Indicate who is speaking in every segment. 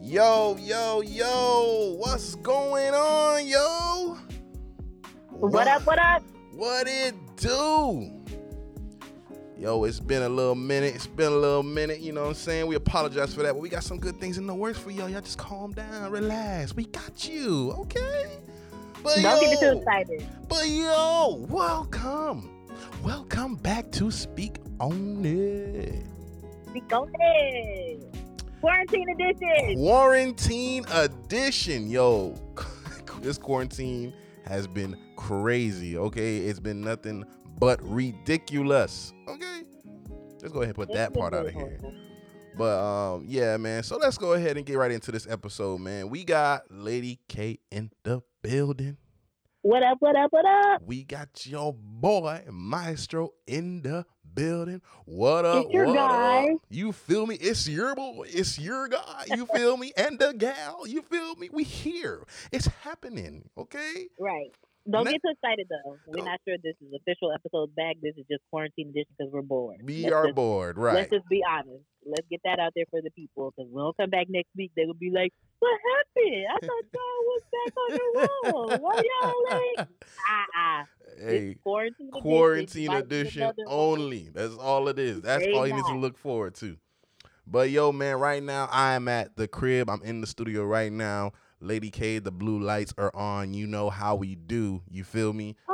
Speaker 1: Yo, yo, yo, what's going on, yo?
Speaker 2: What up, what up?
Speaker 1: What it do? Yo, it's been a little minute. It's been a little minute. You know what I'm saying? We apologize for that, but we got some good things in the works for y'all. Y'all just calm down, relax. We got you, okay? But
Speaker 2: Don't get
Speaker 1: yo,
Speaker 2: too excited.
Speaker 1: But yo, welcome. Welcome back to Speak On It.
Speaker 2: We go ahead. Quarantine edition.
Speaker 1: Quarantine edition, yo. this quarantine has been crazy, okay? It's been nothing but ridiculous, okay? Let's go ahead and put that part out of here. But um, yeah, man. So let's go ahead and get right into this episode, man. We got Lady K in the building.
Speaker 2: What up, what up, what up?
Speaker 1: We got your boy Maestro in the building. What up?
Speaker 2: It's your
Speaker 1: what
Speaker 2: guy.
Speaker 1: up? You feel me? It's your boy. It's your guy. You feel me? And the gal. You feel me? We here. It's happening. Okay.
Speaker 2: Right. Don't
Speaker 1: Na-
Speaker 2: get too excited though. We're
Speaker 1: Go.
Speaker 2: not sure this is official episode back. This is just quarantine edition because we're bored.
Speaker 1: We
Speaker 2: Let's
Speaker 1: are
Speaker 2: just-
Speaker 1: bored, right?
Speaker 2: Let's just be honest. Let's get that out there for the people because when we come back next week, they will be like, "What happened? I thought y'all was back on the roll. Why y'all like?" Ah, ah. It's
Speaker 1: hey,
Speaker 2: quarantine edition.
Speaker 1: quarantine
Speaker 2: Might be
Speaker 1: edition
Speaker 2: another one.
Speaker 1: only. That's all it is. That's
Speaker 2: Straight
Speaker 1: all you need to
Speaker 2: up.
Speaker 1: look forward to. But yo, man, right now I am at the crib. I'm in the studio right now. Lady K, the blue lights are on. You know how we do. You feel me?
Speaker 2: Ah.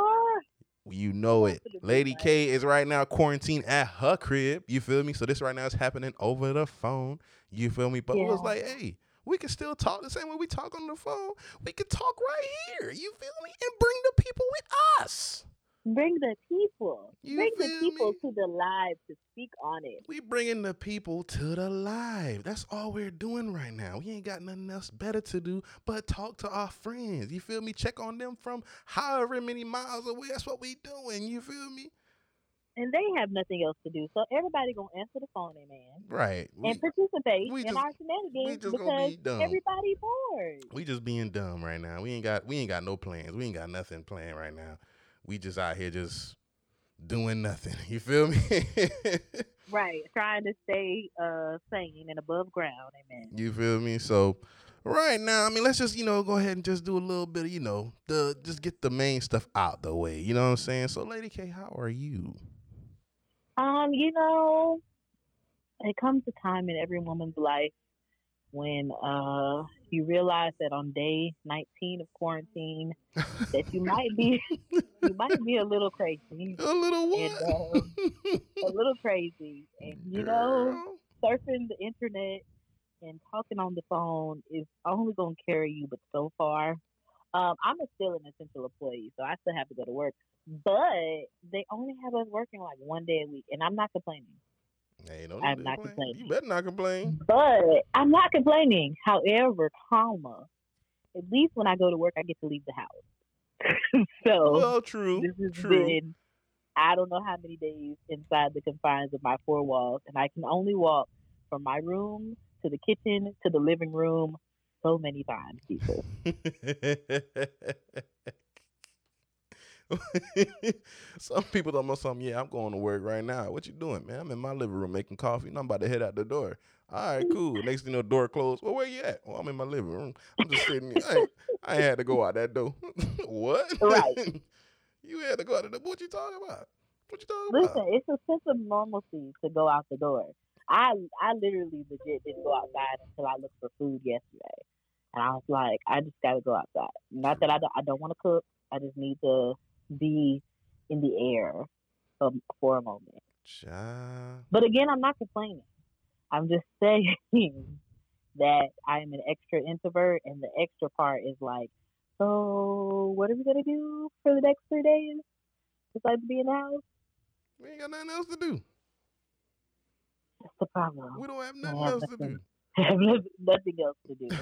Speaker 1: You know
Speaker 2: Shout out
Speaker 1: it.
Speaker 2: to the blue
Speaker 1: Lady
Speaker 2: lights.
Speaker 1: K is right now quarantined at her crib. You feel me? So this right now is happening over the phone. You feel me? But it was
Speaker 2: Yeah.
Speaker 1: like, hey, we can still talk the same way we talk on the phone. We can talk right here. You feel me? And bring the people with us.
Speaker 2: Bring the people.
Speaker 1: You
Speaker 2: Bring the
Speaker 1: feel
Speaker 2: people
Speaker 1: me?
Speaker 2: to the live to speak on it.
Speaker 1: We bringing the people to the live. That's all we're doing right now. We ain't got nothing else better to do but talk to our friends. You feel me? Check on them from however many miles away. That's what we doing. You feel me?
Speaker 2: And they have nothing else to do. So everybody gonna answer the phone, amen.
Speaker 1: Right. We,
Speaker 2: and participate
Speaker 1: we
Speaker 2: in
Speaker 1: just-
Speaker 2: our
Speaker 1: we
Speaker 2: shenanigans
Speaker 1: just gonna
Speaker 2: because
Speaker 1: be dumb.
Speaker 2: everybody bored.
Speaker 1: We just being dumb right now. We ain't got we ain't got no plans. We ain't got nothing planned right now. We just out here just doing nothing. You feel me?
Speaker 2: Right. Trying to stay uh sane and above ground, amen.
Speaker 1: you feel me? So right now, I mean, let's just, you know, go ahead and just do a little bit of, you know, the just get the main stuff out the way. You know what I'm saying? So Lady K, how are you?
Speaker 2: Um, you know, it comes a time in every woman's life when uh you realize that on day nineteen of quarantine that you might be you might be a little crazy.
Speaker 1: A little
Speaker 2: And,
Speaker 1: what?
Speaker 2: uh, a little crazy. And you know,
Speaker 1: Girl.
Speaker 2: surfing the internet and talking on the phone is only going to carry you, but so far, um, I'm a- still an essential employee, so I still have to go to work. But they only have us working like one day a week, and I'm not complaining.
Speaker 1: Hey, don't
Speaker 2: I'm
Speaker 1: you
Speaker 2: not
Speaker 1: complain.
Speaker 2: complaining.
Speaker 1: You better not complain.
Speaker 2: But I'm not complaining. However, comma, at least when I go to work, I get to leave the house. so
Speaker 1: Well, true.
Speaker 2: this has
Speaker 1: True.
Speaker 2: been I don't know how many days inside the confines of my four walls, and I can only walk from my room to the kitchen to the living room so many times. Jesus.
Speaker 1: Some people don't know something. Yeah, I'm going to work right now. What you doing, man? I'm in my living room making coffee. And I'm about to head out the door. All right, cool. Next thing you know, door closed. Well, where you at? Well, I'm in my living room. I'm just sitting. here. I, ain't- I ain't had to go out that door. what?
Speaker 2: Right.
Speaker 1: you had to go out the door. What you talking about? What you talking
Speaker 2: Listen,
Speaker 1: about?
Speaker 2: it's a sense of normalcy to go out the door. I I literally legit didn't go outside until I looked for food yesterday, and I was like, I just gotta go outside. Not that I don't I don't want to cook. I just need to be in the air for, for a moment.
Speaker 1: Child.
Speaker 2: But again, I'm not complaining. I'm just saying that I'm an extra introvert, and the extra part is like, so what are we gonna do for the next three days besides be in the house?
Speaker 1: We ain't got nothing else to do.
Speaker 2: That's the problem.
Speaker 1: We don't have nothing
Speaker 2: have
Speaker 1: else to do.
Speaker 2: nothing. I have nothing else to do.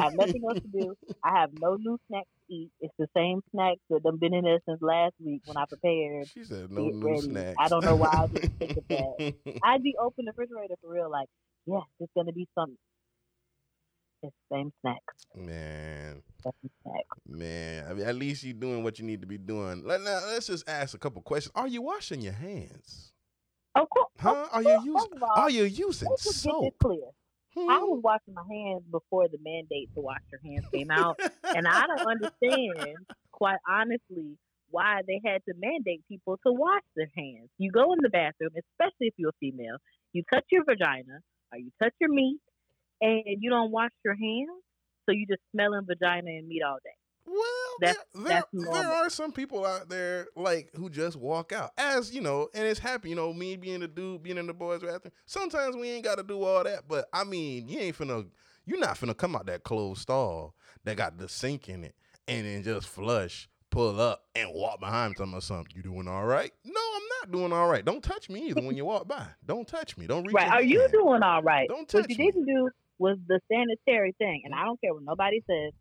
Speaker 2: I have nothing else to do. I have no new snacks to eat. It's the same snacks that have been in there since last week when I prepared.
Speaker 1: She said no
Speaker 2: get
Speaker 1: new
Speaker 2: ready. I
Speaker 1: snacks.
Speaker 2: don't know why I didn't think of that.
Speaker 1: that.
Speaker 2: I'd be open the refrigerator for real, like, yes, it's gonna be something. It's the same snacks.
Speaker 1: Man,
Speaker 2: Same snacks.
Speaker 1: man. I mean, at least you doing what you need to be doing. Let, now, let's just ask a couple questions. Are you washing your hands?
Speaker 2: Of course.
Speaker 1: Huh? Are
Speaker 2: Of
Speaker 1: you
Speaker 2: course,
Speaker 1: using?
Speaker 2: First of all,
Speaker 1: Are you using
Speaker 2: let's just get this
Speaker 1: soap?
Speaker 2: clear. I was washing my hands before the mandate to wash your hands came out, and I don't understand, quite honestly, why they had to mandate people to wash their hands. You go in the bathroom, especially if you're a female, you touch your vagina or you touch your meat, and you don't wash your hands, so you just smelling vagina and meat all day.
Speaker 1: Well,
Speaker 2: That's-
Speaker 1: there,
Speaker 2: that's
Speaker 1: there, there
Speaker 2: normal.
Speaker 1: are some people out there like who just walk out, as you know, and it's happy. You know, me being a dude, being in the boys' bathroom. Sometimes we ain't got to do all that, but I mean, you ain't finna, you're not finna come out that closed stall that got the sink in it, and then just flush, pull up, and walk behind something or something. You doing all right? No, I'm not doing all right. Don't touch me either when you walk by. Don't touch me. Don't reach.
Speaker 2: Right?
Speaker 1: your
Speaker 2: Are you
Speaker 1: hand.
Speaker 2: doing all right?
Speaker 1: Don't
Speaker 2: What
Speaker 1: touch
Speaker 2: you
Speaker 1: me.
Speaker 2: didn't do was the sanitary thing, and I don't care what nobody says.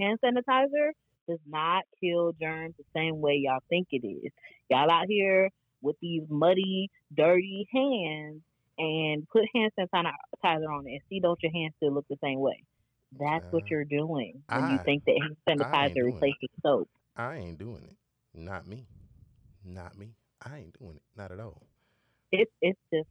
Speaker 2: Hand sanitizer does not kill germs the same way y'all think it is. Y'all out here with these muddy, dirty hands, and put hand sanitizer on it, and see don't your hands still look the same way? That's
Speaker 1: Uh,
Speaker 2: what you're doing when you
Speaker 1: I-
Speaker 2: think that hand
Speaker 1: I ain't
Speaker 2: sanitizer
Speaker 1: doing
Speaker 2: replaces soap.
Speaker 1: I ain't doing it. Not me. Not me. I ain't doing it. Not at all.
Speaker 2: It's it's just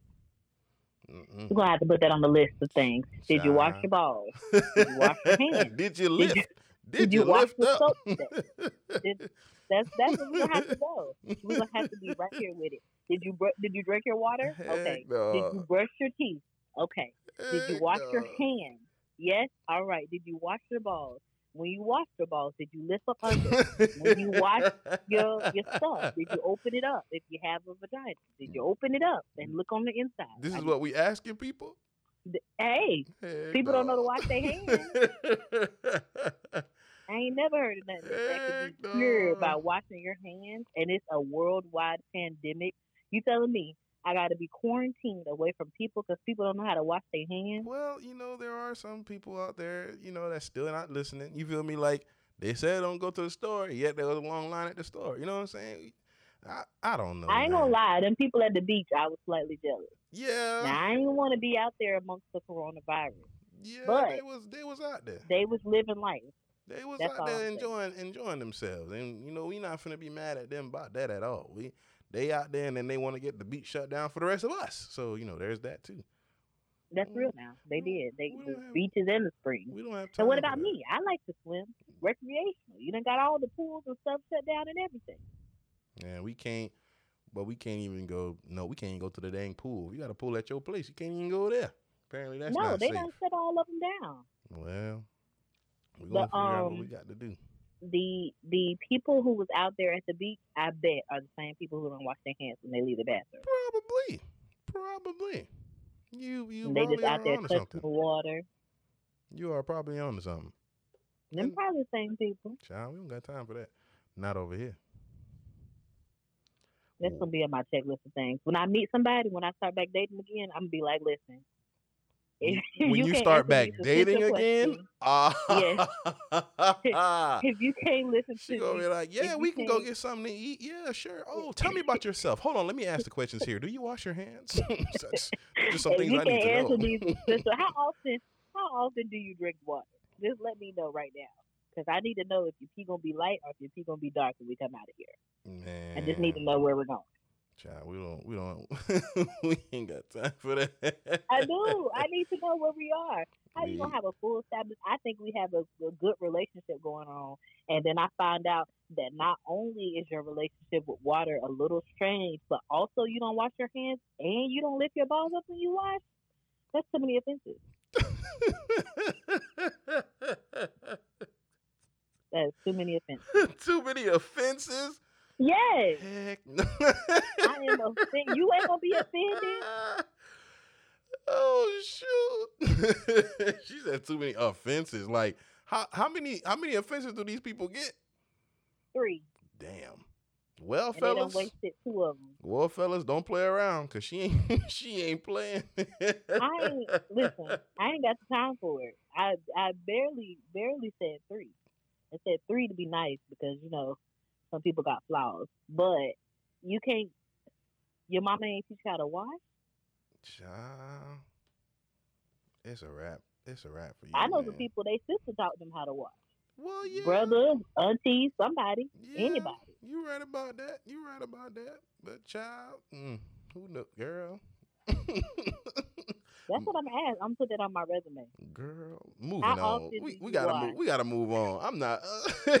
Speaker 1: Mm-mm.
Speaker 2: you're gonna have to put that on the list of things. Did you wash your balls? Did you wash your hands?
Speaker 1: Did you
Speaker 2: Did
Speaker 1: lift?
Speaker 2: you-
Speaker 1: Did,
Speaker 2: did
Speaker 1: you,
Speaker 2: you wash
Speaker 1: lift
Speaker 2: the
Speaker 1: up?
Speaker 2: soap That's that's where we gonna have to go. We're gonna have to be right here with it. Did you br- did you drink your water? Okay.
Speaker 1: Heck no.
Speaker 2: Did you brush your teeth? Okay. Did you
Speaker 1: Heck
Speaker 2: wash your
Speaker 1: no.
Speaker 2: hands? Yes. All right. Did you wash your balls? When you wash your balls, did you lift up under When you wash your your stuff? Did you open it up? If you have a vagina, did you open it up and look on the inside?
Speaker 1: This
Speaker 2: I
Speaker 1: is
Speaker 2: just-
Speaker 1: what we asking people.
Speaker 2: Hey,
Speaker 1: Heck
Speaker 2: people don't know to
Speaker 1: no.
Speaker 2: wash their hands. I ain't never heard of nothing that could be
Speaker 1: Heck
Speaker 2: cured by
Speaker 1: no.
Speaker 2: washing your hands, and it's a worldwide pandemic. You telling me I got to be quarantined away from people because people don't know how to wash their hands?
Speaker 1: Well, you know, there are some people out there, you know, that's still not listening. You feel me? Like they said, don't go to the store, yet there was a long line at the store. You know what I'm saying? I, I don't know.
Speaker 2: I ain't gonna
Speaker 1: man.
Speaker 2: lie, them people at the beach, I was slightly jealous.
Speaker 1: Yeah,
Speaker 2: Now I didn't want to be out there amongst the coronavirus.
Speaker 1: yeah,
Speaker 2: but-
Speaker 1: they was they was out there.
Speaker 2: They was living life.
Speaker 1: They was
Speaker 2: That's
Speaker 1: out
Speaker 2: all I'm
Speaker 1: there
Speaker 2: saying.
Speaker 1: enjoying enjoying themselves, and you know we not finna be mad at them about that at all. We they out there and then they want to get the beach shut down for the rest of us. So you know there's that too.
Speaker 2: That's
Speaker 1: Mm.
Speaker 2: real now. They did. They
Speaker 1: We don't
Speaker 2: the
Speaker 1: have-
Speaker 2: beaches and the springs.
Speaker 1: We don't have time.
Speaker 2: And what
Speaker 1: for
Speaker 2: about
Speaker 1: that.
Speaker 2: me? I like to swim, recreational. You done got all the pools and stuff shut down and everything.
Speaker 1: Yeah, we can't. But we can't even go. No, we can't even go to the dang pool. You got a pool at your place. You can't even go there. Apparently that's
Speaker 2: no,
Speaker 1: not
Speaker 2: they
Speaker 1: safe.
Speaker 2: done shut all of them down.
Speaker 1: Well, we gonna
Speaker 2: But,
Speaker 1: figure out what
Speaker 2: um,
Speaker 1: we got to do.
Speaker 2: the the people who was out there at the beach, I bet, are the same people who don't wash their hands when they leave the bathroom.
Speaker 1: Probably, probably. You you
Speaker 2: they
Speaker 1: probably
Speaker 2: just out
Speaker 1: are
Speaker 2: there
Speaker 1: onto
Speaker 2: touching
Speaker 1: something.
Speaker 2: the water.
Speaker 1: You are probably onto something.
Speaker 2: Them
Speaker 1: And-
Speaker 2: probably the same people.
Speaker 1: Child, we don't got time for that. Not over here.
Speaker 2: That's gonna be on my checklist of things. When I meet somebody, when I start back dating again, I'm gonna be like, listen. if
Speaker 1: when you,
Speaker 2: can't
Speaker 1: start
Speaker 2: answer
Speaker 1: back
Speaker 2: me
Speaker 1: dating
Speaker 2: sufficient
Speaker 1: again,
Speaker 2: questions,
Speaker 1: ah,
Speaker 2: if you can't listen
Speaker 1: she
Speaker 2: to
Speaker 1: gonna
Speaker 2: me,
Speaker 1: be like, yeah,
Speaker 2: you
Speaker 1: we can go
Speaker 2: can't-
Speaker 1: get something to eat. Yeah, sure. Oh, tell me about yourself. Hold on, let me ask the questions here. Do you wash your hands? Such- These are some
Speaker 2: if
Speaker 1: things
Speaker 2: you
Speaker 1: I
Speaker 2: can't
Speaker 1: need to know.
Speaker 2: answer these questions, how often, how often do you drink water? Just let me know right now, because I need to know if your pee gonna be light or if your pee gonna be dark when we come out of here.
Speaker 1: Man,
Speaker 2: I just need to know where we're going.
Speaker 1: Child, we don't, we don't, we ain't got time for that.
Speaker 2: I do. I need to know where we are. How you
Speaker 1: We-
Speaker 2: gonna have a full established? I think we have a, a good relationship going on, and then I find out that not only is your relationship with water a little strange, but also you don't wash your hands and you don't lift your balls up when you wash. That's too many offenses. That's too many offenses.
Speaker 1: Too many offenses.
Speaker 2: Yes,
Speaker 1: Heck no.
Speaker 2: I am offended. You ain't gonna be offended.
Speaker 1: oh shoot! she said too many offenses. Like how how many how many offenses do these people get?
Speaker 2: Three,
Speaker 1: Damn. Well,
Speaker 2: and they done
Speaker 1: fellas.
Speaker 2: wasted two of them.
Speaker 1: Well, fellas, don't play around, cause she ain't she ain't playing.
Speaker 2: I ain't listen. I ain't got the time for it. I I barely barely said three. I said three to be nice because you know some people got flaws, but you can't. Your mama ain't teach you how to wash.
Speaker 1: Child, it's a wrap. It's a wrap for you.
Speaker 2: I know
Speaker 1: man.
Speaker 2: some people. They sister taught them how to wash.
Speaker 1: Well, yeah.
Speaker 2: Brothers, aunties, somebody,
Speaker 1: Yeah,
Speaker 2: anybody.
Speaker 1: You right about that. You right about that. But child, mm, who know, girl?
Speaker 2: That's what I'm asking. I'm putting that on my resume.
Speaker 1: Girl, moving
Speaker 2: How
Speaker 1: on.
Speaker 2: often
Speaker 1: We,
Speaker 2: do
Speaker 1: we
Speaker 2: you
Speaker 1: gotta
Speaker 2: watch?
Speaker 1: move, we gotta move on. I'm not. Uh,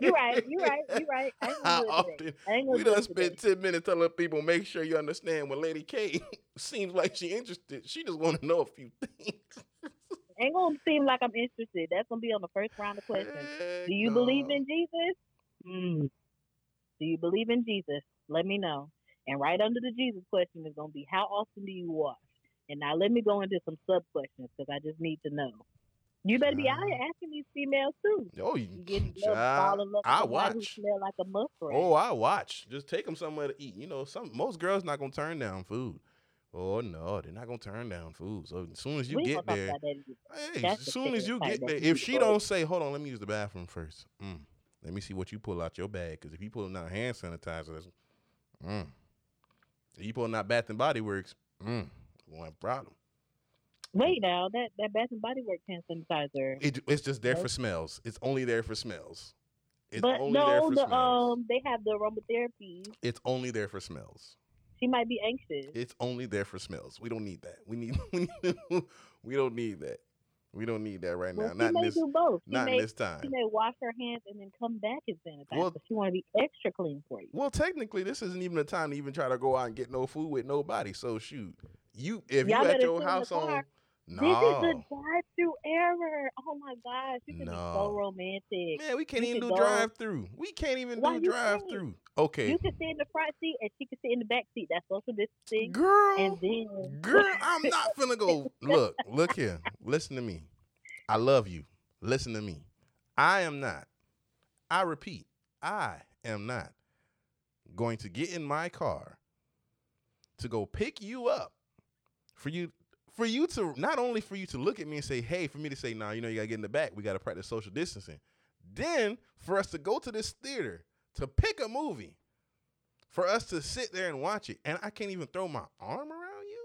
Speaker 2: You right. You right. You right. I ain't
Speaker 1: How
Speaker 2: gonna do it today.
Speaker 1: often?
Speaker 2: I ain't gonna
Speaker 1: We
Speaker 2: do
Speaker 1: done
Speaker 2: it today.
Speaker 1: spent ten minutes telling people make sure you understand when Lady K seems like she interested. She just want to know a few things.
Speaker 2: Ain't gonna seem like I'm interested. That's gonna be on the first round of questions. Do you believe in Jesus? Mm. Do you believe in Jesus? Let me know. And right under the Jesus question is going to be how often do you wash? And now let me go into some sub questions because I just need to know. You better be out here asking these females too.
Speaker 1: Oh,
Speaker 2: You
Speaker 1: Mm. you,
Speaker 2: get in love,
Speaker 1: child,
Speaker 2: fall in love with
Speaker 1: I watch.
Speaker 2: somebody who smell like a muff rat.
Speaker 1: Oh, I watch. Just take them somewhere to eat. You know, some most girls not gonna turn down food. Oh no, they're not gonna turn down food. So as soon as you
Speaker 2: we
Speaker 1: get
Speaker 2: ain't gonna talk
Speaker 1: there,
Speaker 2: about that either.
Speaker 1: hey,
Speaker 2: That's
Speaker 1: as
Speaker 2: the
Speaker 1: soon as you
Speaker 2: stereotype
Speaker 1: get
Speaker 2: that
Speaker 1: there,
Speaker 2: people
Speaker 1: if she
Speaker 2: go-
Speaker 1: don't say, "Hold on, let me use the bathroom first. Mm, let me see what you pull out your bag, because if you pulling out hand sanitizer, that's- mm, if you pulling out Bath and Body Works, mm, one problem.
Speaker 2: Wait now, that that Bath and Body Works hand sanitizer.
Speaker 1: It, it's just there for
Speaker 2: Nope.
Speaker 1: smells. It's only there for smells. It's
Speaker 2: but
Speaker 1: only there
Speaker 2: no,
Speaker 1: for
Speaker 2: the
Speaker 1: smells.
Speaker 2: um, they have the aromatherapy.
Speaker 1: It's only there for smells.
Speaker 2: She might be anxious.
Speaker 1: It's only there for smells. We don't need that. We need we, need- we don't need that. We don't need that right
Speaker 2: well,
Speaker 1: now.
Speaker 2: she
Speaker 1: Not in
Speaker 2: may
Speaker 1: this
Speaker 2: do both. She
Speaker 1: not
Speaker 2: may
Speaker 1: in this
Speaker 2: She
Speaker 1: time.
Speaker 2: may wash her hands and then come back and sanitize.
Speaker 1: Well-
Speaker 2: but she want to be extra clean for you.
Speaker 1: Well, technically, this isn't even a time to even try to go out and get no food with nobody. So shoot, you if
Speaker 2: Y'all
Speaker 1: you at
Speaker 2: better sit
Speaker 1: your
Speaker 2: in the
Speaker 1: house on
Speaker 2: car. This is a
Speaker 1: no
Speaker 2: drive-through error. Oh my gosh, you can be
Speaker 1: No.
Speaker 2: so romantic.
Speaker 1: man, we can't
Speaker 2: You
Speaker 1: even do
Speaker 2: could go-
Speaker 1: drive through. We can't even
Speaker 2: Why
Speaker 1: do
Speaker 2: you
Speaker 1: drive
Speaker 2: can't?
Speaker 1: through. Okay,
Speaker 2: You can sit in the front seat and she can sit in the back seat. That's social distancing. And
Speaker 1: girl,
Speaker 2: then,
Speaker 1: girl, I'm not finna go. Look, look here. Listen to me. I love you. Listen to me. I am not. I repeat, I am not going to get in my car to go pick you up for you for you to not only for you to look at me and say, hey, for me to say, nah, you know you gotta get in the back. We gotta practice social distancing. Then for us to go to this theater to pick a movie, for us to sit there and watch it, and I can't even throw my arm around you.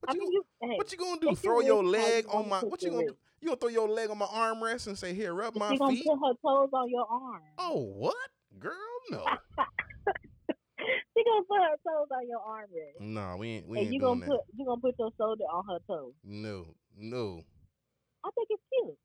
Speaker 1: What
Speaker 2: I
Speaker 1: you
Speaker 2: mean,
Speaker 1: gonna-
Speaker 2: you, hey,
Speaker 1: what you gonna do?
Speaker 2: Take
Speaker 1: Throw
Speaker 2: your
Speaker 1: your
Speaker 2: wrist how you
Speaker 1: leg on
Speaker 2: wanna
Speaker 1: my?
Speaker 2: put
Speaker 1: What you
Speaker 2: your
Speaker 1: gonna do?
Speaker 2: wrist.
Speaker 1: You gonna throw your leg on my armrest and say, "Here, rub my
Speaker 2: she gonna
Speaker 1: feet."
Speaker 2: put her toes on your arm.
Speaker 1: Oh, what, girl? No,
Speaker 2: She gonna put her toes on your armrest,
Speaker 1: nah, we ain't. Mm, We
Speaker 2: and
Speaker 1: ain't
Speaker 2: you
Speaker 1: doing
Speaker 2: gonna
Speaker 1: that.
Speaker 2: put you gonna put your shoulder on her toe.
Speaker 1: No, no,
Speaker 2: I think it's cute.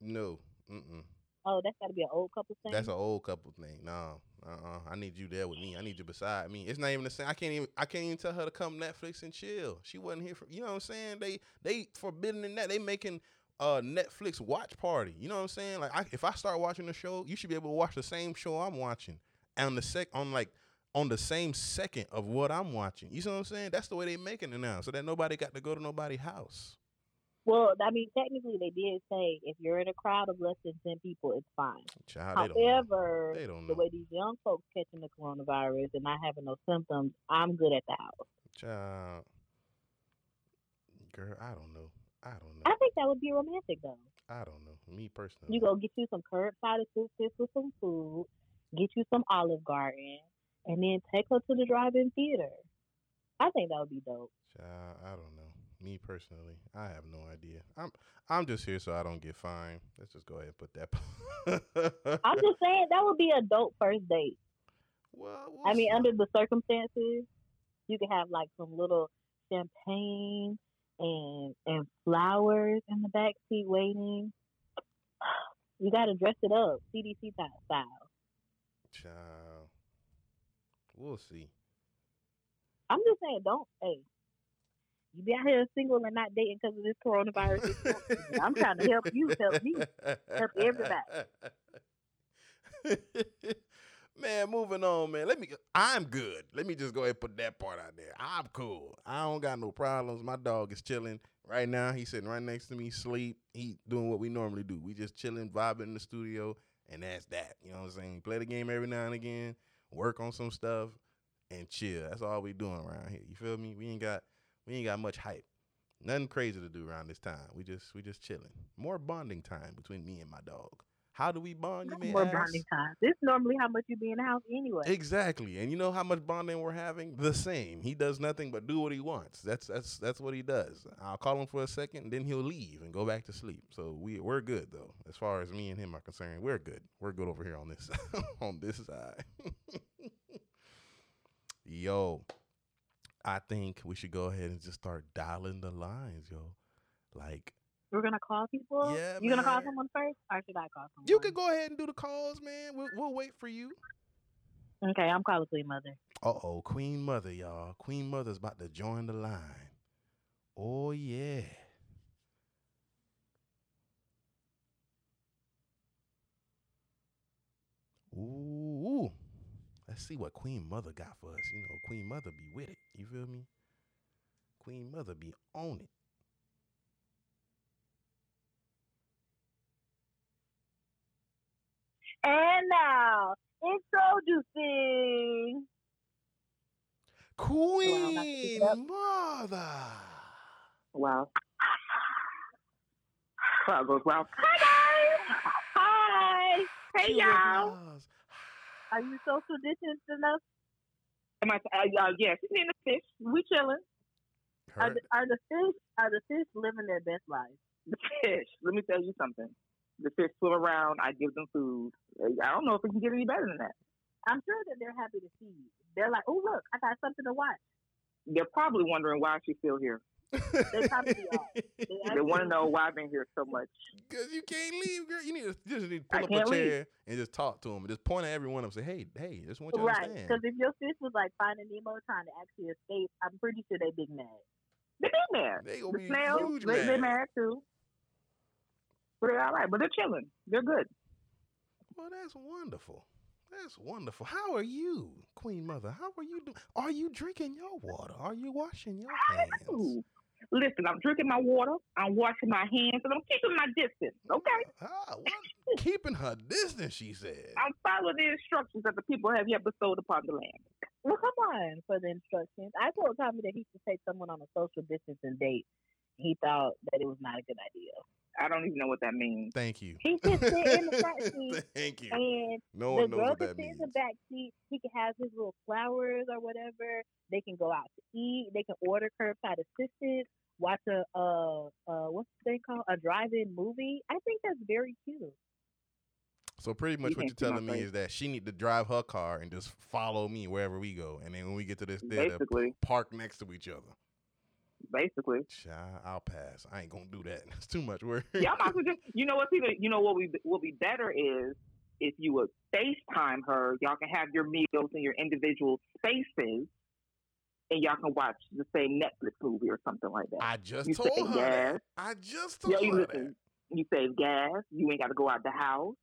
Speaker 1: no. Mm-mm.
Speaker 2: Oh, that's gotta be an old couple thing.
Speaker 1: That's an old couple thing. No, uh-uh. I need you there with me. I need you beside me. It's not even the same. I can't even. I can't even tell her to come Netflix and chill. She wasn't here for. You know what I'm saying? They they forbidding that. They making uh Netflix watch party. You know what I'm saying? Like I, if I start watching a show, you should be able to watch the same show I'm watching on the sec on like on the same second of what I'm watching. You see what I'm saying? That's the way they making it now, so that nobody got to go to nobody's house.
Speaker 2: Well, I mean, technically, they did say if you're in a crowd of less than 10 people, it's fine.
Speaker 1: Child, they don't. Know.
Speaker 2: However,
Speaker 1: They don't
Speaker 2: the
Speaker 1: know.
Speaker 2: way these young folks catching the coronavirus and not having no symptoms, I'm good at the house.
Speaker 1: Child, girl, I don't know. I don't know.
Speaker 2: I think that would be romantic, though.
Speaker 1: I don't know. Me personally.
Speaker 2: You go get you some curbside assistance with some food, get you some Olive Garden, and then take her to the drive-in theater. I think that would be dope.
Speaker 1: Child, I don't know. Me personally, I have no idea. I'm I'm just here so I don't get fined. Let's just go ahead and put that.
Speaker 2: I'm just saying that would be a dope first date.
Speaker 1: Well, we'll
Speaker 2: I mean,
Speaker 1: see.
Speaker 2: under the circumstances, you could have like some little champagne and and flowers in the back seat waiting. You gotta dress it up, CDC type style. uh
Speaker 1: Child, we'll see.
Speaker 2: I'm just saying, don't hey, you be out here single and not dating because of this coronavirus. I'm trying to help you, help me, help
Speaker 1: everybody. man, moving on, man. Let me. I'm good. Let me just go ahead and put that part out there. I'm cool. I don't got no problems. My dog is chilling right now. He's sitting right next to me, sleep. He doing what we normally do. We just chilling, vibing in the studio, and that's that. You know what I'm saying? We play the game every now and again, work on some stuff, and chill. That's all we doing around here. You feel me? We ain't got we ain't got much hype. Nothing crazy to do around this time. We just we just chilling. More bonding time between me and my dog. How do we bond? You may
Speaker 2: More
Speaker 1: ask?
Speaker 2: bonding time. This normally how much you be in the house anyway.
Speaker 1: Exactly. And you know how much bonding we're having? The same. He does nothing but do what he wants. That's that's that's what he does. I'll call him for a second, and then he'll leave and go back to sleep. So we we're good though, as far as me and him are concerned. We're good. We're good over here on this on this side. Yo, I think we should go ahead and just start dialing the lines, yo. Like
Speaker 2: We're gonna call people.
Speaker 1: Yeah,
Speaker 2: you gonna call
Speaker 1: man.
Speaker 2: someone first, or should I call someone?
Speaker 1: you can go ahead and do the calls, man. We'll, we'll wait for you.
Speaker 2: Okay, I'm calling Queen Mother.
Speaker 1: Uh oh, Queen Mother, y'all. Queen Mother's about to join the line. Oh yeah. Ooh. Let's see what Queen Mother got for us. You know, Queen Mother be with it. You feel me? Queen Mother be on it.
Speaker 2: And now introducing. not to
Speaker 1: Queen
Speaker 2: pick up.
Speaker 1: Mother.
Speaker 2: Wow. Crowd goes wild. Hi guys. Hi. Hey
Speaker 1: Killer
Speaker 2: y'all.
Speaker 1: Moths.
Speaker 2: Are you social distanced enough? Am I? Uh, uh, yes. It's in the fish. We chilling. Are
Speaker 1: Her-
Speaker 2: the, are the fish are the fish living their best life?
Speaker 3: the fish. Let me tell you something. The fish swim around. I give them food. I don't know if it can get any better than that.
Speaker 2: I'm sure that they're happy to see you. They're like, oh look, I got something to watch.
Speaker 3: They're probably wondering why she's still here.
Speaker 2: They probably are.
Speaker 3: They want to know why I've been here so much.
Speaker 1: Cause you can't leave, girl. You need to you just need to
Speaker 3: I
Speaker 1: pull up
Speaker 3: can't
Speaker 1: a
Speaker 3: leave.
Speaker 1: chair and just talk to them. Just point at every one of them. Say, hey, hey, just want you to
Speaker 2: Right,
Speaker 1: understand.
Speaker 2: because if your fish was like finding Nemo trying to actually escape, I'm pretty sure they big mad.
Speaker 3: They've been there.
Speaker 1: They gonna
Speaker 3: The
Speaker 1: be
Speaker 3: snails,
Speaker 1: huge
Speaker 3: they, they're
Speaker 1: mad.
Speaker 3: mad too. But they're all right. But they're chilling. They're good.
Speaker 1: Well, that's wonderful. That's wonderful. How are you, Queen Mother? How are you doing? Are you drinking your water? Are you washing your hands?
Speaker 3: Ooh. Listen, I'm drinking my water. I'm washing my hands, and I'm keeping my distance. Okay,
Speaker 1: Ah, what? Keeping her distance, she said.
Speaker 3: I'm following the instructions that the people have yet bestowed upon the land.
Speaker 2: Well, come on for the instructions. I told Tommy that he should take someone on a social distancing date. He thought that it was not a good idea.
Speaker 3: I don't even know what that means.
Speaker 1: Thank you.
Speaker 2: He could sit in the front seat
Speaker 1: Thank you.
Speaker 2: and
Speaker 1: No
Speaker 2: the
Speaker 1: one knows
Speaker 2: girl
Speaker 1: what
Speaker 2: can
Speaker 1: that
Speaker 2: sit in
Speaker 1: means.
Speaker 2: the back seat. He can have his little flowers or whatever. They can go out to eat. They can order curbside assistance. Watch a uh uh what's they call a drive-in movie. I think that's very cute.
Speaker 1: So pretty much
Speaker 3: You
Speaker 1: what you're
Speaker 3: can't see my
Speaker 1: telling me
Speaker 3: face.
Speaker 1: is that she need to drive her car and just follow me wherever we go, and then when we get to this theater,
Speaker 3: Basically,
Speaker 1: park next to each other.
Speaker 3: basically.
Speaker 1: Child, I'll pass. I ain't gonna do that. That's too much work.
Speaker 3: Yeah, I might as well just you know what's even you know what we will be better is if you would FaceTime her, y'all can have your meals in your individual spaces and y'all can watch the same Netflix movie or something like that.
Speaker 1: I just
Speaker 3: You
Speaker 1: told
Speaker 3: save
Speaker 1: her.
Speaker 3: gas.
Speaker 1: that. I just told
Speaker 3: Yeah, you
Speaker 1: her
Speaker 3: listen. You save gas, you ain't gotta go out the house.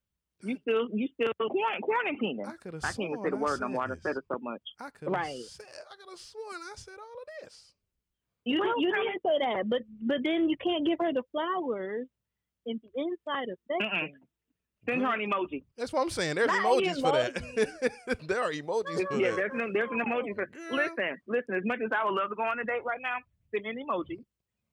Speaker 3: You still you still
Speaker 1: that.
Speaker 3: quarant- quarantining.
Speaker 1: I could have.
Speaker 3: I can't even say the word no more, I done said it so much.
Speaker 1: I could have
Speaker 2: Right.
Speaker 1: said. I could have sworn I said all of this.
Speaker 2: You
Speaker 3: Well,
Speaker 2: you
Speaker 3: I
Speaker 2: didn't say that, but but then you can't give her the flowers in the inside of section.
Speaker 3: Send her an emoji.
Speaker 1: That's what I'm saying. There's
Speaker 2: Not
Speaker 1: emojis
Speaker 2: an
Speaker 1: for that. there are emojis for
Speaker 3: Yeah,
Speaker 1: that.
Speaker 3: there's no there's an emoji for
Speaker 1: Girl.
Speaker 3: listen, listen, as much as I would love to go on a date right now, send me an emoji.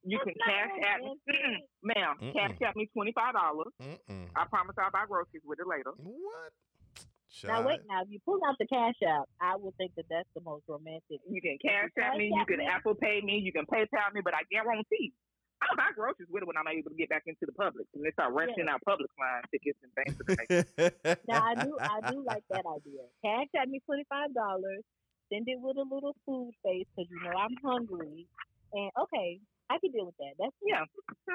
Speaker 3: You
Speaker 2: That's
Speaker 3: can
Speaker 2: not
Speaker 3: cash app
Speaker 2: romantic.
Speaker 3: Ma'am,
Speaker 1: Mm-mm.
Speaker 3: cash out me twenty five dollars.
Speaker 1: Mm-mm.
Speaker 3: I promise I'll buy groceries with it later.
Speaker 1: What?
Speaker 2: Now
Speaker 1: Child.
Speaker 2: wait, now if you pull out the cash out, I would think that that's the most romantic.
Speaker 3: You can cash
Speaker 2: Cash
Speaker 3: out me, you
Speaker 2: App
Speaker 3: can
Speaker 2: me.
Speaker 3: Apple Pay me, you can PayPal me, but I guarantee I'll buy groceries with it when I'm able to get back into the public and they start renting out public line tickets and things. of that nature.
Speaker 2: Now I do I do like that idea. Cash at me twenty five dollars. Send it with a little food face because you know I'm hungry. And okay, I can deal with that. That's
Speaker 3: yeah.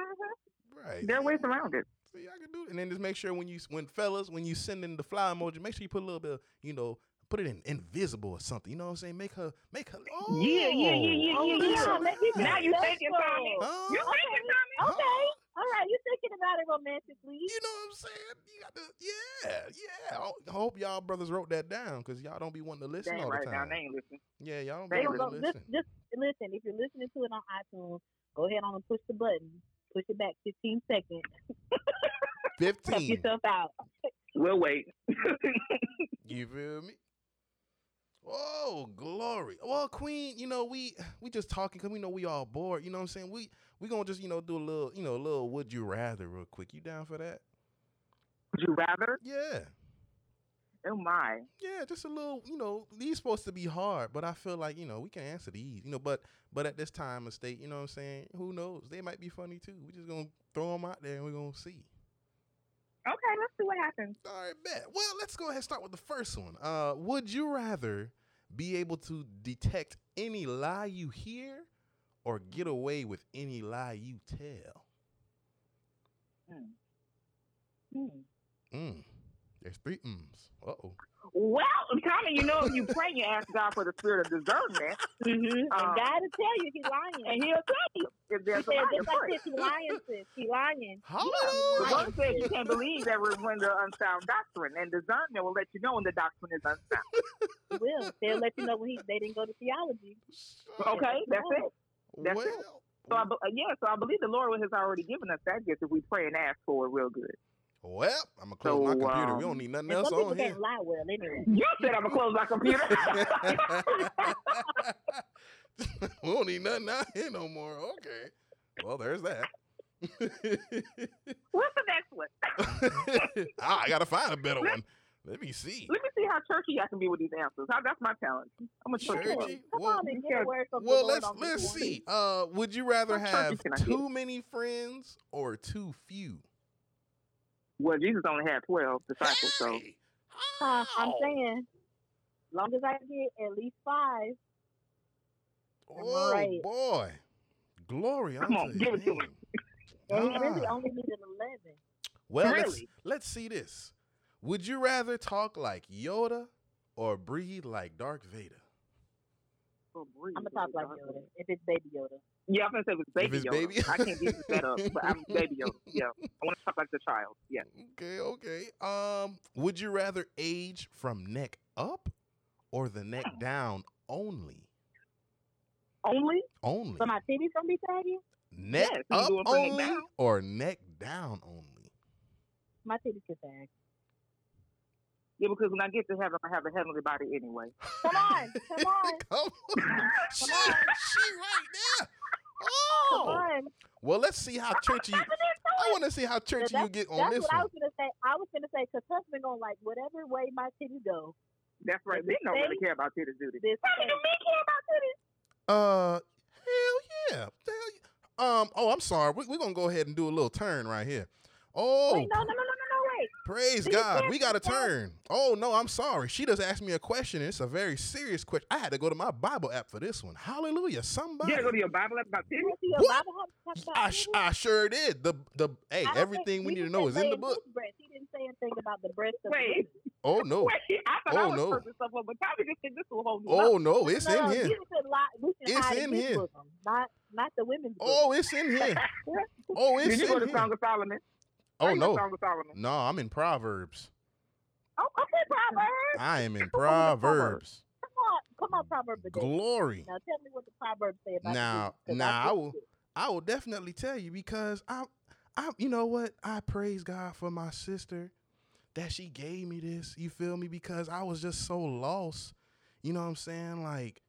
Speaker 1: Right.
Speaker 3: There are ways around it.
Speaker 1: See, I can do it. And then just make sure when you when fellas, when you send in the fly emoji, make sure you put a little bit of, you know, put it in invisible or something. You know what I'm saying? Make her make her oh,
Speaker 3: Yeah, yeah, yeah, yeah,
Speaker 1: oh,
Speaker 3: yeah,
Speaker 1: that's
Speaker 3: yeah.
Speaker 1: a-
Speaker 2: Let me
Speaker 3: Now
Speaker 2: just-
Speaker 3: you
Speaker 2: Let's
Speaker 3: thinking,
Speaker 2: go.
Speaker 3: Tommy.
Speaker 1: Huh?
Speaker 3: You thinking, Tommy?
Speaker 1: Huh?
Speaker 2: Okay. All right, you're thinking about it romantically.
Speaker 1: You know what I'm saying? You got to Yeah, yeah. I- I hope y'all brothers wrote that down because y'all don't be wanting to
Speaker 3: They
Speaker 1: listen
Speaker 3: ain't
Speaker 1: all
Speaker 3: right
Speaker 1: the
Speaker 3: now.
Speaker 1: time.
Speaker 3: They ain't listening.
Speaker 1: yeah, y'all don't be
Speaker 3: they ain't
Speaker 1: wanting to listen.
Speaker 2: just, just listen. If you're listening to it on iTunes, go ahead on and push the button. Push it back 15 seconds. Help
Speaker 1: Fifteen.
Speaker 2: yourself out.
Speaker 3: We'll wait.
Speaker 1: You feel me? Oh, glory. Well, Queen, you know, we we just talking because we know we all bored. You know what I'm saying? We we gonna just, you know, do a little, you know, a little would you rather real quick. You down for that?
Speaker 3: Would you rather?
Speaker 1: Yeah.
Speaker 3: Oh my.
Speaker 1: Yeah, just a little, you know, these supposed to be hard, but I feel like, you know, we can answer these. You know, but but at this time and state, you know what I'm saying? Who knows? They might be funny too. We just gonna throw them out there and we're gonna see.
Speaker 3: Okay, let's see what happens.
Speaker 1: All right, bet. Well, let's go ahead and start with the first one. Uh, would you rather be able to detect any lie you hear or get away with any lie you tell.
Speaker 3: Mm.
Speaker 2: Hmm.
Speaker 1: Mm. There's three m's. Uh oh.
Speaker 3: Well, Tommy, you know if you pray, you ask God for the spirit of discernment,
Speaker 2: And
Speaker 3: Um,
Speaker 2: God will tell you he's lying.
Speaker 3: and He'll tell you if
Speaker 2: He
Speaker 3: there's a
Speaker 2: said,
Speaker 3: lie in
Speaker 2: just like
Speaker 3: prayer.
Speaker 2: this, he lying, sis. He lying.
Speaker 3: The
Speaker 1: Hallelujah.
Speaker 3: word says you can't believe every wind of unsound doctrine, and discernment will let you know when the doctrine is unsound.
Speaker 2: He will. They'll let you know when he, they didn't go to theology.
Speaker 3: Okay, that's it. that's
Speaker 1: well,
Speaker 3: it. So I, be- uh, yeah, so I believe the Lord has already given us that gift if we pray and ask for it real good.
Speaker 1: well, I'm gonna close my
Speaker 3: So,
Speaker 1: computer. we
Speaker 3: um,
Speaker 1: don't need nothing
Speaker 2: And
Speaker 1: else
Speaker 2: some people
Speaker 1: on here.
Speaker 2: can't lie well anyway.
Speaker 3: You said I'm gonna close my computer.
Speaker 1: we don't need nothing out here no more. Okay. Well, there's that.
Speaker 3: What's the next one?
Speaker 1: ah, I gotta find a better one. Let me see.
Speaker 3: Let me see how churchy I can be with these answers. How, that's my challenge. I'm a churchy.
Speaker 1: Churchy?
Speaker 3: one.
Speaker 2: Come
Speaker 1: Well,
Speaker 2: on and get a word from
Speaker 1: well,
Speaker 2: the Lord
Speaker 1: let's
Speaker 2: on this
Speaker 1: let's
Speaker 2: one.
Speaker 1: see. Uh, would you rather
Speaker 3: What churches
Speaker 1: have
Speaker 3: can I get?
Speaker 1: too many friends or too few?
Speaker 3: Well, Jesus only had twelve disciples, so
Speaker 1: Hey!
Speaker 2: Huh, Uh, I'm
Speaker 1: Ow!
Speaker 2: saying, long as I get at least five,
Speaker 1: Oh
Speaker 2: Right.
Speaker 1: boy, glory!
Speaker 3: Come
Speaker 1: unto
Speaker 3: on, give it to
Speaker 1: him.
Speaker 2: and he really
Speaker 1: Ah.
Speaker 2: only needed 11.
Speaker 1: Well, let's,
Speaker 3: Really?
Speaker 1: let's see this. Would you rather talk like Yoda or breathe like Dark Vader?
Speaker 2: I'm going to talk like Yoda, if it's baby Yoda.
Speaker 3: Yeah, I'm gonna say it was
Speaker 1: If
Speaker 3: baby
Speaker 1: it's
Speaker 3: Yoda.
Speaker 1: baby-
Speaker 3: I can't get that up, but I'm baby Yoda. Yeah, I want to talk like the child. Yeah,
Speaker 1: Okay, okay. Um, would you rather age from neck up or the neck down only?
Speaker 3: only
Speaker 1: Only
Speaker 2: So my titties going to be saggy?
Speaker 1: neck
Speaker 3: Yes, we
Speaker 1: up
Speaker 3: do it from neck
Speaker 1: only
Speaker 3: down.
Speaker 1: or neck down only.
Speaker 2: My titties can sag.
Speaker 3: yeah, because when I get to heaven, I have a heavenly body anyway.
Speaker 2: Come on, come on,
Speaker 1: Come on, she, she right there.
Speaker 2: come
Speaker 1: Oh,
Speaker 2: on.
Speaker 1: well, let's see how churchy. I want to see how churchy you get on
Speaker 2: That's
Speaker 1: this
Speaker 2: what I
Speaker 1: one.
Speaker 2: was going to say. I was going to say, because husband going to like, whatever way my titties go,
Speaker 3: That's right. Men don't really care about titties, do they?
Speaker 2: this
Speaker 3: How do
Speaker 2: sag.
Speaker 3: you men care
Speaker 1: Uh,
Speaker 3: about titties?
Speaker 1: hell yeah. Hell yeah. Um, oh, I'm sorry. We, we're going to go ahead and do a little turn right here. Oh,
Speaker 2: Wait, no, no, no, no, no, no, wait.
Speaker 1: praise
Speaker 2: please
Speaker 1: God.
Speaker 2: answer
Speaker 1: We got a
Speaker 2: that.
Speaker 1: turn. Oh, no, I'm sorry. She just asked me a question. and It's a very serious question. I had to go to my Bible app for this one. Hallelujah. Somebody.
Speaker 3: You gotta go to your Bible app about titties.
Speaker 2: Let's see your
Speaker 1: What?
Speaker 2: Bible have to talk
Speaker 1: I,
Speaker 2: about
Speaker 1: sh-
Speaker 2: titties?
Speaker 1: I sure did. The the hey,
Speaker 2: I don't
Speaker 1: everything
Speaker 2: think-
Speaker 1: we
Speaker 2: he
Speaker 1: need to
Speaker 2: just
Speaker 1: know
Speaker 2: said
Speaker 1: is in the
Speaker 2: laying
Speaker 1: book.
Speaker 2: loose breasts. He didn't say anything about the breast of
Speaker 3: Wait.
Speaker 2: women.
Speaker 1: Oh no.
Speaker 3: Wait, I thought I
Speaker 1: Oh,
Speaker 3: was
Speaker 1: no.
Speaker 3: supposed to stuff up, but Tommy just did this to a whole new level.
Speaker 1: Oh no, it's
Speaker 2: no,
Speaker 1: in
Speaker 2: no,
Speaker 1: here.
Speaker 2: Jesus said li- we can
Speaker 1: It's
Speaker 2: hide
Speaker 1: in
Speaker 2: his
Speaker 1: here.
Speaker 2: bosom, not not the women's
Speaker 1: Oh, it's in here. Oh, it's
Speaker 3: Did you go
Speaker 1: in
Speaker 3: to
Speaker 1: here.
Speaker 3: Song of Solomon? Are
Speaker 1: Oh
Speaker 3: you in
Speaker 1: no.
Speaker 3: Song of Solomon.
Speaker 1: No, I'm in Proverbs.
Speaker 3: Oh, okay, Proverbs.
Speaker 1: I am in
Speaker 3: Come on, the Proverbs.
Speaker 1: Proverbs.
Speaker 2: Come on, come on, Proverbs.
Speaker 1: Glory.
Speaker 2: Now tell me what the Proverbs say about
Speaker 1: Now-
Speaker 2: the women, 'cause
Speaker 1: now I
Speaker 2: think
Speaker 1: will-
Speaker 2: it's-
Speaker 1: I will definitely tell you because I, I, you know what? I praise God for my sister that she gave me this. You feel me? Because I was just so lost. You know what I'm saying? Like,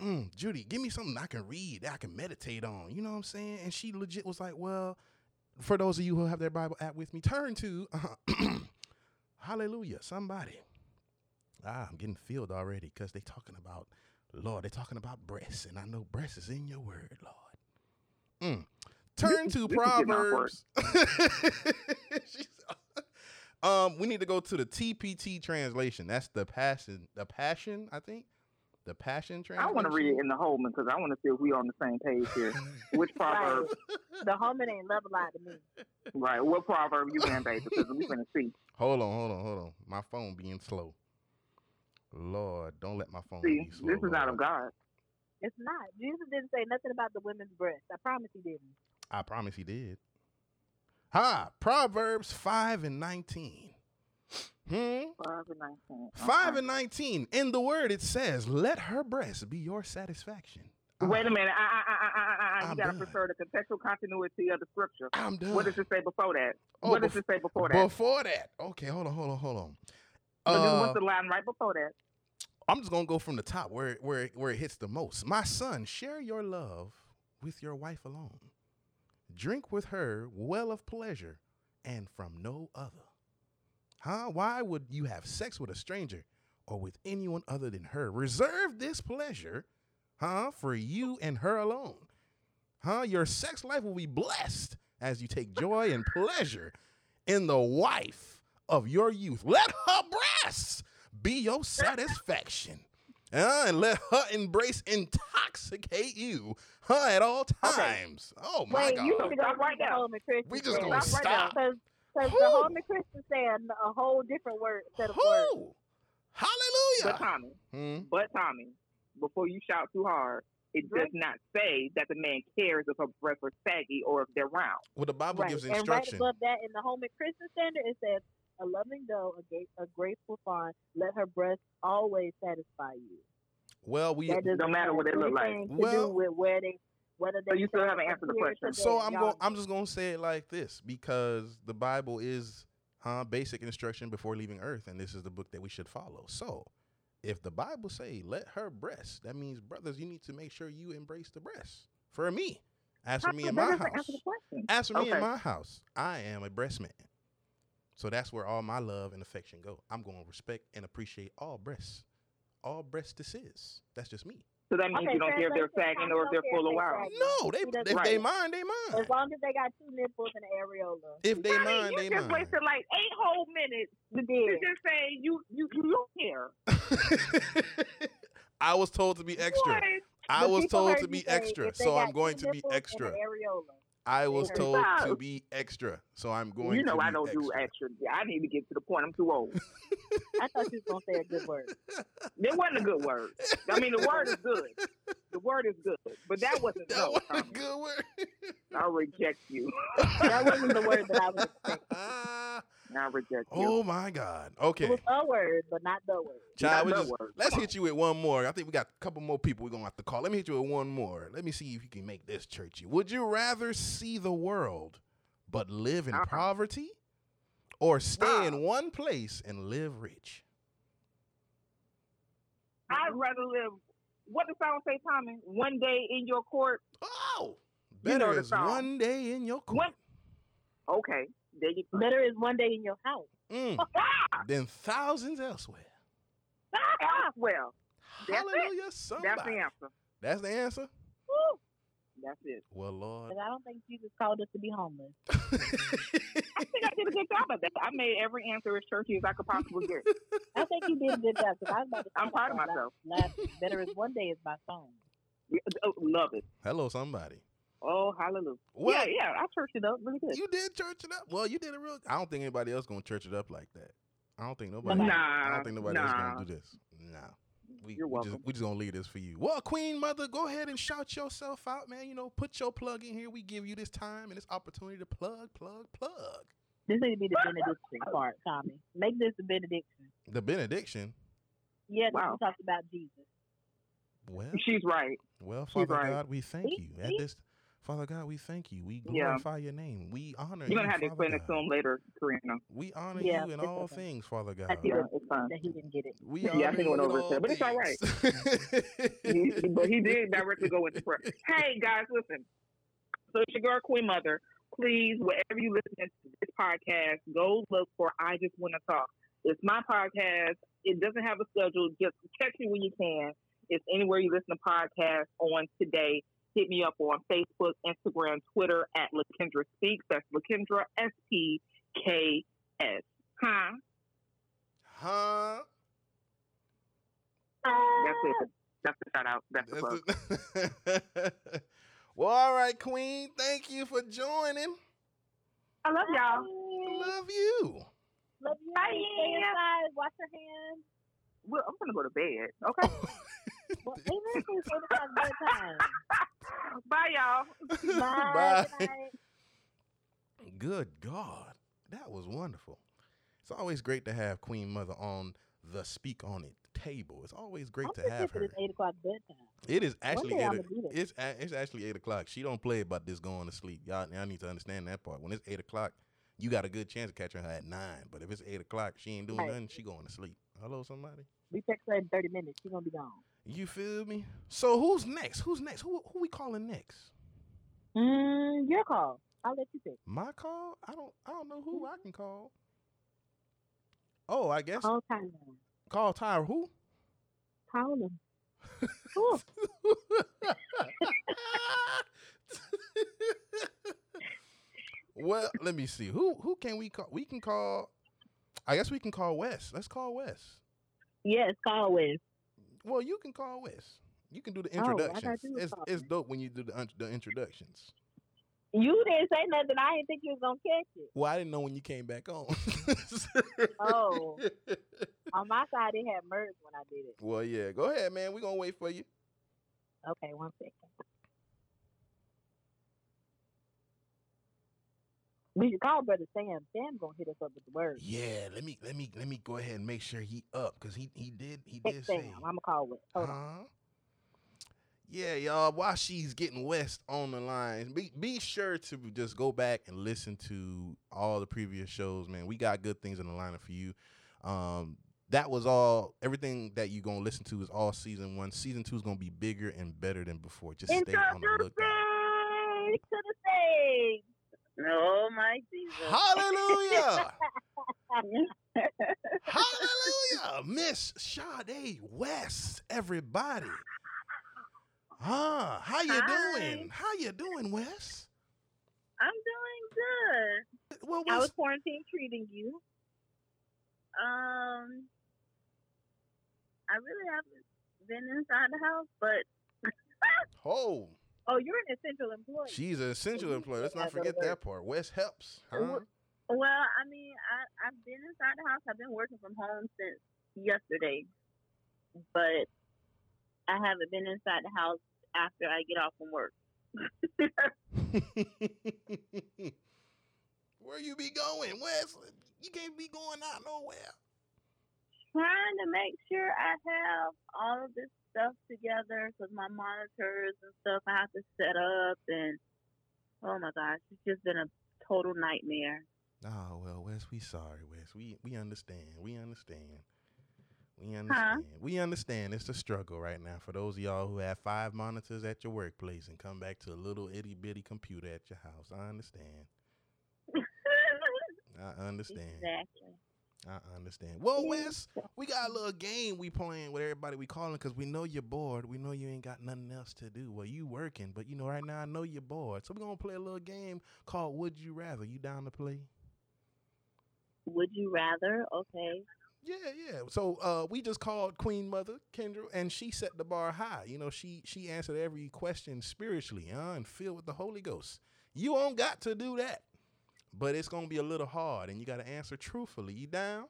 Speaker 1: mm, Judy, give me something I can read that I can meditate on. You know what I'm saying? And she legit was like, well, for those of you who have their Bible app with me, turn to Hallelujah, somebody. Ah, I'm getting filled already because they talking about Lord. they talking about breasts, and I know breasts is in your word, Lord. Mm. Turn
Speaker 3: is-
Speaker 1: to
Speaker 3: this is getting awkward.
Speaker 1: Proverbs. She's- um, we need to go to the TPT translation. That's the passion. The passion, I think. The passion translation.
Speaker 3: I want to read it in the Holman because I want to see if we on the same page here. Which proverb?
Speaker 2: the woman ain't love a lie to me.
Speaker 3: right. What proverb you in, baby? Because we gonna see.
Speaker 1: Hold on, hold on, hold on. My phone being slow. Lord, don't let my phone
Speaker 3: See,
Speaker 1: be slow.
Speaker 3: this is out of
Speaker 1: Lord.
Speaker 3: God.
Speaker 2: It's not. Jesus didn't say nothing about the women's breasts. I promise he didn't.
Speaker 1: I promise he did. Ha! Proverbs 5 and 19. Hmm?
Speaker 3: Five and nineteen.
Speaker 1: 5 and 19. In the word it says, let her breast be your satisfaction. Ah,
Speaker 3: Wait a minute. I, I, I, I, I, I,
Speaker 1: I'm
Speaker 3: you gotta
Speaker 1: done.
Speaker 3: prefer the contextual continuity of the scripture.
Speaker 1: Ah, I'm done.
Speaker 3: What does it say before that?
Speaker 1: Oh,
Speaker 3: what does
Speaker 1: bef-
Speaker 3: it say before that?
Speaker 1: Before that. Okay, hold on, hold on, hold on.
Speaker 3: So this-
Speaker 1: Uh,
Speaker 3: what's the line right before that?
Speaker 1: I'm just gonna go from the top where it- where it- where it hits the most. My son, share your love with your wife alone. Drink with her well of pleasure and from no other. Huh? Why would you have sex with a stranger or with anyone other than her? Reserve this pleasure, huh, for you and her alone. Huh? Your sex life will be blessed as you take joy and pleasure in the wife of your youth. Let her breasts be your satisfaction. uh, and let her embrace intoxicate you huh, at all times. Oh my
Speaker 2: Wait,
Speaker 1: god.
Speaker 2: you need to go
Speaker 3: Stop right
Speaker 2: read the
Speaker 3: now.
Speaker 2: Holman Christian.
Speaker 1: We just
Speaker 2: thing.
Speaker 1: gonna
Speaker 2: Stop right
Speaker 1: stop.
Speaker 2: now, 'cause- Cause the
Speaker 1: Who?
Speaker 2: Holman Christian saying a whole different word set of words.
Speaker 1: Who?
Speaker 3: But
Speaker 1: Hallelujah.
Speaker 3: Tommy,
Speaker 1: Hmm?
Speaker 3: but Tommy, before you shout too hard, it does
Speaker 2: Right.
Speaker 3: not say that the man cares if her breasts are saggy or if they're round.
Speaker 1: Well, the Bible
Speaker 2: Right.
Speaker 1: gives
Speaker 2: And right
Speaker 1: instruction.
Speaker 2: above that, in the Holman Christian standard, it says, "A loving doe, a, ga- a graceful fawn, let her breast always satisfy you."
Speaker 1: well, we
Speaker 2: That doesn't
Speaker 3: No matter what
Speaker 2: have
Speaker 3: it look like.
Speaker 2: anything to
Speaker 1: Well-
Speaker 2: do with where they, whether they.
Speaker 3: So you still
Speaker 2: shop
Speaker 3: haven't
Speaker 2: or
Speaker 3: answered the
Speaker 2: here
Speaker 3: question.
Speaker 2: today,
Speaker 1: so I'm
Speaker 2: y'all
Speaker 1: going. I'm just gonna say it like this because the Bible is huh, basic instruction before leaving Earth, and this is the book that we should follow. So, if the Bible say let her breast, that means brothers, you need to make sure you embrace the breast. For me, as for me in
Speaker 3: That
Speaker 1: my
Speaker 3: doesn't
Speaker 1: house,
Speaker 3: answer the question.
Speaker 1: as for me in
Speaker 3: Okay.
Speaker 1: my house, I am a breast man. So that's where all my love and affection go. I'm going to respect and appreciate all breasts. All breasts this is. That's just me.
Speaker 3: So that means
Speaker 2: Okay,
Speaker 3: you don't care if they're
Speaker 2: translation,
Speaker 3: sagging or if
Speaker 2: I
Speaker 3: they're
Speaker 2: don't
Speaker 3: full
Speaker 2: care
Speaker 3: of
Speaker 2: if they sagging.
Speaker 3: wow.
Speaker 1: No, they
Speaker 2: He doesn't
Speaker 1: if they
Speaker 3: Right.
Speaker 1: mind, they mind.
Speaker 2: As long as they got two nipples and an areola.
Speaker 1: If they
Speaker 3: Tommy,
Speaker 1: mind,
Speaker 3: you
Speaker 1: they
Speaker 3: just
Speaker 1: mind.
Speaker 3: wasted like eight whole minutes
Speaker 2: You
Speaker 3: to
Speaker 2: did.
Speaker 3: just say you you you don't care.
Speaker 1: I was told to be extra.
Speaker 3: What?
Speaker 1: I
Speaker 2: But
Speaker 1: was
Speaker 2: people
Speaker 1: told
Speaker 2: heard
Speaker 1: to
Speaker 2: you
Speaker 1: be
Speaker 2: say
Speaker 1: extra,
Speaker 2: if they
Speaker 1: so
Speaker 2: got
Speaker 1: I'm going
Speaker 2: two
Speaker 1: to be
Speaker 2: nipples and an
Speaker 1: extra.
Speaker 2: areola.
Speaker 1: I was
Speaker 2: They heard
Speaker 1: told
Speaker 3: you.
Speaker 1: to be extra, so I'm going.
Speaker 3: you know
Speaker 1: to
Speaker 3: I
Speaker 1: be
Speaker 3: don't do extra. I need to get to the point. I'm too old.
Speaker 2: I thought you was gonna say a good word.
Speaker 3: It wasn't a good word. I mean, the word is good. The word is good, but that wasn't
Speaker 1: That
Speaker 3: no,
Speaker 1: was a
Speaker 3: Tommy.
Speaker 1: good word.
Speaker 3: I reject you.
Speaker 2: That wasn't the word that I was expecting.
Speaker 3: I reject you.
Speaker 1: oh my God!
Speaker 2: It
Speaker 1: Okay,
Speaker 2: was a word, but not the word.
Speaker 1: child, we
Speaker 3: Not that
Speaker 1: just-
Speaker 3: word.
Speaker 1: let's
Speaker 3: Come
Speaker 1: hit you with one more. I think we got a couple more people we're gonna have to call. Let me hit you with one more. Let me see if you can make this churchy. Would you rather see the world but live in
Speaker 3: Uh-uh.
Speaker 1: poverty, or stay
Speaker 3: Nah.
Speaker 1: in one place and live rich?
Speaker 3: on. I'd rather live. What does song say, Tommy? One day in your court.
Speaker 1: Oh,
Speaker 3: You know
Speaker 1: better
Speaker 3: the
Speaker 1: is
Speaker 3: song.
Speaker 1: one day in your court
Speaker 3: One. Okay. There you go.
Speaker 2: Better is one day in your house.
Speaker 1: mm, than thousands elsewhere.
Speaker 3: Well, That's it.
Speaker 1: Hallelujah,
Speaker 3: that's the
Speaker 1: somebody.
Speaker 3: answer.
Speaker 1: That's the answer.
Speaker 2: Woo!
Speaker 3: That's it.
Speaker 1: Well, Lord,
Speaker 2: But I don't think Jesus called us to be homeless.
Speaker 3: I think I did a good job at that. I made every answer as churchy as I could possibly get.
Speaker 2: I think you did a good job because I was about to.
Speaker 3: I'm proud of myself.
Speaker 2: Last, better is one day is my song.
Speaker 3: Yeah, oh, Love it.
Speaker 1: hello, somebody.
Speaker 3: Oh, hallelujah.
Speaker 1: Well,
Speaker 3: yeah, yeah. I churched it up really good.
Speaker 1: you did church it up. Well, you did it real. I don't think anybody else gonna church it up like that. I don't think nobody.
Speaker 2: Nah,
Speaker 1: I don't think nobody else
Speaker 3: nah.
Speaker 1: gonna do this. Nah. We,
Speaker 3: You're
Speaker 1: we just,
Speaker 3: welcome.
Speaker 1: we just gonna leave this for you. Well, Queen Mother, go ahead and shout yourself out, man. You know, put your plug in here. We give you this time and this opportunity to plug, plug, plug.
Speaker 2: This needs to be the benediction part, Tommy. Make this the benediction.
Speaker 1: The benediction.
Speaker 2: Yes,
Speaker 3: Wow.
Speaker 2: we talked about Jesus.
Speaker 1: Well,
Speaker 3: She's right.
Speaker 1: Well,
Speaker 3: She's
Speaker 1: Father
Speaker 3: right.
Speaker 1: God, we thank
Speaker 2: See?
Speaker 1: you at
Speaker 2: See?
Speaker 1: this. Father God, we thank you. We
Speaker 3: Yeah.
Speaker 1: glorify your name. We honor
Speaker 3: You're
Speaker 1: you.
Speaker 3: gonna have to
Speaker 1: Father
Speaker 3: explain it to
Speaker 1: God.
Speaker 3: him later, Karina.
Speaker 1: We honor
Speaker 2: Yeah,
Speaker 1: you in
Speaker 2: it's
Speaker 1: all
Speaker 2: okay.
Speaker 1: things, Father God.
Speaker 2: I see
Speaker 3: Yeah, it's fine.
Speaker 2: that he didn't get it.
Speaker 1: We
Speaker 3: Yeah, I
Speaker 1: honor
Speaker 3: think it went
Speaker 1: you in
Speaker 3: over his
Speaker 1: all
Speaker 3: head, but it's all right. He-
Speaker 1: things.
Speaker 3: but he did directly go into prayer. Hey guys, listen. So it's your girl Queen Mother. Please, wherever you listen to this podcast, go look for I Just Wanna Talk. It's my podcast. It doesn't have a schedule. Just catch me when you can. It's anywhere you listen to podcasts on today. Hit me up on Facebook, Instagram, Twitter at Lakendra Speaks. That's Lakendra S P K S. Huh?
Speaker 1: huh?
Speaker 3: That's
Speaker 2: Ah,
Speaker 3: it. That's the shout out. That's the
Speaker 1: That's
Speaker 3: plug.
Speaker 1: the- well, all right, Queen. Thank you for joining.
Speaker 3: I love y'all.
Speaker 1: Love you.
Speaker 2: Love you.
Speaker 3: Bye.
Speaker 2: Stay inside. Wash your hands.
Speaker 3: Well, I'm gonna go to bed. Okay.
Speaker 2: Well, amen. It's bedtime.
Speaker 3: Bye, y'all.
Speaker 2: Bye.
Speaker 1: Bye.
Speaker 2: Good night.
Speaker 1: Good God. That was wonderful. It's always great to have Queen Mother on the Speak On It table. It's always great
Speaker 2: I'm
Speaker 1: to have her.
Speaker 2: It's eight o'clock bedtime.
Speaker 1: It is
Speaker 2: One
Speaker 1: actually
Speaker 2: day
Speaker 1: eight,
Speaker 2: I'ma
Speaker 1: o-
Speaker 2: do that.
Speaker 1: it's a- it's actually eight o'clock. She don't play about this going to sleep. Y'all, y'all need to understand that part. When it's eight o'clock, you got a good chance of catching her at nine. But if it's eight o'clock, she ain't doing
Speaker 2: Right.
Speaker 1: nothing. She going to sleep. Hello, somebody.
Speaker 2: We text her in thirty minutes. She's gonna be gone.
Speaker 1: You feel me? So who's next? Who's next? Who who we calling next?
Speaker 2: Mm, your call. I'll let you pick.
Speaker 1: My call? I don't I don't know who I can call. Oh, I guess
Speaker 2: Call time. now.
Speaker 1: call Tyra. Who?
Speaker 2: Call him. Ooh,
Speaker 1: well, let me see. Who who can we call? We can call. I guess we can call Wes. Let's call Wes.
Speaker 2: yes, call Wes.
Speaker 1: Well, you can call Wes. You can do the
Speaker 2: Oh, I gotta
Speaker 1: introductions.
Speaker 2: do
Speaker 1: it's
Speaker 2: something.
Speaker 1: it's dope when you do the un- the introductions.
Speaker 2: You didn't say nothing. I didn't think you was gonna catch it.
Speaker 1: Well, I didn't know when you came back on.
Speaker 2: Oh. On my side, it had merged when I did it.
Speaker 1: Well, yeah. Go ahead, man. We're gonna wait for you.
Speaker 2: Okay, one second. We should call Brother Sam. Sam gonna hit us up with the words.
Speaker 1: Yeah, let me let me let me go ahead and make sure he up because he he did he did
Speaker 2: Text Sam.
Speaker 1: say
Speaker 2: I'm gonna call with. Hold on.
Speaker 1: Huh? Yeah, y'all. While she's getting West on the line, be be sure to just go back and listen to all the previous shows, man. We got good things in the lineup for you. Um, that was all. Everything that you gonna listen to is all season one. Season two is gonna be bigger and better than before. Just stay on the
Speaker 2: Introducing
Speaker 1: lookout.
Speaker 2: to the stage. Oh my
Speaker 1: Hallelujah! Hallelujah! Miss Sade West, everybody. Huh? How you
Speaker 4: Hi.
Speaker 1: doing? How you doing, Wes?
Speaker 4: I'm doing good.
Speaker 1: Well,
Speaker 2: I
Speaker 1: Wes,
Speaker 2: was quarantine treating you.
Speaker 4: Um, I really haven't been inside the house, but
Speaker 1: oh,
Speaker 2: Oh, you're an essential employee.
Speaker 1: she's an essential employee. Let's not forget that part. Wes helps. Huh?
Speaker 4: well, I mean, I I've been inside the house. I've been working from home since yesterday, but I haven't been inside the house after I get off from work.
Speaker 1: Where you be going, Wes? You can't be going out nowhere.
Speaker 4: Trying to make sure I have all of this stuff together because my monitors and stuff I have to set up, and oh my gosh, it's just been a total nightmare.
Speaker 1: Oh well, Wes, we sorry, Wes. We we understand. We understand. We
Speaker 4: Huh?
Speaker 1: understand. We understand. It's a struggle right now for those of y'all who have five monitors at your workplace and come back to a little itty bitty computer at your house. I understand. I understand.
Speaker 4: Exactly.
Speaker 1: I understand. Well,
Speaker 4: Yeah.
Speaker 1: Wes, we got a little game we playing with everybody we calling because we know you're bored. We know you ain't got nothing else to do. Well, you working, but you know right now I know you're bored. So we're gonna play a little game called Would You Rather. You down to play?
Speaker 4: Would you rather? Okay.
Speaker 1: Yeah, yeah. So uh, we just called Queen Mother Kendra, and she set the bar high. You know, she she answered every question spiritually, huh, and filled with the Holy Ghost. You don't got to do that, but it's gonna be a little hard, and you got to answer truthfully. You down?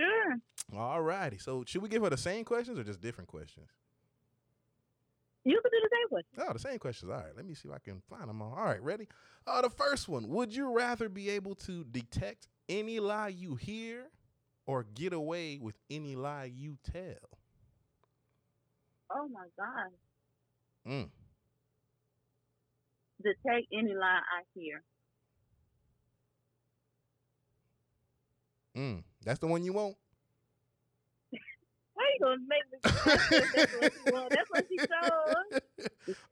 Speaker 4: Sure.
Speaker 1: All righty. So should we give her the same questions or just different questions?
Speaker 2: You can do the same with.
Speaker 1: Oh, the same questions. All right. Let me see if I can find them all. All right, ready? Uh, the first one. Would you rather be able to detect any lie you hear, or get away with any lie you tell?
Speaker 4: Oh my God.
Speaker 1: Mm.
Speaker 4: Detect any lie I hear.
Speaker 1: Mm, that's the one you want.
Speaker 4: How you gonna make me? That's what she want. That's what she told.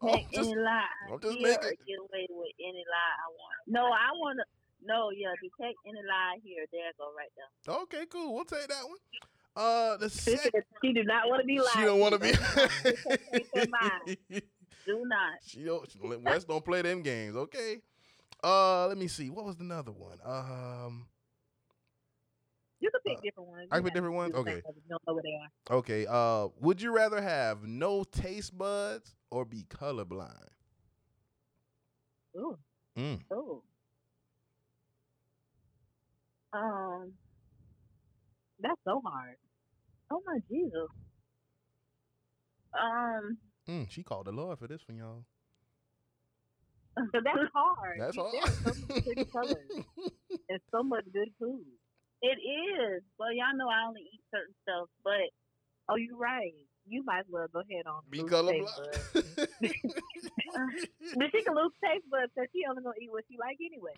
Speaker 1: Oh,
Speaker 4: Detect
Speaker 1: just-
Speaker 4: any lie I
Speaker 1: I'm just
Speaker 4: hear or
Speaker 1: making-
Speaker 4: get away with any lie I want. No, I wanna. No, yeah. Detect any lie I hear. There I go right there.
Speaker 1: okay, cool. We'll take that one. Uh, the
Speaker 4: She,
Speaker 1: second.
Speaker 4: said she do not want to be lied.
Speaker 1: She don't want to
Speaker 4: to.
Speaker 1: be.
Speaker 4: Do not.
Speaker 1: she don't. West don't play them games. Okay. Uh, let me see. What was another one? Um,
Speaker 2: You can pick
Speaker 1: Uh,
Speaker 2: different ones.
Speaker 1: I
Speaker 2: You
Speaker 1: can pick
Speaker 2: know,
Speaker 1: different ones.
Speaker 2: do the same
Speaker 1: Okay.
Speaker 2: ones. You don't know where they are.
Speaker 1: Okay. Uh, would you rather have no taste buds or be colorblind?
Speaker 2: Ooh.
Speaker 1: Mm.
Speaker 2: Ooh.
Speaker 4: Um.
Speaker 2: That's so hard.
Speaker 4: Oh my Jesus. Um.
Speaker 1: Mm, she called the Lord for this one, y'all.
Speaker 2: So that's hard.
Speaker 1: That's
Speaker 2: You-
Speaker 1: all.
Speaker 2: There are so many pretty colors and so much good food.
Speaker 4: It is. Well, y'all know I only eat certain stuff, but
Speaker 2: Oh, you're right. You might as well go ahead on.
Speaker 1: be
Speaker 2: lose taste buds.
Speaker 1: colorblind.
Speaker 2: But she can lose taste buds because she only gonna eat what she like anyway.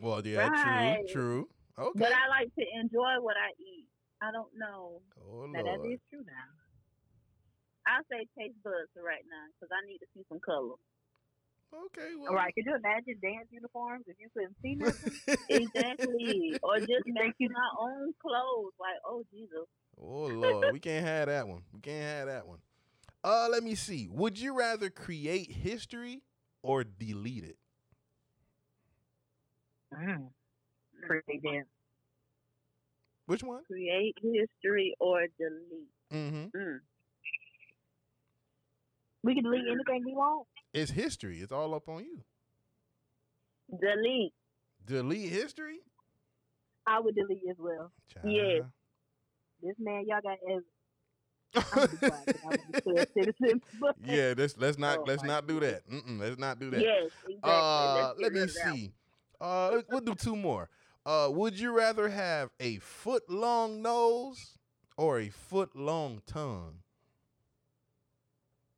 Speaker 1: well, yeah,
Speaker 4: Right.
Speaker 1: true, true. Okay.
Speaker 4: but I like to enjoy what I eat. I don't know.
Speaker 1: oh
Speaker 2: Now that
Speaker 1: Lord.
Speaker 2: is true now.
Speaker 4: I say taste buds for right now because I need to see some color.
Speaker 1: Okay. Well,
Speaker 2: All right, could you imagine dance uniforms if you couldn't see nothing?
Speaker 4: Exactly. or just make you my own clothes. Like, oh Jesus.
Speaker 1: Oh Lord, we can't have that one. We can't have that one. Uh, let me see. Would you rather create history or delete it?
Speaker 2: Mm. Pretty damn.
Speaker 1: Which one?
Speaker 2: Create history or delete.
Speaker 1: Mm-hmm.
Speaker 2: Mm.
Speaker 3: We can delete anything we want.
Speaker 1: It's history. It's all up on you.
Speaker 2: Delete.
Speaker 1: Delete history.
Speaker 3: I would delete as well.
Speaker 2: Yes.
Speaker 3: This man, y'all got as I'm gonna be quiet, 'cause I'm a good citizen, but-
Speaker 1: yeah. Let's let's not
Speaker 3: Oh,
Speaker 1: let's
Speaker 3: my
Speaker 1: not do that. Mm-mm, let's not do that.
Speaker 2: Yes, exactly.
Speaker 1: Uh,
Speaker 2: Let's get
Speaker 1: let me
Speaker 2: rid of that
Speaker 1: see. Uh, let- we'll do two more. Uh, would you rather have a foot long nose or a foot long tongue?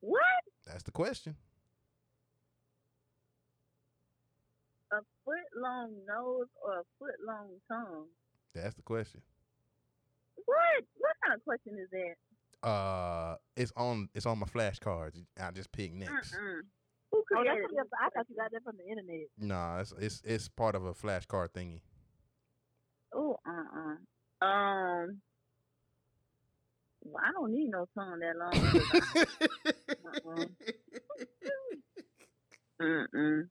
Speaker 2: one. What?
Speaker 1: That's the question.
Speaker 2: A foot long nose or a foot long tongue?
Speaker 1: That's the question.
Speaker 2: What? What kind of question is that?
Speaker 1: Uh, it's on it's on my flashcards. I just pick next.
Speaker 2: Mm-mm. Who
Speaker 3: Oh, that's
Speaker 2: created
Speaker 3: what you- I thought you got that from the internet.
Speaker 1: Nah, it's it's it's part of a flashcard thingy.
Speaker 2: Oh, uh, uh Um, well, I don't need no tongue that long. Mm-mm.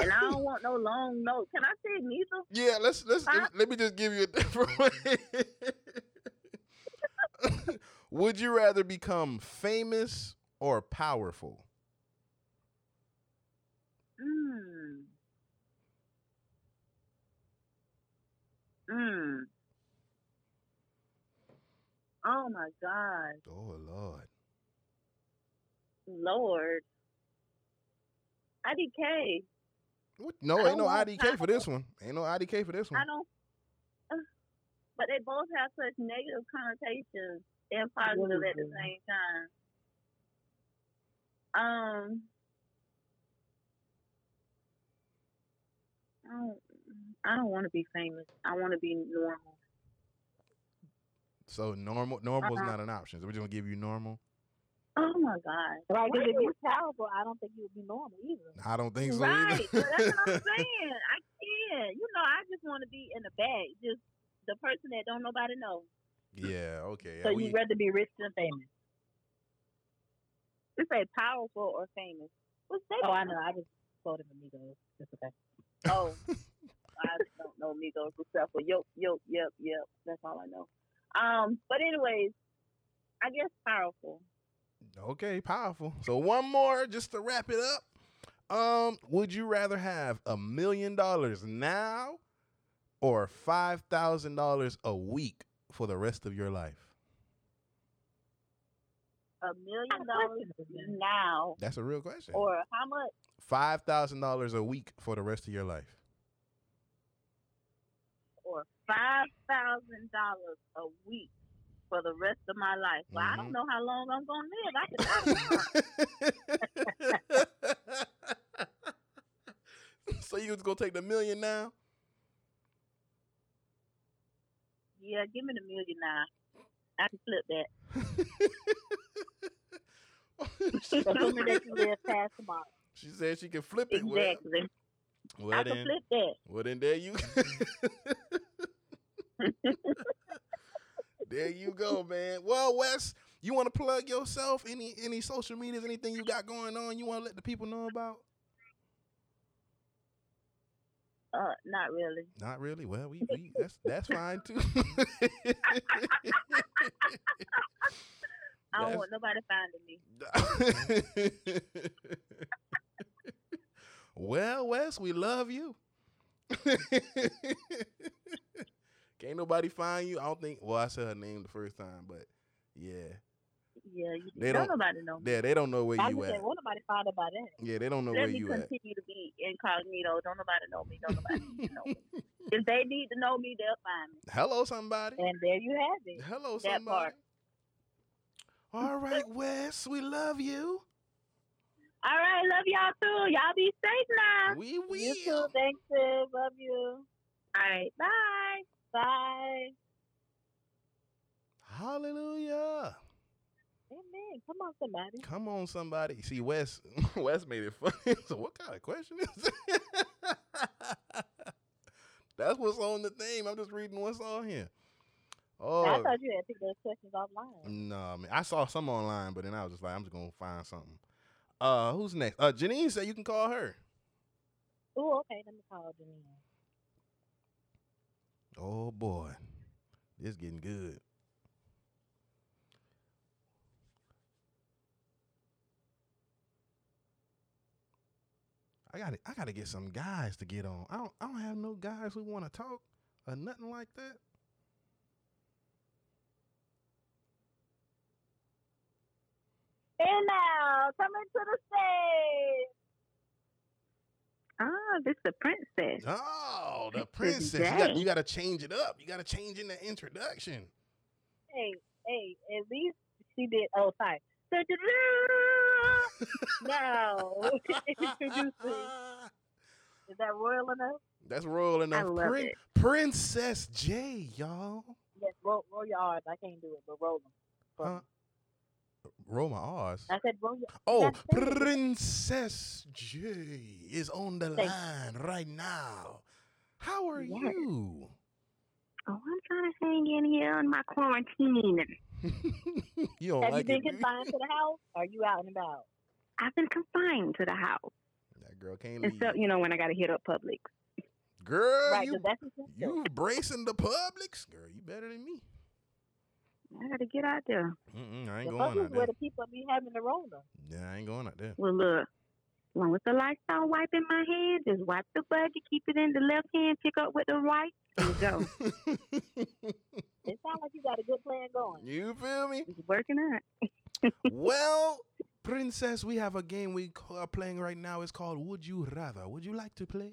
Speaker 2: And I don't want no long nose. Can I say neither?
Speaker 1: yeah, let's let's
Speaker 2: Huh?
Speaker 1: let me just give you a different way. Would you rather become famous or powerful?
Speaker 2: Mm. Mm. Oh my God,
Speaker 1: Oh Lord.
Speaker 2: Lord. IDK.
Speaker 1: What? No,
Speaker 2: I
Speaker 1: ain't no
Speaker 2: don't want
Speaker 1: IDK for this one. Ain't no IDK for this one.
Speaker 2: I don't. Ugh. But they both have such negative connotations and positive at the
Speaker 3: Mhm.
Speaker 2: same time. Um. I don't, I don't want to be famous. I want to be normal.
Speaker 1: So normal normal's
Speaker 2: Uh-uh.
Speaker 1: not an option. So we're just gonna give you normal.
Speaker 2: Oh my God.
Speaker 3: Right, 'cause
Speaker 2: Why
Speaker 3: if
Speaker 2: you-
Speaker 3: you're powerful, I don't think you would be normal either.
Speaker 1: I don't think so
Speaker 2: right.
Speaker 1: either.
Speaker 2: Well, that's what I'm saying. I can't. You know, I just want to be in the bag. Just the person that don't nobody know.
Speaker 1: yeah, okay. yeah,
Speaker 3: So
Speaker 1: we-
Speaker 3: you'd rather be rich than famous.
Speaker 2: Just say powerful or famous. What's that?
Speaker 3: Oh, I know. I just quoted Amigos. That's okay.
Speaker 2: Oh, I don't know Migos except for yep, yep, yep, yep. That's all I know. Um, but anyways, I guess powerful.
Speaker 1: Okay, powerful. So one more just to wrap it up. Um, would you rather have a million dollars now or five thousand dollars a week for the rest of your life?
Speaker 2: A million dollars
Speaker 3: That's
Speaker 2: now,
Speaker 1: That's a real question.
Speaker 2: or how much?
Speaker 1: five thousand dollars a week for the rest of your life.
Speaker 2: Or five thousand dollars a week for the rest of my life. Well, I
Speaker 1: Mhm.
Speaker 2: don't know how long I'm gonna live. I could die tomorrow.
Speaker 1: so you was gonna take the million now?
Speaker 2: yeah, give me the million now. I can flip that.
Speaker 3: Assuming that you live past tomorrow.
Speaker 1: she said she can flip it. Well,
Speaker 2: Exactly.
Speaker 1: well
Speaker 2: I
Speaker 1: then,
Speaker 2: can flip that.
Speaker 1: well then, there you, there you go, man. Well, Wes, you want to plug yourself? Any any social medias? Anything you got going on? You want to let the people know about?
Speaker 2: Uh, not really.
Speaker 1: Not really. Well, we, we that's that's fine too.
Speaker 2: I
Speaker 1: That's-
Speaker 2: don't want nobody finding me.
Speaker 1: well, Wes, we love you. Can't nobody find you. I don't think. Well, I said her name the first time, but yeah,
Speaker 2: Yeah, you
Speaker 1: They
Speaker 2: don't
Speaker 1: don't-
Speaker 2: nobody know. me.
Speaker 1: yeah, they don't know where
Speaker 3: I
Speaker 1: you
Speaker 3: just
Speaker 1: at.
Speaker 3: said, won't nobody find out about that.
Speaker 1: Yeah, they don't know where
Speaker 2: Let me
Speaker 1: you at.
Speaker 2: continue to be incognito. Don't nobody know me. Don't nobody need to know me. If they need to know me, they'll find me.
Speaker 1: Hello, somebody.
Speaker 3: And there you have it.
Speaker 1: Hello,
Speaker 2: That
Speaker 1: somebody. All right, Wes, we love you.
Speaker 2: All right, love y'all too. Y'all be safe now.
Speaker 1: We
Speaker 3: You
Speaker 1: will.
Speaker 3: too. Thanks, sis. Love you.
Speaker 2: All right, bye.
Speaker 3: Bye.
Speaker 1: Hallelujah.
Speaker 3: Amen. Come on, somebody.
Speaker 1: Come on, somebody. See, Wes, Wes made it funny. So, what kind of question is that? That's what's on the thing. I'm just reading what's on here.
Speaker 3: I
Speaker 1: Oh,
Speaker 3: thought you had picked those questions offline.
Speaker 1: no, man. I saw some online, but then I was just like, I'm just going to find something. Uh, who's next? Uh, Janine said you can call her.
Speaker 3: Oh, okay. Let me call Janine.
Speaker 1: Oh, boy. This getting good. I got to I got to get some guys to get on. I don't I don't have no guys who want to talk or nothing like that.
Speaker 3: And now, coming to the stage. Ah, this the princess.
Speaker 1: Oh, the
Speaker 3: Princess
Speaker 1: princess. You got,
Speaker 3: Jay.
Speaker 1: you got to change it up. You got to change in the introduction.
Speaker 2: Hey, hey, at least she did. Oh, sorry. Da-da-da! no, introduce me. Is that royal enough?
Speaker 1: That's royal enough.
Speaker 3: love
Speaker 1: Prin-
Speaker 3: it.
Speaker 1: Princess J, y'all.
Speaker 2: Yes, roll, roll your R's. I can't do it, but roll them.
Speaker 1: Huh? Roll my R's.
Speaker 2: I said roll your.
Speaker 1: Oh,
Speaker 2: that's it.
Speaker 1: Princess J is on the
Speaker 2: Thank you.
Speaker 1: line right now. How are
Speaker 3: Yes.
Speaker 1: you?
Speaker 3: Oh, I'm trying to hang in here in my quarantine.
Speaker 1: you don't Oh,
Speaker 2: Have
Speaker 1: like it,
Speaker 2: you
Speaker 1: do
Speaker 2: been
Speaker 1: you?
Speaker 2: confined to the house? Are you out and about?
Speaker 3: I've been confined to the house.
Speaker 1: Oh, That girl can't
Speaker 3: And
Speaker 1: leave.
Speaker 3: so, you know, when I got to hit up public.
Speaker 1: girl,
Speaker 2: right,
Speaker 1: you,
Speaker 2: because that's essential.
Speaker 1: you bracing the publics? Girl, you better than me.
Speaker 3: I got to get out there.
Speaker 1: Mm-mm, I ain't
Speaker 2: the
Speaker 1: going
Speaker 2: public
Speaker 1: out
Speaker 2: where
Speaker 1: there.
Speaker 2: the people be having to roll them.
Speaker 1: Yeah, I ain't going out there.
Speaker 3: Well, look, as long as the lights on wiping my hand, just wipe the bucket, keep it in the left hand, pick up with the right, and go.
Speaker 2: It sounds like you got a good plan going.
Speaker 1: you feel me?
Speaker 3: it's working out.
Speaker 1: well, princess, we have a game we ca- are playing right now. It's called Would You Rather. Would you like to play?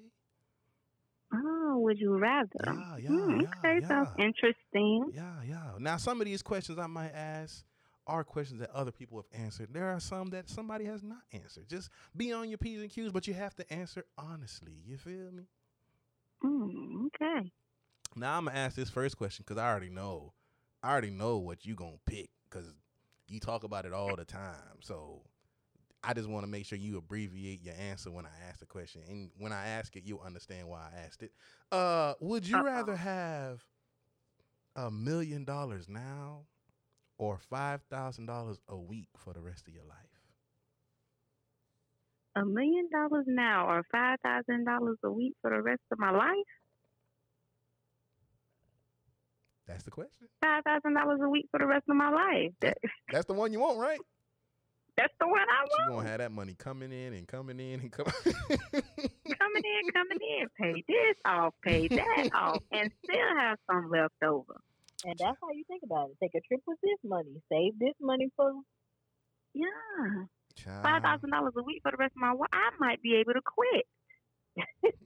Speaker 3: Oh, would you rather?
Speaker 1: Yeah, Ah, yeah,
Speaker 3: Hmm,
Speaker 2: Mm-hmm.
Speaker 1: yeah,
Speaker 3: okay, sounds
Speaker 1: yeah.
Speaker 3: interesting.
Speaker 1: Yeah, yeah. Now, some of these questions I might ask are questions that other people have answered. There are some that somebody has not answered. Just be on your P's and Q's, but you have to answer honestly. You feel me?
Speaker 3: Hmm, okay.
Speaker 1: Now I'm gonna ask this first question because I already know, I already know what you gonna pick because you talk about it all the time. So I just want to make sure you abbreviate your answer when I ask the question, and when I ask it, you understand why I asked it. Uh, would you
Speaker 3: Uh-oh.
Speaker 1: rather have a million dollars now or five thousand dollars a week for the rest of your life?
Speaker 3: A million dollars now or $5,000 a week for the rest of my life?
Speaker 1: That's the question.
Speaker 3: $5,000 a week for the rest of my life. That,
Speaker 1: That's the one you want, right?
Speaker 3: that's the one I
Speaker 1: You
Speaker 3: want.
Speaker 1: gonna have that money coming in and coming in and coming.
Speaker 3: Coming in, coming in. Pay this off, pay that off, and still have some left over.
Speaker 2: And that's how you think about it. Take a trip with this money. Save this money for
Speaker 3: Yeah. Five
Speaker 1: Child.
Speaker 3: thousand dollars a week for the rest of my life. I might be able to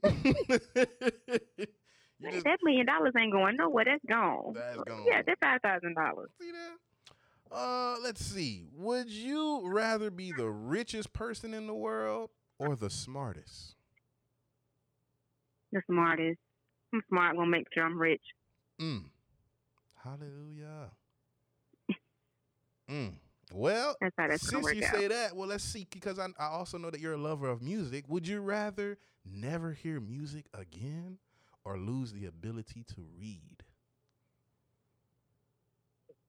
Speaker 3: quit.
Speaker 1: you
Speaker 3: Man,
Speaker 1: just
Speaker 3: that million dollars ain't going nowhere. That's gone.
Speaker 1: That's gone.
Speaker 3: Yeah, that's five thousand dollars.
Speaker 1: see that? Uh, let's see. Would you rather be the richest person in the world or the smartest?
Speaker 3: The smartest. I'm smart. Gonna make sure I'm rich.
Speaker 1: Mm. Hallelujah. Mm. Well,
Speaker 3: That's how that's
Speaker 1: since
Speaker 3: gonna work
Speaker 1: you
Speaker 3: out.
Speaker 1: say that, well, let's see. Because I, I also know that you're a lover of music. Would you rather never hear music again or lose the ability to read?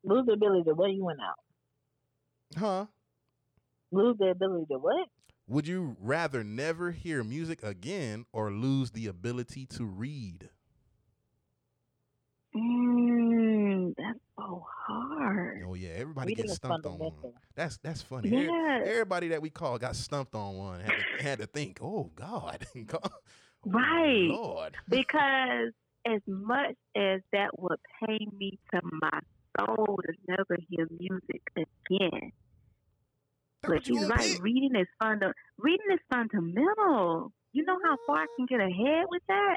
Speaker 2: lose the ability to what you went out.
Speaker 1: Huh?
Speaker 2: Lose the ability to what?
Speaker 1: Would you rather never hear music again or lose the ability to read?
Speaker 3: mm, that's so hard.
Speaker 1: Oh yeah, everybody
Speaker 2: Reading
Speaker 1: gets
Speaker 2: is
Speaker 1: stumped on one.
Speaker 2: fundamental.
Speaker 1: That's that's funny. Every-
Speaker 3: Yeah.
Speaker 1: Everybody that we call got stumped on one. Had to, had to think. Oh God, God. Oh,
Speaker 3: Right.
Speaker 1: Lord.
Speaker 3: Because as much as that would pain me to my soul to never hear music again,
Speaker 1: That's
Speaker 3: But
Speaker 1: what you
Speaker 3: she's
Speaker 1: gonna
Speaker 3: right.
Speaker 1: pick?
Speaker 3: Reading is funda- Reading is fundamental. You know how far I can get ahead with that.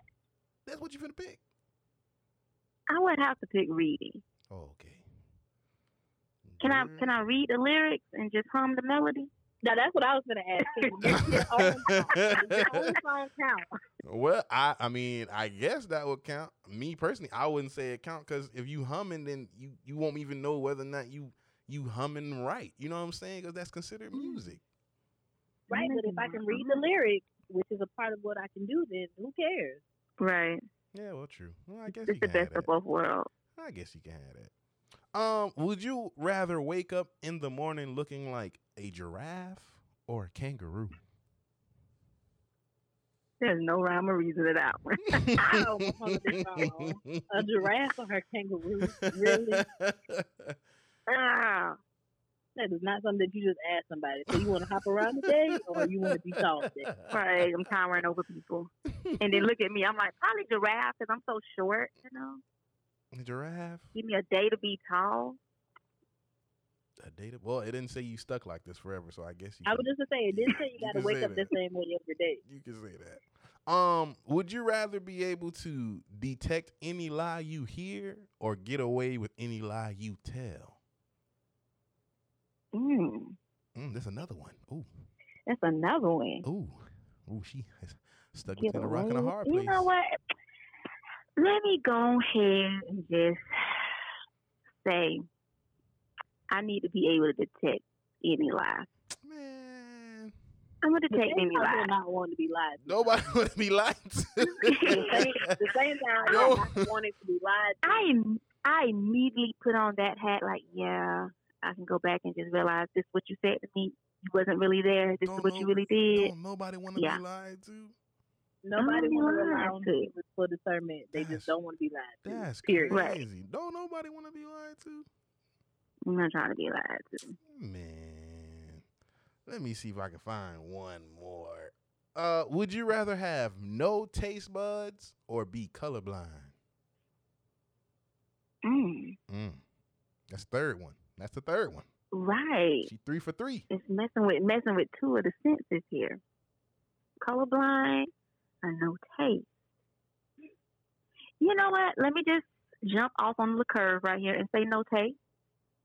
Speaker 1: That's what you finna pick.
Speaker 3: I would have to pick reading.
Speaker 1: Oh, okay. Mm.
Speaker 3: Can
Speaker 1: Mm-hmm.
Speaker 3: I can I read the lyrics and just hum the melody?
Speaker 2: Now that's what I was gonna ask. Can you make your own- your own song count?
Speaker 1: well, I I mean, I guess that would count. Me personally, I wouldn't say it count because if you humming, then you you won't even know whether or not you you humming right. You know what I'm saying? Because that's considered
Speaker 3: Mm.
Speaker 1: music.
Speaker 2: Right, but if I can read the lyrics, which is a part of what I can do, then who cares?
Speaker 3: Right.
Speaker 1: Yeah, well, true. Well, I guess
Speaker 3: It's
Speaker 1: you
Speaker 3: the
Speaker 1: can have
Speaker 3: best
Speaker 1: that.
Speaker 3: of both worlds.
Speaker 1: I guess you can have that. Um, would you rather wake up in the morning looking like a giraffe or a kangaroo?
Speaker 4: There's no rhyme or reason to that one.
Speaker 2: I don't want to be wrong. Oh, A giraffe or her kangaroo? Really?
Speaker 4: Ah,
Speaker 2: That is not something that you just ask somebody. So you want to hop around today, or you want to be tall today?
Speaker 4: right. I'm towering over people, and they look at me. I'm like probably giraffe because I'm so short. You know,
Speaker 1: Giraffe.
Speaker 4: give me a day to be tall.
Speaker 1: A data. Well, it didn't say you stuck like this forever, so I guess you.
Speaker 2: I
Speaker 1: can-
Speaker 2: was just saying, this say
Speaker 1: You
Speaker 2: you got
Speaker 1: can
Speaker 2: to wake
Speaker 1: say
Speaker 2: up the
Speaker 1: that.
Speaker 2: same way every day.
Speaker 1: You can say that. Um, would you rather be able to detect any lie you hear or get away with any lie you tell?
Speaker 4: Mm,
Speaker 1: Mm, that's another one. Ooh,
Speaker 4: that's another one.
Speaker 1: ooh, ooh. She is stuck
Speaker 4: Get
Speaker 1: between a rock and a
Speaker 4: away.
Speaker 1: hard
Speaker 4: You
Speaker 1: place.
Speaker 4: know what? Let me go ahead and just say I need to be able to detect any lie.
Speaker 1: Man,
Speaker 4: I'm gonna
Speaker 2: The
Speaker 4: detect
Speaker 2: same
Speaker 4: any
Speaker 2: time, I
Speaker 4: lie.
Speaker 2: will not want to be lied. to.
Speaker 1: nobody would be lying
Speaker 2: The same,
Speaker 1: to.
Speaker 2: the same time, I
Speaker 1: No.
Speaker 2: will not wanted to be lied. to.
Speaker 4: I im- I immediately put on that hat like, yeah, I can go back and just realize this what you said to me. You wasn't really there. This
Speaker 1: Don't
Speaker 4: is what
Speaker 1: know-
Speaker 4: you really did.
Speaker 1: Don't nobody want to
Speaker 4: Yeah.
Speaker 1: be lied to.
Speaker 2: Nobody
Speaker 4: I'm
Speaker 2: want to
Speaker 4: lying
Speaker 2: rely on
Speaker 4: to.
Speaker 2: people for discernment. They
Speaker 1: That's-
Speaker 2: just don't want to be lied. to.
Speaker 1: That's
Speaker 2: Period.
Speaker 4: Right.
Speaker 1: crazy. Don't nobody want to be lied to.
Speaker 4: I'm not trying to be lied to.
Speaker 1: Man, let me see if I can find one more. Uh, would you rather have no taste buds or be colorblind?
Speaker 4: Mm,
Speaker 1: Mm. That's the third one. That's the third one.
Speaker 4: right.
Speaker 1: She three for three.
Speaker 4: It's messing with messing with two of the senses here. Colorblind and no taste. You know what? Let me just jump off on the curve right here and say no taste.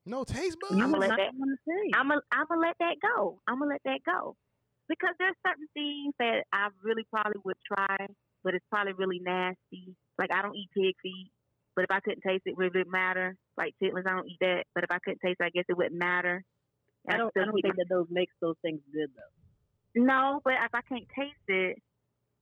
Speaker 1: No taste buds.
Speaker 4: I'ma
Speaker 2: You
Speaker 4: let
Speaker 2: would not
Speaker 4: that-
Speaker 2: want to say.
Speaker 4: I'm gonna I'm gonna let that go. I'm gonna let that go because there's certain things that I really probably would try, but it's probably really nasty. Like I don't eat pig feet, but if I couldn't taste it, would it matter? Like chitlins, I don't eat that, but if I couldn't taste, it, I guess it wouldn't matter.
Speaker 2: I don't.
Speaker 4: still
Speaker 2: I don't
Speaker 4: keep
Speaker 2: think that those makes those things good though.
Speaker 4: No, but if I can't taste it,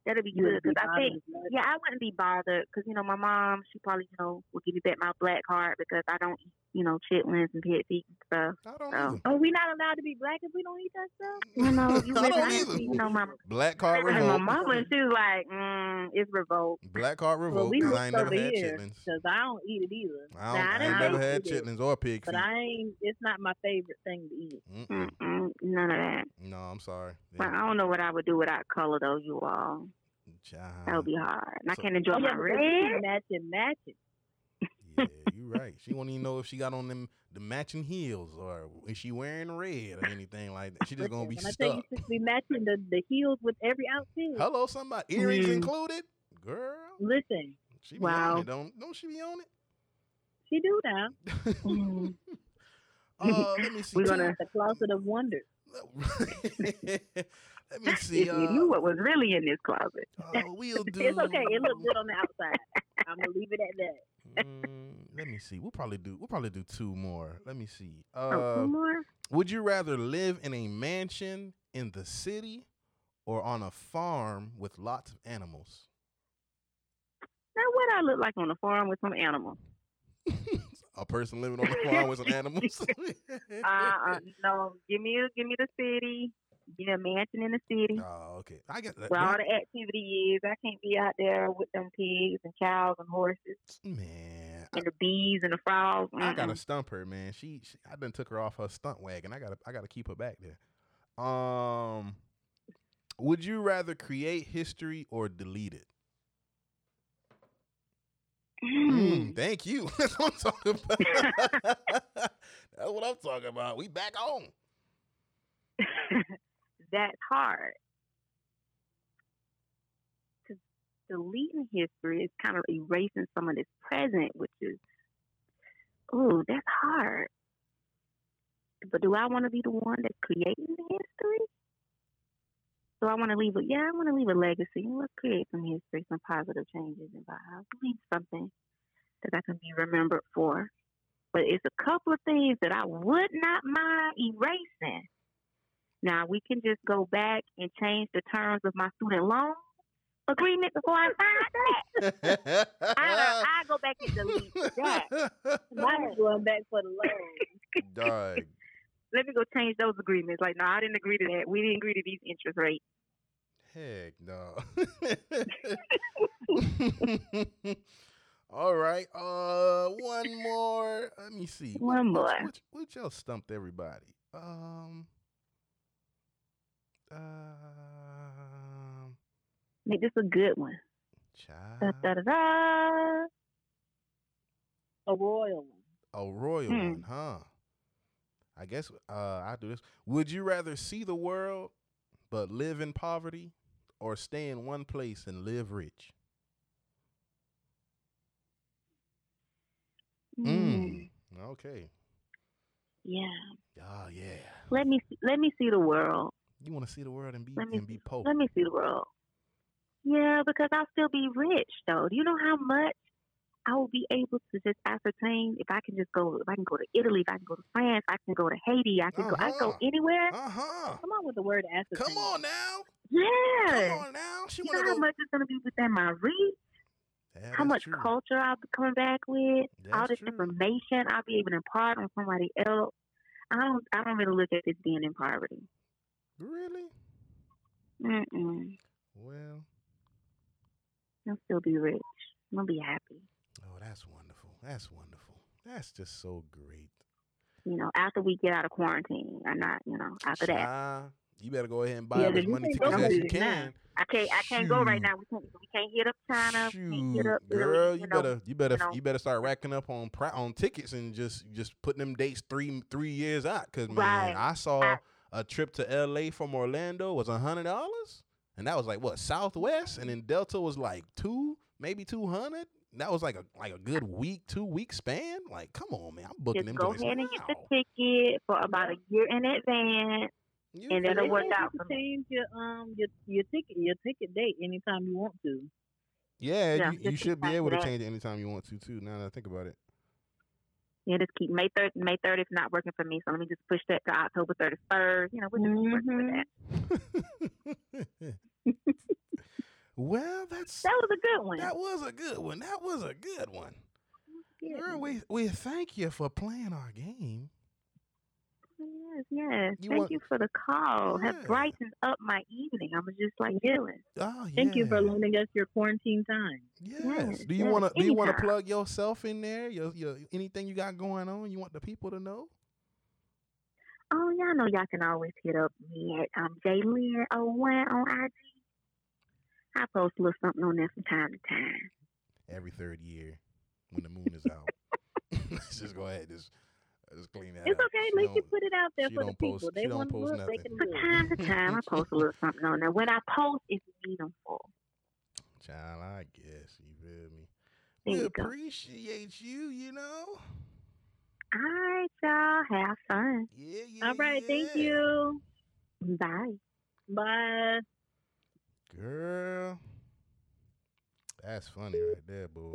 Speaker 4: that'll be
Speaker 2: You
Speaker 4: good.
Speaker 2: wouldn't be
Speaker 4: Because I think,
Speaker 2: bothered as much.
Speaker 4: yeah, I wouldn't be bothered. Because you know, my mom, she probably you know would give me back my black heart because I don't eat you know chitlins and pig feet and stuff.
Speaker 1: I don't
Speaker 4: Oh.
Speaker 1: either.
Speaker 2: Are we not allowed to be black if we don't eat that stuff?
Speaker 4: You know, you
Speaker 1: I
Speaker 4: live
Speaker 1: don't
Speaker 4: in
Speaker 1: either.
Speaker 4: you know my
Speaker 1: Black
Speaker 4: I
Speaker 1: card
Speaker 4: remember
Speaker 1: revolt.
Speaker 4: my mama, and she was like, mm, it's revolt.
Speaker 1: Black card
Speaker 2: Well,
Speaker 1: revolt.
Speaker 2: we
Speaker 1: 'cause
Speaker 2: looked
Speaker 1: I ain't
Speaker 2: over
Speaker 1: never had
Speaker 2: here
Speaker 1: chitlins.
Speaker 2: because I don't eat it either.
Speaker 1: I,
Speaker 4: Nah, I
Speaker 1: don't, I ain't
Speaker 4: didn't
Speaker 1: never
Speaker 2: like
Speaker 1: had
Speaker 2: it.
Speaker 1: chitlins or pig feet.
Speaker 2: But I ain't. It's not my favorite thing to eat.
Speaker 1: Mm-mm.
Speaker 4: Mm-mm, Mm, none of that.
Speaker 1: No, I'm sorry.
Speaker 4: But I don't know what I would do without color, though, you all. That would
Speaker 1: Child.
Speaker 4: be hard. And I
Speaker 1: Uh-huh. So-
Speaker 4: can't enjoy my
Speaker 2: because Oh, you keep
Speaker 4: Oh, red.
Speaker 2: matching, matching.
Speaker 1: Yeah, you right. She won't even know if she got on them the matching heels or is she wearing red or anything like that. She just gonna be
Speaker 2: Listen, when I
Speaker 1: stuck.
Speaker 2: tell you should be matching the, the heels with every outfit.
Speaker 1: Hello, somebody earrings
Speaker 4: Mm.
Speaker 1: included, girl.
Speaker 2: Listen,
Speaker 1: She be
Speaker 4: Wow.
Speaker 1: on it. Don't don't she be on
Speaker 2: she do now.
Speaker 1: it?
Speaker 4: Mm.
Speaker 1: uh, let me see.
Speaker 4: We're
Speaker 1: two-
Speaker 4: gonna-
Speaker 2: The closet of wonder.
Speaker 1: let me see.
Speaker 4: If
Speaker 1: Uh,
Speaker 4: you knew what was really in this closet.
Speaker 1: uh, we'll do.
Speaker 2: It's okay. It looked good on the outside. I'm gonna leave it at that.
Speaker 1: Mm, let me see. We'll probably do. We'll probably do two more. Let me see. Uh,
Speaker 4: Oh, two more?
Speaker 1: Would you rather live in a mansion in the city or on a farm with lots of animals?
Speaker 4: Now, what I look like on a farm with some animals?
Speaker 1: a person living on a farm with some animals?
Speaker 4: Uh, uh, no, give me, give me the city. Give me a mansion in the city.
Speaker 1: oh, okay. I get that.
Speaker 4: Where all
Speaker 1: that-
Speaker 4: the activity is, I can't be out there with them pigs and cows and horses
Speaker 1: Man, I,
Speaker 4: and the bees and the frogs.
Speaker 1: I gotta
Speaker 4: Mm-mm.
Speaker 1: stump her, man. She, she, I done took her off her stunt wagon. I gotta, I gotta keep her back there. Um, would you rather create history or delete it? Mm, thank you. That's what I'm talking about. That's what I'm talking about. We back on.
Speaker 4: That's hard. 'Cause Deleting history is kind of erasing some of this present, which is, ooh, that's hard. But do I want to be the one that's creating the history? So I want to leave a yeah, I want to leave a legacy. Let's create some history, some positive changes, and vibes. Leave something that I can be remembered for. But it's a couple of things that I would not mind erasing. Now we can just go back and change the terms of my student loan agreement before I sign that. I, I go back and delete that.
Speaker 2: Mine is going back for the loan.
Speaker 1: Dog.
Speaker 4: Let me go change those agreements. Like, no, I didn't agree to that. We didn't agree to these interest rates.
Speaker 1: Heck no. All right. Uh, one more. Let me see. What- what-
Speaker 4: One more.
Speaker 1: What, what y'all stumped everybody? Um. Um.
Speaker 4: Make this a good one. Da,
Speaker 1: Child.
Speaker 4: da, da, da.
Speaker 2: A royal one.
Speaker 1: A royal
Speaker 3: Hmm.
Speaker 1: one, huh? I guess uh, I do this. Would you rather see the world but live in poverty, or stay in one place and live rich?
Speaker 4: Mm.
Speaker 1: Mm. Okay.
Speaker 4: Yeah.
Speaker 1: Oh yeah.
Speaker 4: Let me let me see the world.
Speaker 1: You want to see the world and be
Speaker 4: Let me
Speaker 1: and be poor.
Speaker 4: Let me see the world. Yeah, because I'll still be rich though. Do you know how much I will be able to just ascertain if I can just go if I can go to Italy, if I can go to France, I can go to Haiti, I can go I can go
Speaker 1: Uh-huh.
Speaker 4: anywhere.
Speaker 1: Uh huh.
Speaker 2: Come on with the word ascertain.
Speaker 1: Come on now.
Speaker 4: Yeah.
Speaker 1: Come on now. She
Speaker 4: You
Speaker 1: want
Speaker 4: know
Speaker 1: to
Speaker 4: how
Speaker 1: go.
Speaker 4: much is gonna be within my reach,
Speaker 1: That
Speaker 4: how
Speaker 1: is
Speaker 4: much
Speaker 1: true.
Speaker 4: culture I'll be coming back with, all
Speaker 1: That's
Speaker 4: this
Speaker 1: true.
Speaker 4: information I'll be able to impart on somebody else. I don't I don't really look at this being in poverty.
Speaker 1: Really?
Speaker 4: Mm-mm.
Speaker 1: Well,
Speaker 4: I'll still be rich. I'm gonna be happy.
Speaker 1: oh, that's wonderful. That's wonderful. That's just so great.
Speaker 4: You know, after we get out of quarantine, I'm not. You know, after that,
Speaker 1: Child, you better go ahead and buy
Speaker 2: Yeah,
Speaker 1: as
Speaker 2: but
Speaker 1: much
Speaker 2: you
Speaker 1: money
Speaker 2: can't
Speaker 1: tickets
Speaker 2: go
Speaker 1: as you
Speaker 2: places now.
Speaker 1: can.
Speaker 4: I can't. I can't go right
Speaker 1: Shoot.
Speaker 4: now. We can't. We can't hit up China. We can't hit
Speaker 1: Shoot,
Speaker 4: up Italy,
Speaker 1: girl, you
Speaker 4: you know,
Speaker 1: better you better
Speaker 4: know.
Speaker 1: you better start racking up on pri- on tickets and just just putting them dates three three years out. Cause man,
Speaker 4: Right.
Speaker 1: I saw
Speaker 4: I-
Speaker 1: a trip to L.A. from Orlando was a hundred dollars, and that was like what Southwest, and then Delta was like two, maybe two hundred. That was like a like a good week, two week span. Like, come on, man, I'm booking
Speaker 4: Just
Speaker 1: them
Speaker 4: go
Speaker 1: joints
Speaker 4: ahead and get the
Speaker 1: now.
Speaker 4: ticket for about a year in advance.
Speaker 1: You
Speaker 4: and then
Speaker 1: feel
Speaker 4: it'll
Speaker 1: me?
Speaker 4: work
Speaker 2: And you
Speaker 4: out
Speaker 2: can
Speaker 4: for me.
Speaker 2: change your um your your ticket your ticket date anytime you want to.
Speaker 1: Yeah,
Speaker 4: Yeah,
Speaker 1: you,
Speaker 4: just
Speaker 1: you should be
Speaker 4: exactly
Speaker 1: able to
Speaker 4: that.
Speaker 1: change it anytime you want to too. Now that I think about it,
Speaker 4: You know, just keep May third. May third is not working for me, so let me just push that to October thirty first. You know, we're just working with
Speaker 1: Mm-hmm.
Speaker 3: Mhm.
Speaker 4: that.
Speaker 1: well, that's
Speaker 4: That was a good one.
Speaker 1: That was a good one. That was a good one.
Speaker 4: Yes,
Speaker 1: Girl, we, we thank you for playing our game.
Speaker 4: yes, yes.
Speaker 1: You
Speaker 4: Thank
Speaker 1: want-
Speaker 4: you for the call.
Speaker 1: Yeah.
Speaker 4: Have brightened up my evening. I was just like feeling.
Speaker 1: Oh, yeah.
Speaker 2: Thank you for lending us your quarantine time.
Speaker 1: Yes.
Speaker 4: Yes,
Speaker 1: do you
Speaker 4: yes,
Speaker 1: want to do you want to
Speaker 4: anytime.
Speaker 1: plug yourself in there? Your, your anything you got going on? You want the people to know?
Speaker 4: Oh, y'all know y'all can always hit up me at um, Jaylin01 on IG. I post a little something on there from time to time.
Speaker 1: Every third year, when the moon is out, let's just go ahead just just clean that.
Speaker 2: It's
Speaker 1: up.
Speaker 2: okay.
Speaker 1: She
Speaker 2: At least you
Speaker 1: don't-
Speaker 2: put it out there
Speaker 1: she
Speaker 2: for the
Speaker 1: don't post-
Speaker 2: people.
Speaker 1: she
Speaker 2: They
Speaker 1: don't
Speaker 2: want to
Speaker 1: post
Speaker 2: look. They
Speaker 1: nothing.
Speaker 2: can
Speaker 4: From
Speaker 2: look.
Speaker 4: time to time, I post a little something on there. When I post, it's meaningful.
Speaker 1: Child, I guess you feel me.
Speaker 4: There
Speaker 1: we
Speaker 4: you go.
Speaker 1: appreciate you. You know.
Speaker 4: All right, y'all. Have fun.
Speaker 1: Yeah. Yeah.
Speaker 2: All right. Thank
Speaker 1: yeah.
Speaker 2: you.
Speaker 4: Bye.
Speaker 2: Bye.
Speaker 1: Girl, that's funny right there, boy.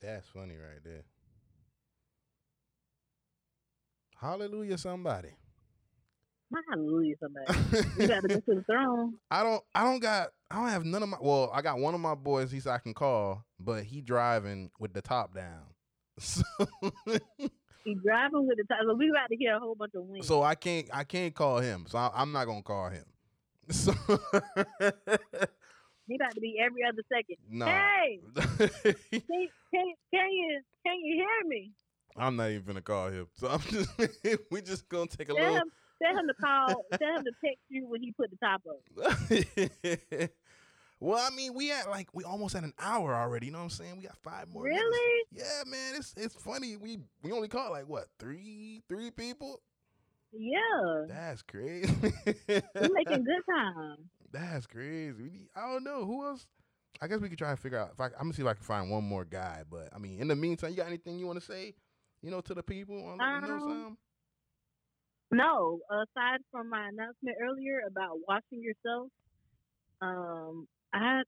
Speaker 1: That's funny right there. Hallelujah, somebody.
Speaker 2: My hallelujah, somebody. You got to go to the throne.
Speaker 1: I don't. I don't got. I don't have none of my. Well, I got one of my boys. He's I can call, but he driving with the top down. So,
Speaker 2: He driving with the time. So we about to hear a whole bunch of wings.
Speaker 1: so I can't. I can't call him. So I, I'm not gonna call him. So
Speaker 2: he about to be every other second.
Speaker 1: no.
Speaker 2: Hey, can, can, can you can you hear me?
Speaker 1: I'm not even gonna call him. So I'm just we just gonna take a
Speaker 2: Tell him, tell him to call. tell him to text you when he put the top up.
Speaker 1: little. well, I mean, we at like we almost at an hour already. You know what I'm saying? We got five more. minutes.
Speaker 2: Really?
Speaker 1: Yeah, man. It's it's funny. We we only called like what three three people.
Speaker 2: Yeah,
Speaker 1: That's crazy.
Speaker 2: we're making good time.
Speaker 1: That's crazy. We need, I don't know who else. I guess we could try and figure out. If I, I'm gonna see if I can find one more guy. But I mean, in the meantime, you got anything you want to say? You know, to the people, Wanna let them know
Speaker 2: Um,
Speaker 1: something?
Speaker 2: No, aside from my announcement earlier about washing yourself, um, I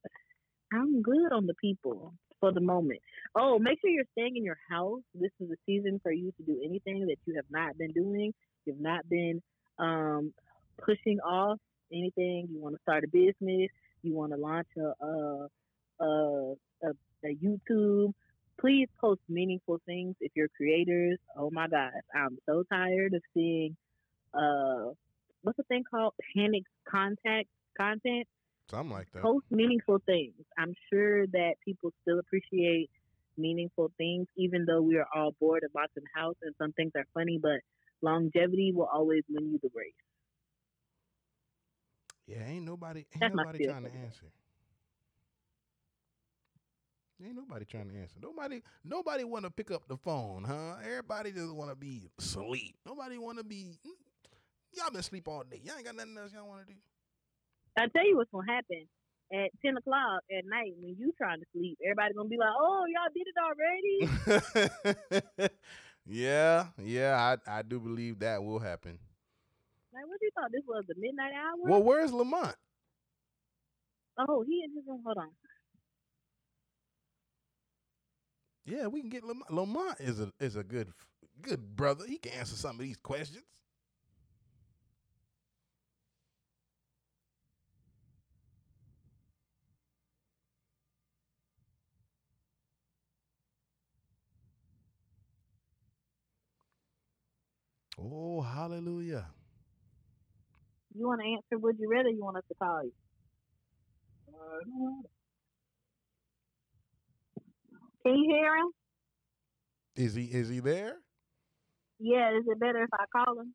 Speaker 2: I'm good on the people for the moment. Oh, make sure you're staying in your house. This is a season for you to do anything that you have not been doing. You've not been um, pushing off anything. You want to start a business. You want to launch a a, a a a YouTube. Please post meaningful things if you're creators. Oh my gosh, I'm so tired of seeing uh what's the thing called panic contact content.
Speaker 1: Something like that.
Speaker 2: Post meaningful things. I'm sure that people still appreciate meaningful things, even though we are all bored about some house and some things are funny. But longevity will always win you the race.
Speaker 1: Yeah, ain't nobody ain't
Speaker 2: That's my
Speaker 1: nobody
Speaker 2: feel
Speaker 1: trying to
Speaker 2: for it.
Speaker 1: answer. Ain't nobody trying to answer. Nobody nobody wanna pick up the phone, huh? Everybody just wanna be asleep. Nobody wanna be mm, y'all been asleep all day. Y'all ain't got nothing else y'all wanna do.
Speaker 2: I tell you what's gonna happen at ten o'clock at night when you trying to sleep. Everybody gonna be like, "Oh, y'all did it already."
Speaker 1: yeah, yeah, I, I do believe that will happen.
Speaker 2: like, what do you thought this was? The midnight hour?
Speaker 1: Well, where's Lamont?
Speaker 2: oh, he in his room. Hold on.
Speaker 1: Yeah, we can get Lamont. Lamont is a is a good good brother. He can answer some of these questions. Oh, hallelujah.
Speaker 2: You want to answer? Would you rather? You want us to call you? Can you hear him?
Speaker 1: Is he is he there?
Speaker 2: Yeah. Is it better if I call him?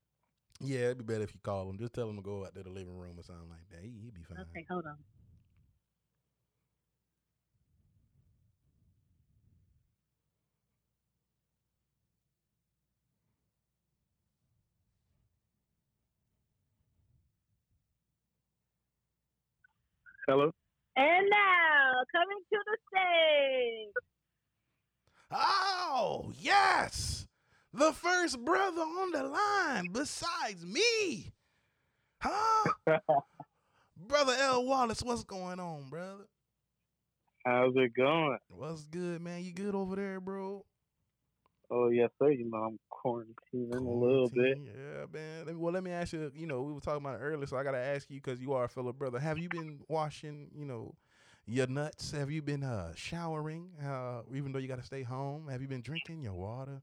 Speaker 1: Yeah, it'd be better if you call him. Just tell him to go out to the living room or something like that. He, he'd be fine.
Speaker 2: Okay, hold on.
Speaker 3: Hello.
Speaker 2: And now coming to the stage.
Speaker 1: Oh, yes. The first brother on the line besides me. Huh? brother L. Wallace, what's going on, brother?
Speaker 3: How's it going?
Speaker 1: What's good, man? You good over there, bro?
Speaker 3: Oh yes, sir. You know I'm quarantining a little bit.
Speaker 1: Quarantine? Yeah, man. Let me- Well, let me ask you, you know, we were talking about it earlier, so I got to ask you because you are a fellow brother. Have you been washing, you know, your nuts? Have you been uh, showering, uh, even though you got to stay home? Have you been drinking your water?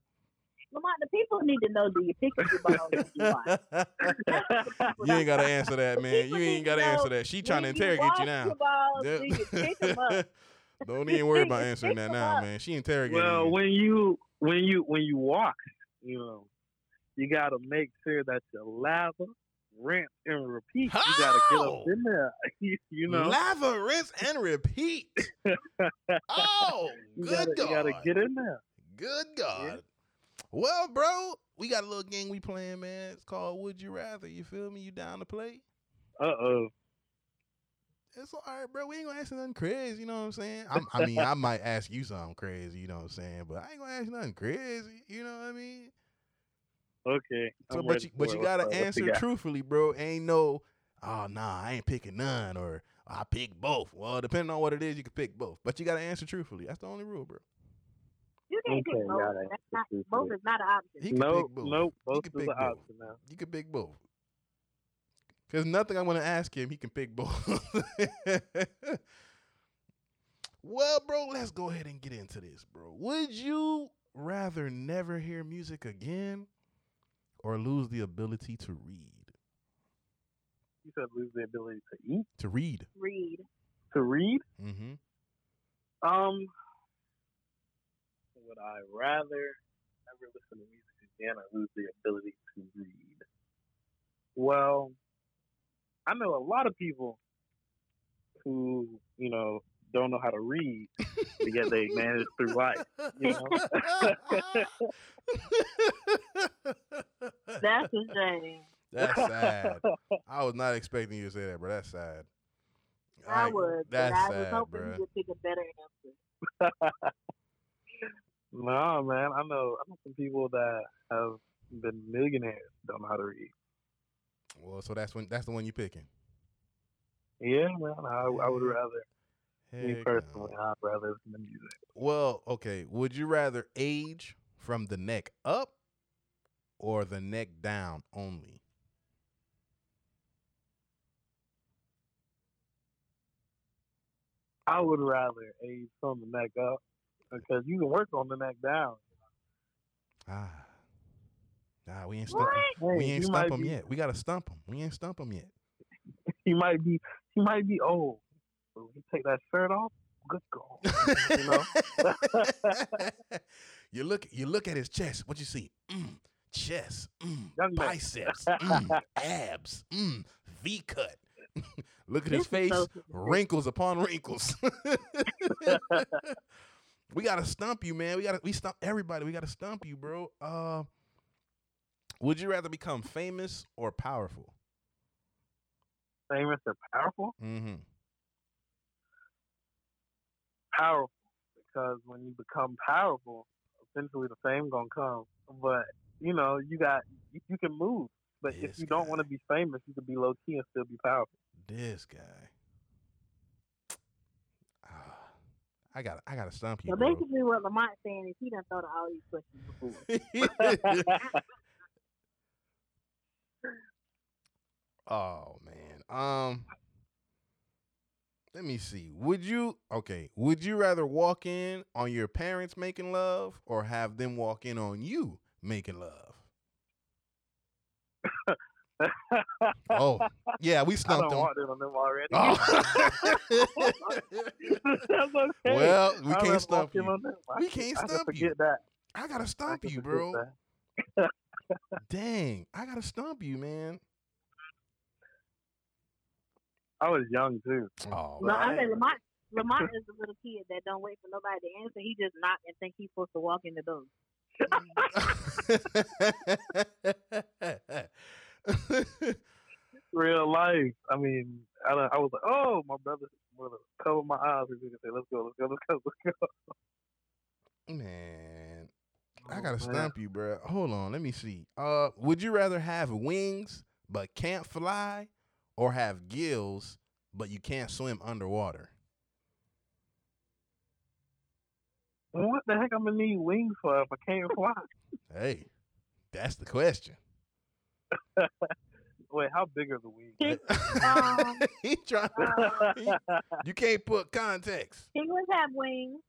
Speaker 2: Lamont, the people need to know: Do you pick up your bottle? or do you wash?
Speaker 1: You ain't gotta answer that,
Speaker 2: The
Speaker 1: man. You
Speaker 2: people
Speaker 1: ain't
Speaker 2: need
Speaker 1: gotta
Speaker 2: to
Speaker 1: answer
Speaker 2: know
Speaker 1: that. She trying to
Speaker 2: When you
Speaker 1: interrogate you
Speaker 2: wash
Speaker 1: now.
Speaker 2: your balls,
Speaker 1: Yep.
Speaker 2: Do you pick 'em up?
Speaker 1: Don't even worry about
Speaker 2: You
Speaker 1: answering
Speaker 2: pick
Speaker 1: that
Speaker 2: 'em
Speaker 1: now,
Speaker 2: up.
Speaker 1: man. She interrogating
Speaker 3: Well,
Speaker 1: you.
Speaker 3: when you when you when you walk, you know, you gotta make sure that you lather, rinse, and repeat. You gotta get up
Speaker 1: How?
Speaker 3: in there. you know,
Speaker 1: lather, rinse, and repeat. oh,
Speaker 3: you
Speaker 1: good
Speaker 3: gotta
Speaker 1: God!
Speaker 3: you gotta get in there.
Speaker 1: Good God. Well, bro, we got a little game we playing, man. It's called Would You Rather. You feel me? You down to play?
Speaker 3: Uh oh.
Speaker 1: It's all right, bro. We ain't gonna ask you nothing crazy. You know what I'm saying? I'm, I mean, I might ask you something crazy. You know what I'm saying? But I ain't gonna ask you nothing crazy. You know what I mean?
Speaker 3: Okay.
Speaker 1: So,
Speaker 3: I'm
Speaker 1: but
Speaker 3: ready
Speaker 1: you, but
Speaker 3: for
Speaker 1: you
Speaker 3: it.
Speaker 1: gotta
Speaker 3: What's up? What you
Speaker 1: answer
Speaker 3: got?
Speaker 1: truthfully, bro. Ain't no, oh nah, I ain't picking none, or I pick both. Well, depending on what it is, you can pick both. But you gotta answer truthfully. That's the only rule, bro.
Speaker 2: You can't pick
Speaker 3: Okay,
Speaker 2: both.
Speaker 3: got it.
Speaker 2: That's not, both is not an option.
Speaker 1: He can
Speaker 3: Nope,
Speaker 1: pick both.
Speaker 3: nope.
Speaker 1: He
Speaker 3: Both
Speaker 1: can
Speaker 3: is an
Speaker 1: pick both.
Speaker 3: option now.
Speaker 1: You can pick both. Cause nothing I'm gonna ask him, he can pick both. well, bro, let's go ahead and get into this, bro. Would you rather never hear music again or lose the ability to read?
Speaker 3: You said lose the ability to eat,
Speaker 1: To read.
Speaker 2: Read.
Speaker 3: to read.
Speaker 1: Mm-hmm.
Speaker 3: Um, would I rather never listen to music again or lose the ability to read? Well, I know a lot of people who, you know, don't know how to read, but yet they manage through life. you know?
Speaker 2: That's a shame.
Speaker 1: That's sad. I was not expecting you to say that, bro. That's sad.
Speaker 2: I
Speaker 1: Like,
Speaker 2: would.
Speaker 1: That's
Speaker 2: but I
Speaker 1: sad,
Speaker 2: was hoping
Speaker 1: bro.
Speaker 2: you would pick a better answer.
Speaker 3: no, man, I know I know some people that have been millionaires don't know how to read.
Speaker 1: Well, so that's when that's the one you picking.
Speaker 3: Yeah, man, I, I would rather me
Speaker 1: Heck no.
Speaker 3: personally, I'd rather listen to music.
Speaker 1: Well, okay. Would you rather age from the neck up or the neck down only?
Speaker 3: I would rather age from the neck up because you can work on the neck down.
Speaker 1: Ah, Nah, we ain't stump.
Speaker 4: What?
Speaker 1: 'em. we
Speaker 5: Hey,
Speaker 1: ain't
Speaker 5: you
Speaker 1: stump
Speaker 5: might
Speaker 1: them
Speaker 5: be-
Speaker 1: yet. We gotta stump them. We ain't stump them yet.
Speaker 5: He might be. He might be old. But when you take that shirt off, good goal. You know?
Speaker 1: you look. You look at his chest. What you see? Mm, chest. Mm,
Speaker 5: Young man.
Speaker 1: biceps. Mm, abs. Mm, v cut. look at his
Speaker 2: This is
Speaker 1: face.
Speaker 2: so
Speaker 1: wrinkles upon wrinkles. we gotta stump you, man. We gotta we stump everybody. We gotta stump you, bro. Uh, would you rather become famous or powerful?
Speaker 5: Famous or powerful?
Speaker 1: Mm-hmm.
Speaker 5: powerful because when you become powerful, essentially the fame gonna come. But you know, you got you, you can move. But
Speaker 1: This
Speaker 5: if you don't want to
Speaker 1: guy.
Speaker 5: be famous, you can be low key and still be powerful.
Speaker 1: This guy. Ah, I gotta I gotta stump you,
Speaker 2: So
Speaker 1: bro.
Speaker 2: basically, what Lamont saying is he done throw out all these questions before.
Speaker 1: oh man. Um let me see. Would you okay, would you rather walk in on your parents making love or have them walk in on you making love? Oh. Yeah, we
Speaker 5: I
Speaker 1: stumped
Speaker 5: don't
Speaker 1: them.
Speaker 5: want it on them already.
Speaker 1: Oh.
Speaker 5: That's okay.
Speaker 1: well, we
Speaker 5: I'd rather
Speaker 1: can't
Speaker 5: walk
Speaker 1: stump
Speaker 5: in
Speaker 1: you.
Speaker 5: on them. I
Speaker 1: We
Speaker 5: can-
Speaker 1: can't
Speaker 5: I can
Speaker 1: stump
Speaker 5: forget
Speaker 1: you.
Speaker 5: That.
Speaker 1: I gotta
Speaker 5: I
Speaker 1: stump
Speaker 5: can
Speaker 1: you,
Speaker 5: forget
Speaker 1: bro.
Speaker 5: that.
Speaker 1: Dang, I gotta stump you, man.
Speaker 5: I was young too.
Speaker 1: Oh,
Speaker 2: No, I
Speaker 5: Right.
Speaker 2: say Lamont. Lamont is a little kid that don't wait for nobody to answer. He just knock and think he's supposed to walk in the door.
Speaker 5: Real life. I mean, I, don't- I was like, oh, my brother, brother, cover my eyes. He could say, let's go, let's go, let's go, let's go.
Speaker 1: man, I
Speaker 5: Oh,
Speaker 1: gotta
Speaker 5: man.
Speaker 1: stump you, bro. Hold on, let me see. Uh, would you rather have wings but can't fly, or have gills but you can't swim underwater?
Speaker 5: What the heck? I'm gonna need wings for if I can't fly.
Speaker 1: Hey, that's the question.
Speaker 5: Wait, how big are the wings?
Speaker 2: Um,
Speaker 1: he trying.
Speaker 5: Uh,
Speaker 1: you can't put context.
Speaker 2: Penguins have wings.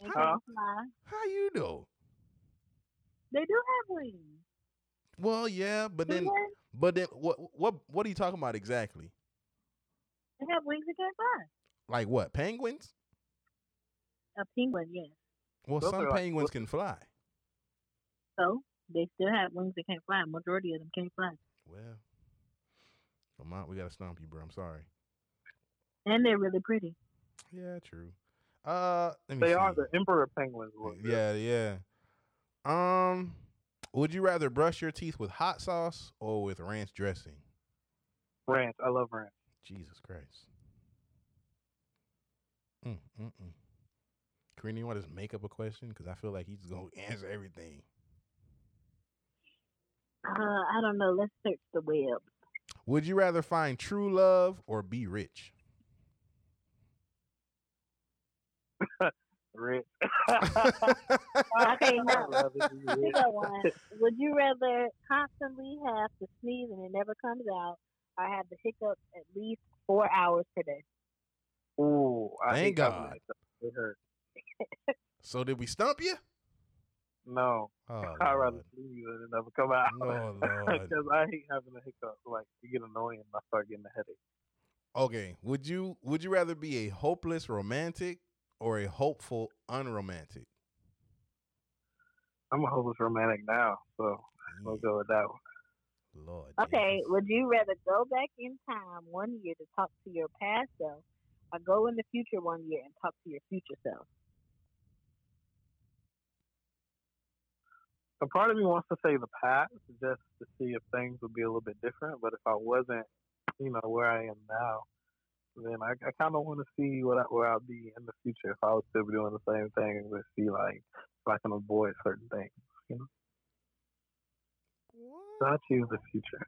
Speaker 2: They
Speaker 5: Huh?
Speaker 2: can fly.
Speaker 1: How you know?
Speaker 2: They do have wings.
Speaker 1: Well, yeah, but then,
Speaker 2: Penguins,
Speaker 1: but then, what, what, what are you talking about exactly?
Speaker 2: they have wings that can't fly.
Speaker 1: Like what? Penguins?
Speaker 2: A penguin, yes.
Speaker 1: Well,
Speaker 5: Those
Speaker 1: some
Speaker 5: are like-
Speaker 1: penguins can fly.
Speaker 2: So they still have wings that can't fly. Majority of them can't fly,
Speaker 1: Well, Lamont, we gotta stomp you, bro. I'm sorry.
Speaker 2: and they're really pretty.
Speaker 1: Yeah, true. Uh, let me
Speaker 5: they
Speaker 1: see.
Speaker 5: are the emperor penguins. look.
Speaker 1: Yeah, yeah. Um, would you rather brush your teeth with hot sauce or with ranch dressing?
Speaker 5: ranch. I love ranch.
Speaker 1: Jesus Christ. Mm, mm, mm. Karina, you want to just make up a question? Because I feel like he's gonna answer everything.
Speaker 2: Uh, I don't know. Let's search the web.
Speaker 1: Would you rather find true love or be rich?
Speaker 5: Rich.
Speaker 2: Okay,
Speaker 5: I
Speaker 2: now.
Speaker 5: love it, you
Speaker 2: Here
Speaker 5: rich.
Speaker 2: go one. Would you rather constantly have to sneeze and it never comes out, or have the hiccups at least four hours per day?
Speaker 5: Ooh, I
Speaker 1: Thank
Speaker 5: hate
Speaker 1: God.
Speaker 5: compliments. It hurt.
Speaker 1: so did we stump you?
Speaker 5: No,
Speaker 1: Oh,
Speaker 5: I'd rather
Speaker 1: Lord.
Speaker 5: leave than it never come out.
Speaker 1: Oh, Lord.
Speaker 5: Because I hate having a hiccup. Like you get annoying, and I start getting a headache.
Speaker 1: Okay, would you would you rather be a hopeless romantic or a hopeful unromantic?
Speaker 5: I'm a hopeless romantic now, so we'll
Speaker 1: Yeah,
Speaker 5: go with that one.
Speaker 1: Lord.
Speaker 2: Okay,
Speaker 1: Jesus.
Speaker 2: would you rather go back in time one year to talk to your past self, or go in the future one year and talk to your future self?
Speaker 5: a part of me wants to say the past just to see if things would be a little bit different. But if I wasn't, you know, where I am now, then I, I kind of want to see what I, where I'll be in the future if I was still be doing the same thing and see like if I can avoid certain things. So I choose the future.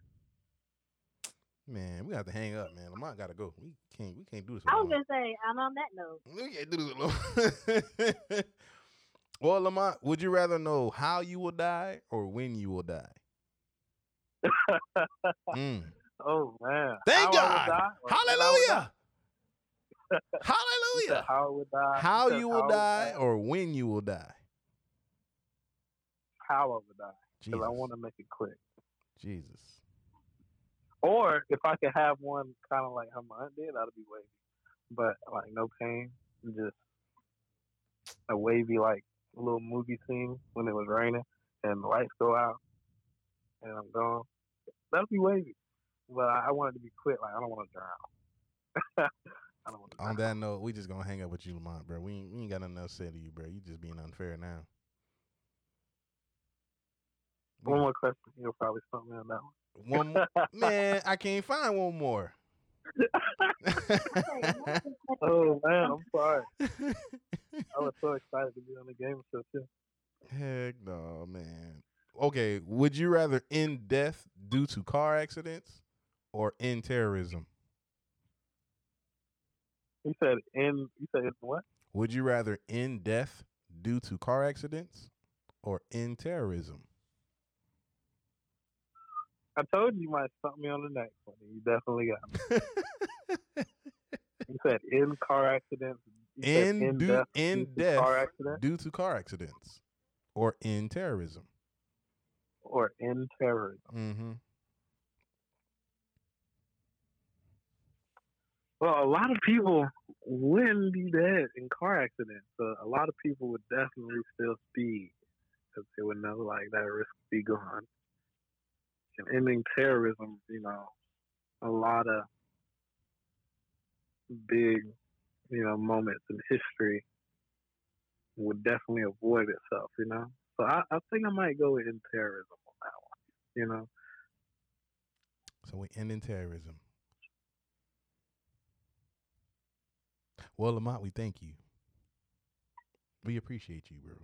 Speaker 1: Man, we have to hang up, man. Lamont gotta go. We can't we can't do this
Speaker 2: I was
Speaker 1: alone.
Speaker 2: gonna say, and on that note,
Speaker 1: We can't do this alone. well, Lamont, would you rather know how you will die or when you will die? Hmm. Mm.
Speaker 5: Oh man!
Speaker 1: Thank
Speaker 5: How I
Speaker 1: God.
Speaker 5: would die or when I would die?
Speaker 1: Hallelujah.
Speaker 5: You said
Speaker 1: Hallelujah.
Speaker 5: How I would die?
Speaker 1: How
Speaker 5: said
Speaker 1: you will
Speaker 5: I would
Speaker 1: die or when you will die.
Speaker 5: How I would die?
Speaker 1: Jesus.
Speaker 5: I want to make it quick.
Speaker 1: Jesus.
Speaker 5: Or if I could have one kind of like how my aunt did, that'd be wavy. But like no pain, just a wavy like little movie scene when it was raining and the lights go out and I'm gone. That'd be wavy. But I, I want it to be quick. Like I don't want to drown. I don't want to.
Speaker 1: On that note, we just gonna hang up with you, Lamont, bro. We ain't, we ain't got nothing else to say to you, bro. You just being unfair now.
Speaker 5: One more question. You'll probably stump me on that
Speaker 1: One more,
Speaker 5: one.
Speaker 1: man, I can't find one more.
Speaker 5: oh man, I'm sorry. I was so excited to be on the game show too.
Speaker 1: Heck no, man. Okay, would you rather end death due to car accidents or end terrorism?
Speaker 5: You said in. You said in what?
Speaker 1: Would you rather end death due to car accidents or end terrorism?
Speaker 5: I told you you might stump me on the next one. and You definitely got me. You said in car accidents. You said
Speaker 1: End
Speaker 5: in
Speaker 1: due-
Speaker 5: death.
Speaker 1: in
Speaker 5: due to
Speaker 1: death.
Speaker 5: Car accident
Speaker 1: due to car accidents or end terrorism?
Speaker 5: or in terrorism.
Speaker 1: Mm-hmm.
Speaker 5: Well, a lot of people wouldn't be dead in car accidents. So a lot of people would definitely still speed because they would know like that risk would be gone. And ending terrorism, you know, a lot of big, you know, moments in history would definitely avoid itself, you know. So I, I think I might go in terrorism on that one, you know.
Speaker 1: So we end in terrorism. Well, Lamont, we thank you. We appreciate you, bro.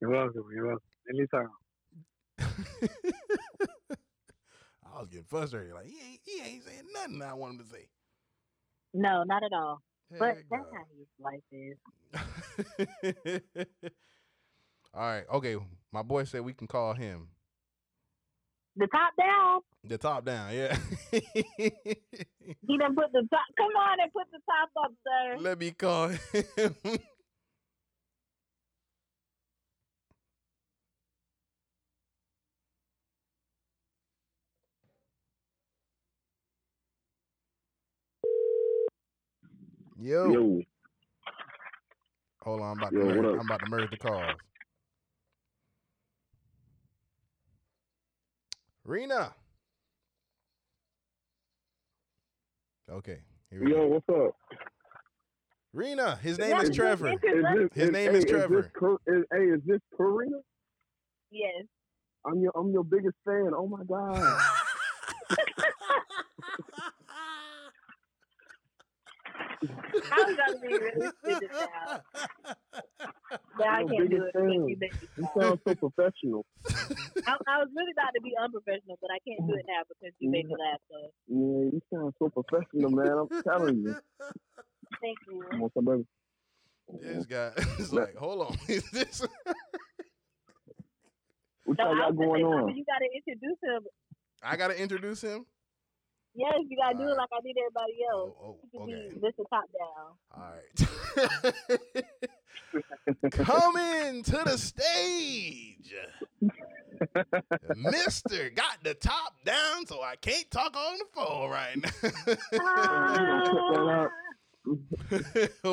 Speaker 5: You're welcome. You're welcome. Anytime.
Speaker 1: I was getting frustrated. Like he ain't, he ain't saying nothing I want him to say.
Speaker 2: No, not at all. But
Speaker 1: Heck
Speaker 2: that's
Speaker 1: no.
Speaker 2: how his life is.
Speaker 1: All right. Okay. My boy said we can call him
Speaker 2: The top down.
Speaker 1: the top down. Yeah.
Speaker 2: He done put the top. Come on and put the top up, sir.
Speaker 1: Let me call him. Yo.
Speaker 6: Yo,
Speaker 1: Hold on. I'm about,
Speaker 6: Yo,
Speaker 1: to
Speaker 6: what
Speaker 1: merge,
Speaker 6: up?
Speaker 1: I'm about to merge the calls. Rena. Okay. Here we
Speaker 6: yo,
Speaker 1: go.
Speaker 6: what's up?
Speaker 1: Rena. His name is
Speaker 2: Yes,
Speaker 1: Trevor.
Speaker 2: yes, yes, yes.
Speaker 6: this,
Speaker 1: His name is
Speaker 6: hey,
Speaker 1: Trevor.
Speaker 6: This, Cor- is, hey, is this Karina?
Speaker 2: Yes.
Speaker 6: I'm your I'm your biggest fan. Oh my god.
Speaker 2: I was gonna be really stupid now. But I
Speaker 6: Your
Speaker 2: can't do
Speaker 6: biggest
Speaker 2: it. Can't do that.
Speaker 6: fan. you sound so professional.
Speaker 2: I, I was really about to be unprofessional, but I can't do it now because you made me laugh. So
Speaker 6: Yeah, you sound so professional, man. I'm telling you.
Speaker 2: thank you.
Speaker 6: Come on, somebody.
Speaker 1: This guy is like, hold on. Is this
Speaker 6: What
Speaker 2: No,
Speaker 6: y'all
Speaker 2: I
Speaker 6: got
Speaker 2: was gonna
Speaker 6: going
Speaker 2: say, Papa,
Speaker 6: on?
Speaker 2: you gotta introduce him.
Speaker 1: I gotta introduce him?
Speaker 2: Yes, you gotta do it
Speaker 1: Alright.
Speaker 2: like I did everybody else.
Speaker 1: Oh,
Speaker 2: You
Speaker 1: oh,
Speaker 2: can
Speaker 1: okay.
Speaker 2: be Mr. Top Down.
Speaker 1: All right. Coming to the stage. Mister got the top down, so I can't talk on the phone right
Speaker 4: Ah.
Speaker 6: that out.
Speaker 1: now.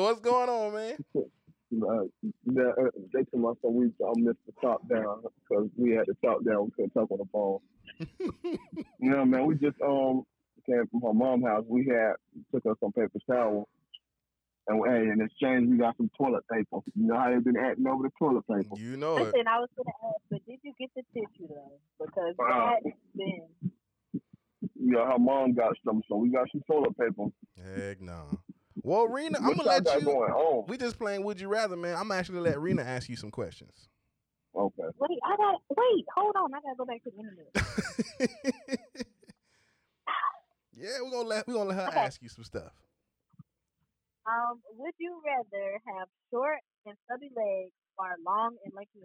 Speaker 1: What's going on, man?
Speaker 6: Uh, the, uh, they told myself we all missed the top down because we had the top down. We couldn't talk on the phone. Yeah, man, we just um came from my mom's house. We had took us some paper towel, and we, hey, in exchange we got some toilet paper. You know how they've been acting over the toilet paper.
Speaker 1: You know it.
Speaker 2: Listen, I was gonna ask, but did you get the tissue though? Because
Speaker 6: Wow.
Speaker 2: that's been
Speaker 6: You know her mom got some, so we got some toilet paper.
Speaker 1: Heck no. Well, Rena, I'm
Speaker 6: What
Speaker 1: gonna
Speaker 6: y'all
Speaker 1: let
Speaker 6: got
Speaker 1: you.
Speaker 6: going on.
Speaker 1: We just playing Would You Rather, man. I'm actually gonna let Rena ask you some questions.
Speaker 6: Okay,
Speaker 2: wait, I got wait, hold on, I gotta go back to the internet.
Speaker 1: yeah, we're gonna let we gonna let her
Speaker 2: Okay.
Speaker 1: ask you some stuff.
Speaker 2: Um, would you rather have short and stubby legs or long and lanky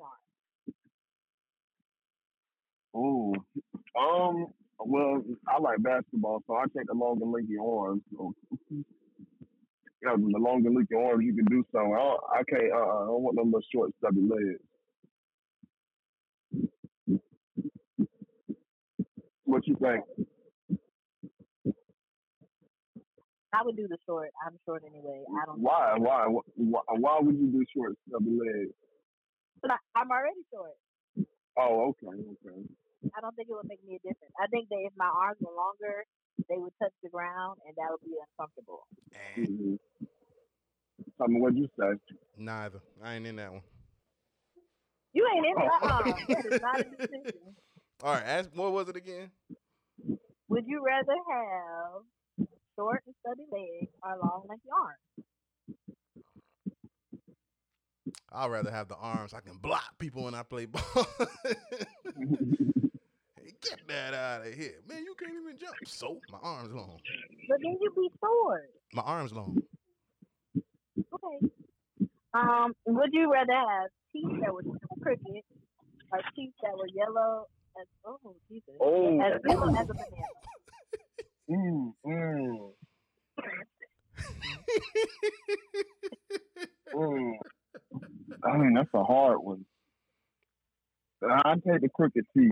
Speaker 2: arms?
Speaker 6: ooh, um, well, I like basketball, so I take the long and linky arms. So. Yeah, the long and linky arms, you can uh-uh, do something. I, don't- I can't. Uh, uh I don't want no little short, stubby legs. Thanks.
Speaker 2: I would do the short. I'm short anyway. I don't.
Speaker 6: Why? Why? Why? Why would you do short, stubby legs?
Speaker 2: But I, I'm already short.
Speaker 6: Oh, okay, okay.
Speaker 2: I don't think it would make me a difference. I think that if my arms were longer, they would touch the ground, and that would be uncomfortable.
Speaker 1: Eh,
Speaker 6: Mm-hmm. Tell me what you say.
Speaker 1: neither. I ain't in that one.
Speaker 2: You ain't in uh uh. That is not a decision.
Speaker 1: All right. Ask what was it again?
Speaker 2: Would you rather have short and stubby legs or long lanky arms?
Speaker 1: I'd rather have the arms. I can block people when I play ball. hey, get that out of here, man! You can't even jump. So my arms long.
Speaker 2: But then you'd be short.
Speaker 1: My arms long.
Speaker 2: Okay. Um, would you rather have teeth that were super crooked or teeth that were yellow as oh Jesus
Speaker 6: Oh,
Speaker 2: as yellow as a banana?
Speaker 6: mm, mm, mm. I mean, that's a hard one. I take the crooked teeth.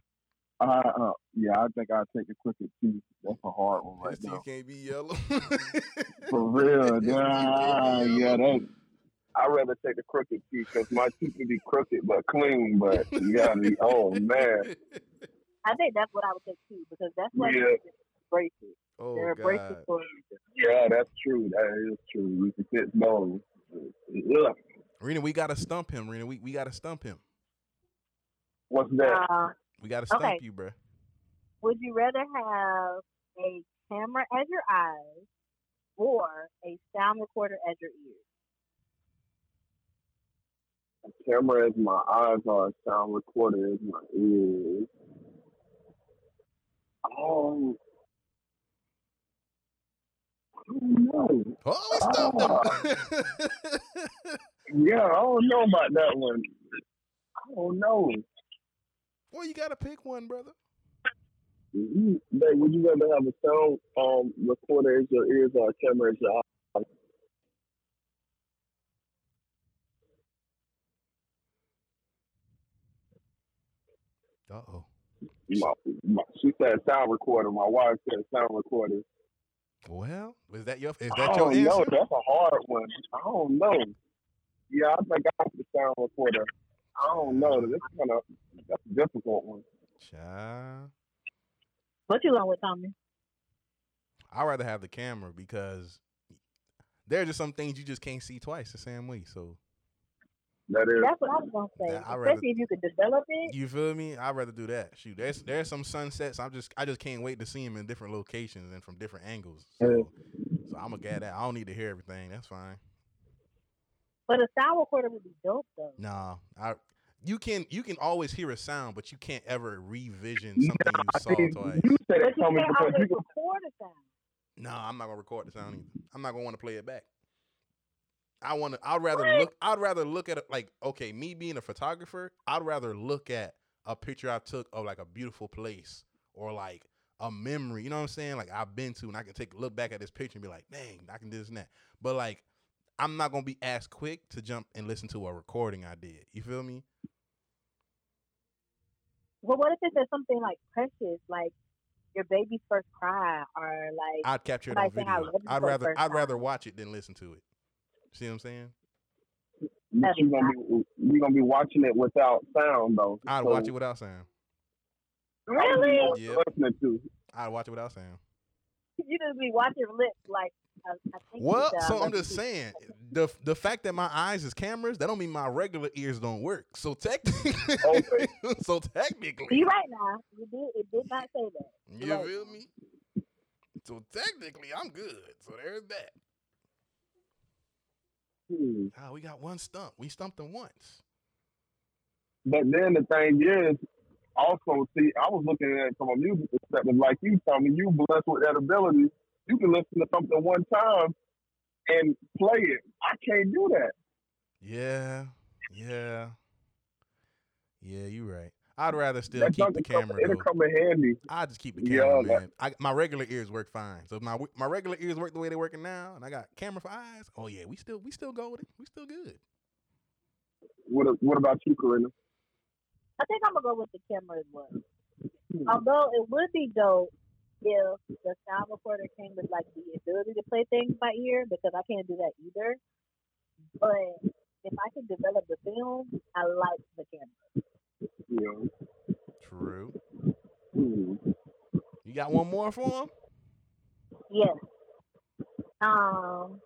Speaker 6: Uh, uh, yeah, I think I take the crooked teeth. That's a hard one right
Speaker 1: His
Speaker 6: now.
Speaker 1: teeth can't be yellow.
Speaker 6: For real,
Speaker 1: His teeth
Speaker 6: nah,
Speaker 1: can't be
Speaker 6: yeah,
Speaker 1: yellow.
Speaker 6: that. I'd rather take the crooked teeth because my teeth would be crooked but clean. But you gotta be, oh man,
Speaker 2: I think that's what I would take too because that's what
Speaker 6: Yeah.
Speaker 2: braces. There
Speaker 1: Oh
Speaker 2: are braces
Speaker 1: God.
Speaker 2: for a reason.
Speaker 6: yeah, that's true. That is true. You can fit those. Look,
Speaker 1: Rena, we gotta stump him. Rena, we, we gotta stump him.
Speaker 6: what's that?
Speaker 2: Uh,
Speaker 1: We gotta stump
Speaker 2: Okay.
Speaker 1: you, bruh.
Speaker 2: would you rather have a camera as your eyes or a sound recorder as your ears?
Speaker 6: camera is my eyes are sound recorder is my ears. Um, I don't know.
Speaker 1: Oh, we stumped him.
Speaker 6: Yeah, I don't know about that one. I don't know.
Speaker 1: Boy, you gotta pick one, brother.
Speaker 6: You- Mm-hmm. Babe, would you rather have a sound um, recorder as your ears or a camera as your eyes?
Speaker 1: Uh oh.
Speaker 6: My, my, she said sound recorder. My wife said sound recorder.
Speaker 1: Well, is that your is
Speaker 6: I
Speaker 1: that your
Speaker 6: don't know.
Speaker 1: answer?
Speaker 6: Oh, That's a hard one. I don't know. Yeah, I think I have the sound recorder. I don't know. This is kind of that's a difficult one.
Speaker 1: Child.
Speaker 2: What you going with, Tommy?
Speaker 1: I'd rather have the camera because there are just some things you just can't see twice the same way. So
Speaker 6: That is.
Speaker 2: That's what I was gonna say.
Speaker 1: Nah, I'd rather-
Speaker 2: Especially if you could develop it.
Speaker 1: you feel me? I'd rather do that. Shoot, there's there's some sunsets. I'm just I just can't wait to see them in different locations and from different angles. So, so I'm gonna get that. I don't need to hear everything. That's fine.
Speaker 2: But a sound recorder would be dope though.
Speaker 1: Nah, I you can you can always hear a sound, but you can't ever revision something you saw
Speaker 6: See,
Speaker 1: twice.
Speaker 6: you said
Speaker 2: But
Speaker 6: it,
Speaker 2: you
Speaker 6: Tommy,
Speaker 2: can't
Speaker 6: because
Speaker 2: always
Speaker 6: you can
Speaker 2: record a sound.
Speaker 1: No, I'm not gonna record the sound either. I'm not gonna want to play it back. I want to. I'd rather look. I'd rather look at it like okay, me being a photographer. I'd rather look at a picture I took of like a beautiful place or like a memory. You know what I'm saying? Like I've been to, and I can take a look back at this picture and be like, dang, I can do this and that. But like, I'm not gonna be as quick to jump and listen to a recording I did. You feel me?
Speaker 2: Well, what if it's just something like precious, like your baby's first cry, or like
Speaker 1: I'd capture it
Speaker 2: Like
Speaker 1: on
Speaker 2: say I
Speaker 1: video.
Speaker 2: love you
Speaker 1: I'd
Speaker 2: for the
Speaker 1: rather.
Speaker 2: first
Speaker 1: I'd
Speaker 2: time.
Speaker 1: rather watch it than listen to it. See what I'm saying?
Speaker 6: but you gonna be you gonna be watching it without sound though.
Speaker 1: I'd
Speaker 6: So-
Speaker 1: watch it without sound.
Speaker 2: really?
Speaker 6: What you
Speaker 1: Yep.
Speaker 6: Listening to.
Speaker 1: I'd watch it without sound.
Speaker 2: You just be watching lips, like I, I think. you
Speaker 1: Well,
Speaker 2: said, I
Speaker 1: so
Speaker 2: love
Speaker 1: I'm
Speaker 2: you.
Speaker 1: just saying the the fact that my eyes is cameras, that don't mean my regular ears don't work. So technically,
Speaker 6: Okay.
Speaker 1: so technically,
Speaker 2: You right now? You did. It did not say that.
Speaker 1: you
Speaker 2: right.
Speaker 1: feel me? So technically, I'm good. So there's that.
Speaker 6: Hmm.
Speaker 1: Ah, we got one stump. We stumped him once.
Speaker 6: But then the thing is, also see, I was looking at it from a music perspective, like you, Tommy. You blessed with that ability. You can listen to something one time and play it. I can't do that.
Speaker 1: Yeah, yeah, yeah. You right. I'd rather still
Speaker 6: that
Speaker 1: keep
Speaker 6: junk
Speaker 1: the
Speaker 6: will come-
Speaker 1: camera
Speaker 6: It'll
Speaker 1: though.
Speaker 6: come in handy.
Speaker 1: I just keep the
Speaker 6: Yeah,
Speaker 1: camera,
Speaker 6: like-
Speaker 1: man. I, my regular ears work fine. So if my my regular ears work the way they're working now, and I got camera for eyes. Oh yeah, we still we still golden. We still good.
Speaker 6: What What about you, Corinna?
Speaker 2: I think I'm gonna go with the camera as well. Although it would be dope if the sound recorder came with like the ability to play things by ear because I can't do that either. But if I can develop the film, I like the camera.
Speaker 6: Yeah.
Speaker 1: True.
Speaker 6: Mm.
Speaker 1: You got one more for him?
Speaker 2: Yes. Um.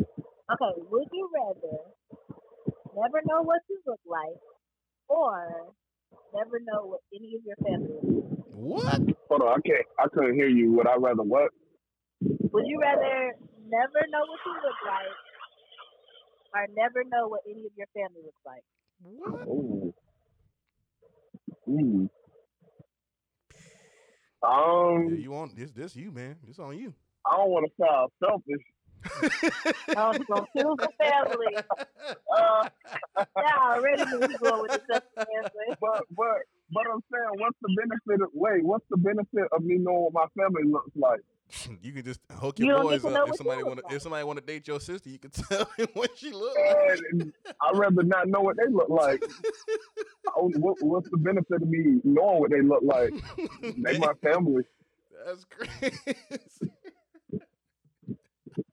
Speaker 2: Okay. Would you rather never know what you look like, or never know what any of your family? looks like?
Speaker 1: What?
Speaker 6: Hold on, I can't. I couldn't hear you. Would I rather what?
Speaker 2: Would you rather never know what you look like, or never know what any of your family looks like?
Speaker 1: What?
Speaker 6: Ooh. Mm. Um,
Speaker 1: Yeah, you want this? This you, man. It's on you.
Speaker 6: I don't want to sound selfish.
Speaker 2: Oh, he's gonna kill the family. Uh, yeah, I already knew he was going with the second family.
Speaker 6: but but but I'm saying, what's the benefit? Of, wait, what's the benefit of me knowing what my family looks like?
Speaker 1: you can just hook
Speaker 2: You
Speaker 1: your
Speaker 2: don't
Speaker 1: boys
Speaker 2: get to
Speaker 1: up.
Speaker 2: know
Speaker 1: If
Speaker 2: what
Speaker 1: somebody
Speaker 2: you
Speaker 1: want
Speaker 2: look
Speaker 1: to,
Speaker 2: like.
Speaker 1: if somebody want to date your sister, you can tell him what she look like.
Speaker 6: And I'd rather not know what they look like. Oh, what, what's the benefit of me knowing what they look like? They my family.
Speaker 1: That's crazy.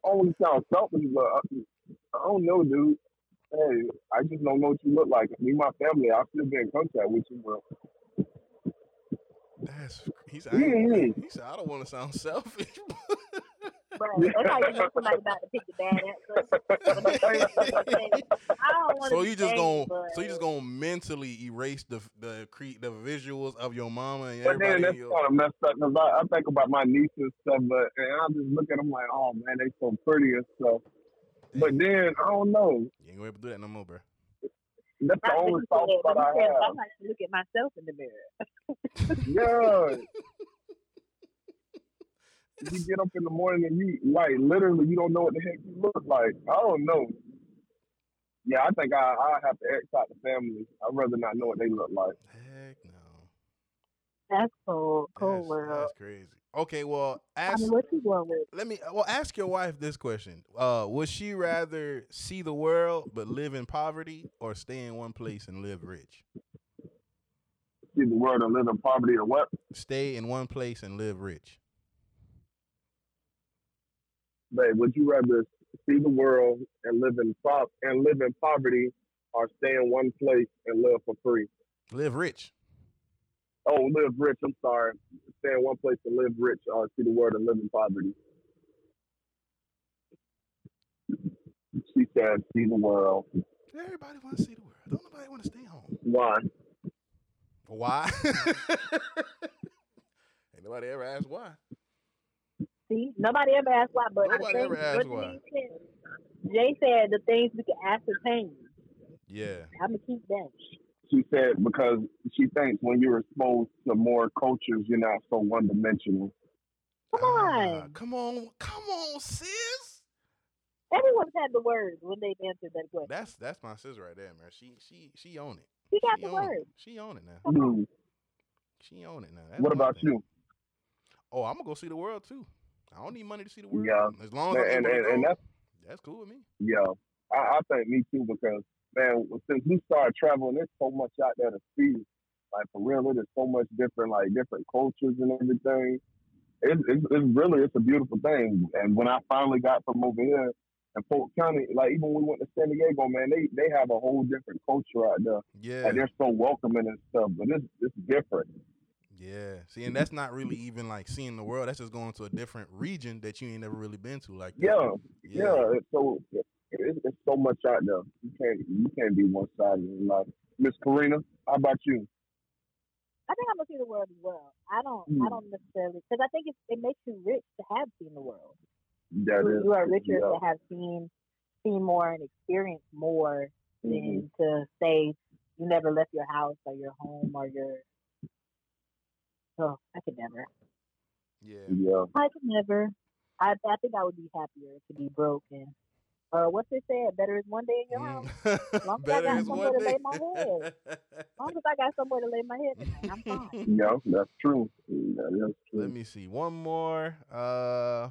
Speaker 6: I don't want to sound selfish, but I, I don't know, dude. Hey, I just don't know what you look like. Me, and my family, I'll still be in contact with you, bro.
Speaker 1: That's cr- he said. I ain't-
Speaker 6: Yeah, yeah.
Speaker 1: He said I don't want to sound selfish.
Speaker 2: But that's how you know somebody about to pick the bad answer. When they first say, I don't want to.
Speaker 1: so you just gonna
Speaker 2: going but...
Speaker 1: so you just gonna mentally erase the the cre- the visuals of your mama and
Speaker 6: But
Speaker 1: everybody.
Speaker 6: then that's
Speaker 1: in your,
Speaker 6: kind of messed up because I, I think about my nieces and stuff, but and I just look at them like, oh man, they so pretty and stuff.
Speaker 1: Dang,
Speaker 6: But then I don't know.
Speaker 1: you ain't gonna be able to do that no more, bro.
Speaker 6: That's the
Speaker 2: Not that
Speaker 6: only
Speaker 2: you
Speaker 6: thought
Speaker 2: said,
Speaker 6: that
Speaker 2: but you
Speaker 6: I
Speaker 2: said, I
Speaker 6: have.
Speaker 2: like to look at myself in the mirror.
Speaker 6: Yeah. You get up in the morning and you like literally you don't know what the heck you look like. I don't know. Yeah, I think I I have to X out the family. I'd rather not know what they look like.
Speaker 1: Heck no.
Speaker 2: That's cool, cool
Speaker 1: That's,
Speaker 2: world.
Speaker 1: that's crazy. Okay, well,
Speaker 2: Oh, I
Speaker 1: ask
Speaker 2: mean, what you going with?
Speaker 1: let me well ask your wife this question. Uh, would she rather see the world but live in poverty or stay in one place and live rich?
Speaker 6: See the world or live in poverty or what?
Speaker 1: Stay in one place and live rich.
Speaker 6: Babe, would you rather see the world and live in po- and live in poverty or stay in one place and live for free?
Speaker 1: Live rich.
Speaker 6: Oh, live rich. I'm sorry. Stay in one place and live rich or see the world and live in poverty. She said, see the world.
Speaker 1: Everybody want to see the world. Don't nobody want to stay home.
Speaker 6: Why?
Speaker 1: Why? Ain't nobody ever asked why.
Speaker 2: See, nobody ever asked why, but the
Speaker 1: Nobody ever
Speaker 2: things-
Speaker 1: asked
Speaker 2: what
Speaker 1: why.
Speaker 2: Jay said- Jay said the things we can ascertain.
Speaker 1: Yeah.
Speaker 2: I'm gonna keep that.
Speaker 6: She said because she thinks when you're exposed to more cultures, you're not so one dimensional.
Speaker 2: Come
Speaker 1: Ah,
Speaker 2: on.
Speaker 1: come on, come on, sis.
Speaker 2: Everyone's had the words when they answered that question.
Speaker 1: That's that's my sis right there, man. She she she own it.
Speaker 2: She got
Speaker 1: she
Speaker 2: the
Speaker 1: own it.
Speaker 2: words.
Speaker 1: She own it now.
Speaker 6: Hmm.
Speaker 1: She own it now. That's
Speaker 6: What
Speaker 1: one
Speaker 6: about
Speaker 1: thing.
Speaker 6: you?
Speaker 1: Oh, I'm gonna go see the world too. I don't need money to see the world.
Speaker 6: Yeah.
Speaker 1: As long as I'm
Speaker 6: And, and,
Speaker 1: able to
Speaker 6: and,
Speaker 1: go,
Speaker 6: and that's
Speaker 1: that's cool with me.
Speaker 6: Yeah, I, I think me too because man, since we started traveling, there's so much out there to see. Like for real, it is so much different, like different cultures and everything. It's it's, it's really it's a beautiful thing. And when I finally got from over here in Polk County, like even when we went to San Diego, man, they they have a whole different culture out there.
Speaker 1: Yeah.
Speaker 6: Like they're so welcoming and stuff, but it's it's different.
Speaker 1: Yeah. See, and that's not really even like seeing the world. That's just going to a different region that you ain't never really been to. Like that.
Speaker 6: Yeah, yeah. it's so it, it's it's so much out there. You can't you can't be one sided in life. Miss Karina, how about you?
Speaker 2: I think I'm gonna see the world as well. I don't. I
Speaker 6: Hmm.
Speaker 2: don't necessarily because I think it, it makes you rich to have seen the world.
Speaker 6: That
Speaker 2: You,
Speaker 6: is.
Speaker 2: you are richer
Speaker 6: yeah.
Speaker 2: to have seen, seen more and experienced more
Speaker 6: Mhm.
Speaker 2: than to say you never left your house or your home or your. Oh, I could never.
Speaker 1: Yeah.
Speaker 6: Mm-hmm. Yeah.
Speaker 2: I could never. I I think I would be happier to be broke and. Uh, what's it said? Better is one day in your house.
Speaker 1: Mm.
Speaker 2: long as I
Speaker 1: Better
Speaker 2: got
Speaker 1: is
Speaker 2: somewhere
Speaker 1: one
Speaker 2: to lay
Speaker 1: day.
Speaker 2: my As long as I got somewhere to lay my head, tonight, I'm fine.
Speaker 6: Yeah, that's true. That is
Speaker 1: Let
Speaker 6: true.
Speaker 1: me see. One more. Uh,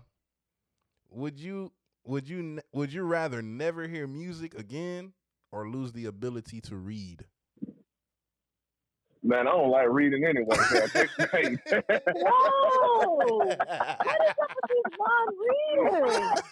Speaker 1: would you would you n- would you rather never hear music again or lose the ability to read?
Speaker 6: Man, I don't like reading anyway. Man. Sixth grade.
Speaker 2: Whoa! What is up with these non-readers?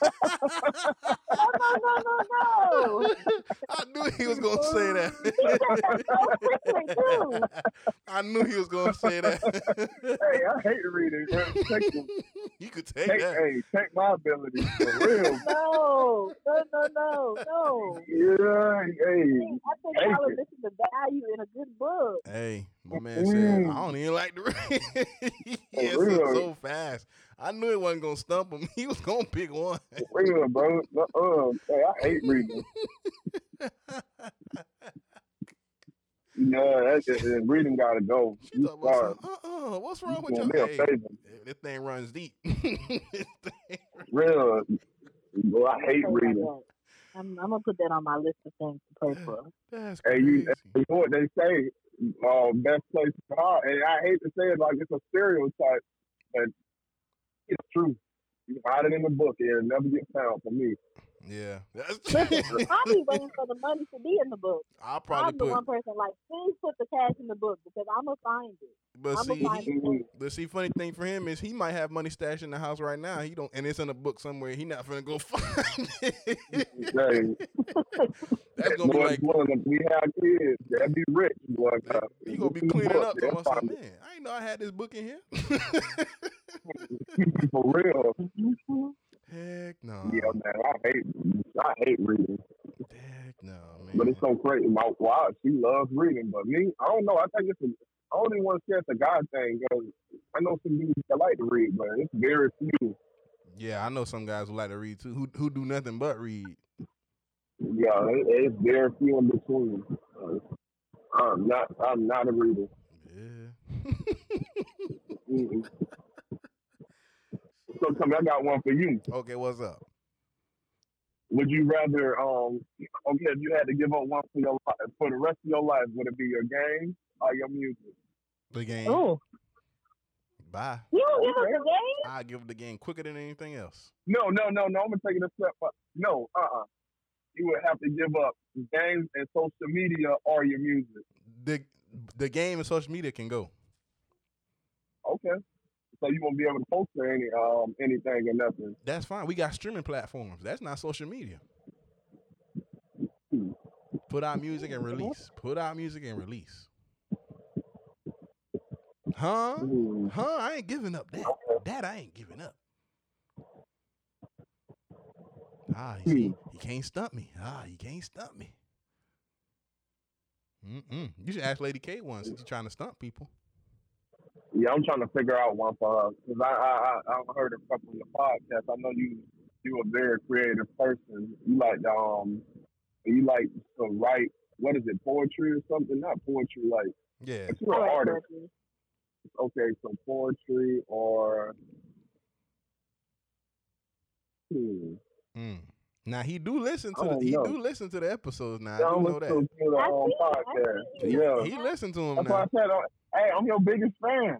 Speaker 2: No, no, no, no, no.
Speaker 6: Oh.
Speaker 1: I knew he was gonna say
Speaker 2: He said that so
Speaker 1: that.
Speaker 2: quickly,
Speaker 6: Oh,
Speaker 2: too.
Speaker 1: I knew he was gonna say that.
Speaker 6: hey, I hate reading. Man. Take, the-
Speaker 1: you could take
Speaker 6: take,
Speaker 1: that.
Speaker 6: hey, take my ability for real.
Speaker 2: No, no, no, no, no.
Speaker 6: Yeah,
Speaker 2: I
Speaker 6: hey,
Speaker 2: think I
Speaker 6: Thank
Speaker 2: think y'all
Speaker 6: you.
Speaker 2: are missing the value in a good book.
Speaker 1: Hey, my man said, I
Speaker 6: Mm.
Speaker 1: don't even like to read. he
Speaker 6: For
Speaker 1: answered
Speaker 6: real.
Speaker 1: so fast. I knew it wasn't gonna stump him. He was gonna pick one.
Speaker 6: for real, bro. Uh, hey, I hate reading. Yeah, that's just, uh, reading gotta go.
Speaker 1: She
Speaker 6: You
Speaker 1: thought about
Speaker 6: sorry.
Speaker 1: something. Uh-uh, what's
Speaker 6: You
Speaker 1: wrong with
Speaker 6: doing
Speaker 1: you?
Speaker 6: me a
Speaker 1: Hey,
Speaker 6: favor.
Speaker 1: this thing runs deep. This thing-
Speaker 6: Real. Bro, I hate
Speaker 2: Pray about
Speaker 6: reading.
Speaker 2: that. I'm, I'm gonna put that on my list of things to pray for.
Speaker 1: That's
Speaker 6: Hey,
Speaker 1: crazy.
Speaker 6: you- You know what they say? Uh, best place to hide. And I hate to say it like it's a stereotype, but it's true. You hide it in the book, it'll never get found for me.
Speaker 1: yeah,
Speaker 2: Listen,
Speaker 1: that's.
Speaker 2: I'll be waiting for the money to be in the book.
Speaker 1: I'll
Speaker 2: I'm
Speaker 1: probably
Speaker 2: the
Speaker 1: put.
Speaker 2: one person like, please put the cash in the book because I'm gonna find it.
Speaker 1: But
Speaker 2: I'ma
Speaker 1: see, he-
Speaker 2: find it.
Speaker 6: Mhm.
Speaker 1: But see, funny thing for him is he might have money stashed in the house right now. He don't, and it's in a book somewhere. He not finna go find it.
Speaker 6: Mm-hmm. Hey,
Speaker 1: That's gonna be
Speaker 6: Lord
Speaker 1: like
Speaker 6: willing, if we have kids, that'd be rich. Boy,
Speaker 1: that- he gonna be
Speaker 6: It's in the
Speaker 1: cleaning
Speaker 6: book,
Speaker 1: up.
Speaker 6: they'll
Speaker 1: Talking about
Speaker 6: find
Speaker 1: something, man. I ain't know I had this book in here.
Speaker 6: it. for real.
Speaker 1: Heck no.
Speaker 6: Yeah, man, I hate, I hate reading.
Speaker 1: Heck no, man.
Speaker 6: But it's so crazy. My wife, she loves reading, but me, I don't know. I think it's a, I only want to say it's a God thing because I know some people that like to read, but it's very few.
Speaker 1: yeah, I know some guys who like to read too, who who do nothing but read.
Speaker 6: Yeah, it, it's very few in between. Uh, I'm not, I'm not a reader.
Speaker 1: Yeah.
Speaker 6: Mm-mm. So, tell me, I got one for you.
Speaker 1: okay, what's up?
Speaker 6: Would you rather, um, okay, if you had to give up one for your life, for the rest of your life, would it be your game or your music?
Speaker 1: The game.
Speaker 2: Oh,
Speaker 1: Bye.
Speaker 2: you don't give us a game?
Speaker 1: I give the game quicker than anything else.
Speaker 6: No, no, no, no. I'm gonna take it a step. Up. No, uh, uh you would have to give up games and social media or your music.
Speaker 1: The the game and social media can go.
Speaker 6: Okay, so you won't be able to post to any um anything or nothing.
Speaker 1: That's fine. We got streaming platforms. That's not social media. Put out music and release. Put out music and release. Huh?
Speaker 6: Hmm.
Speaker 1: Huh? I ain't giving up that. That I ain't giving up. Ah, you see, you can't stump me. Ah, you can't stump me. Mm-mm. You should ask Lady K once. She's trying to stump people.
Speaker 6: Yeah, I'm trying to figure out one for us because I I I I've heard a couple of your podcasts. I know you you a very creative person. You like to, um you like to write. What is it? Poetry or something? Not poetry. Like
Speaker 1: Yeah.
Speaker 6: but you're
Speaker 2: All
Speaker 6: an
Speaker 2: right,
Speaker 6: artist.
Speaker 2: Dorothy.
Speaker 6: okay, so poetry or hmm.
Speaker 1: Mm. Now he do listen
Speaker 6: I
Speaker 1: to the,
Speaker 6: don't
Speaker 1: he
Speaker 6: know.
Speaker 1: do listen to the episodes. Now I
Speaker 6: Y'all
Speaker 1: do know
Speaker 6: listen
Speaker 1: that.
Speaker 6: to the
Speaker 2: I
Speaker 6: um,
Speaker 2: see, I
Speaker 6: podcast.
Speaker 2: see.
Speaker 6: Yeah,
Speaker 1: He listened to him
Speaker 6: that's why I
Speaker 1: now.
Speaker 6: said, uh, hey, I'm your biggest fan.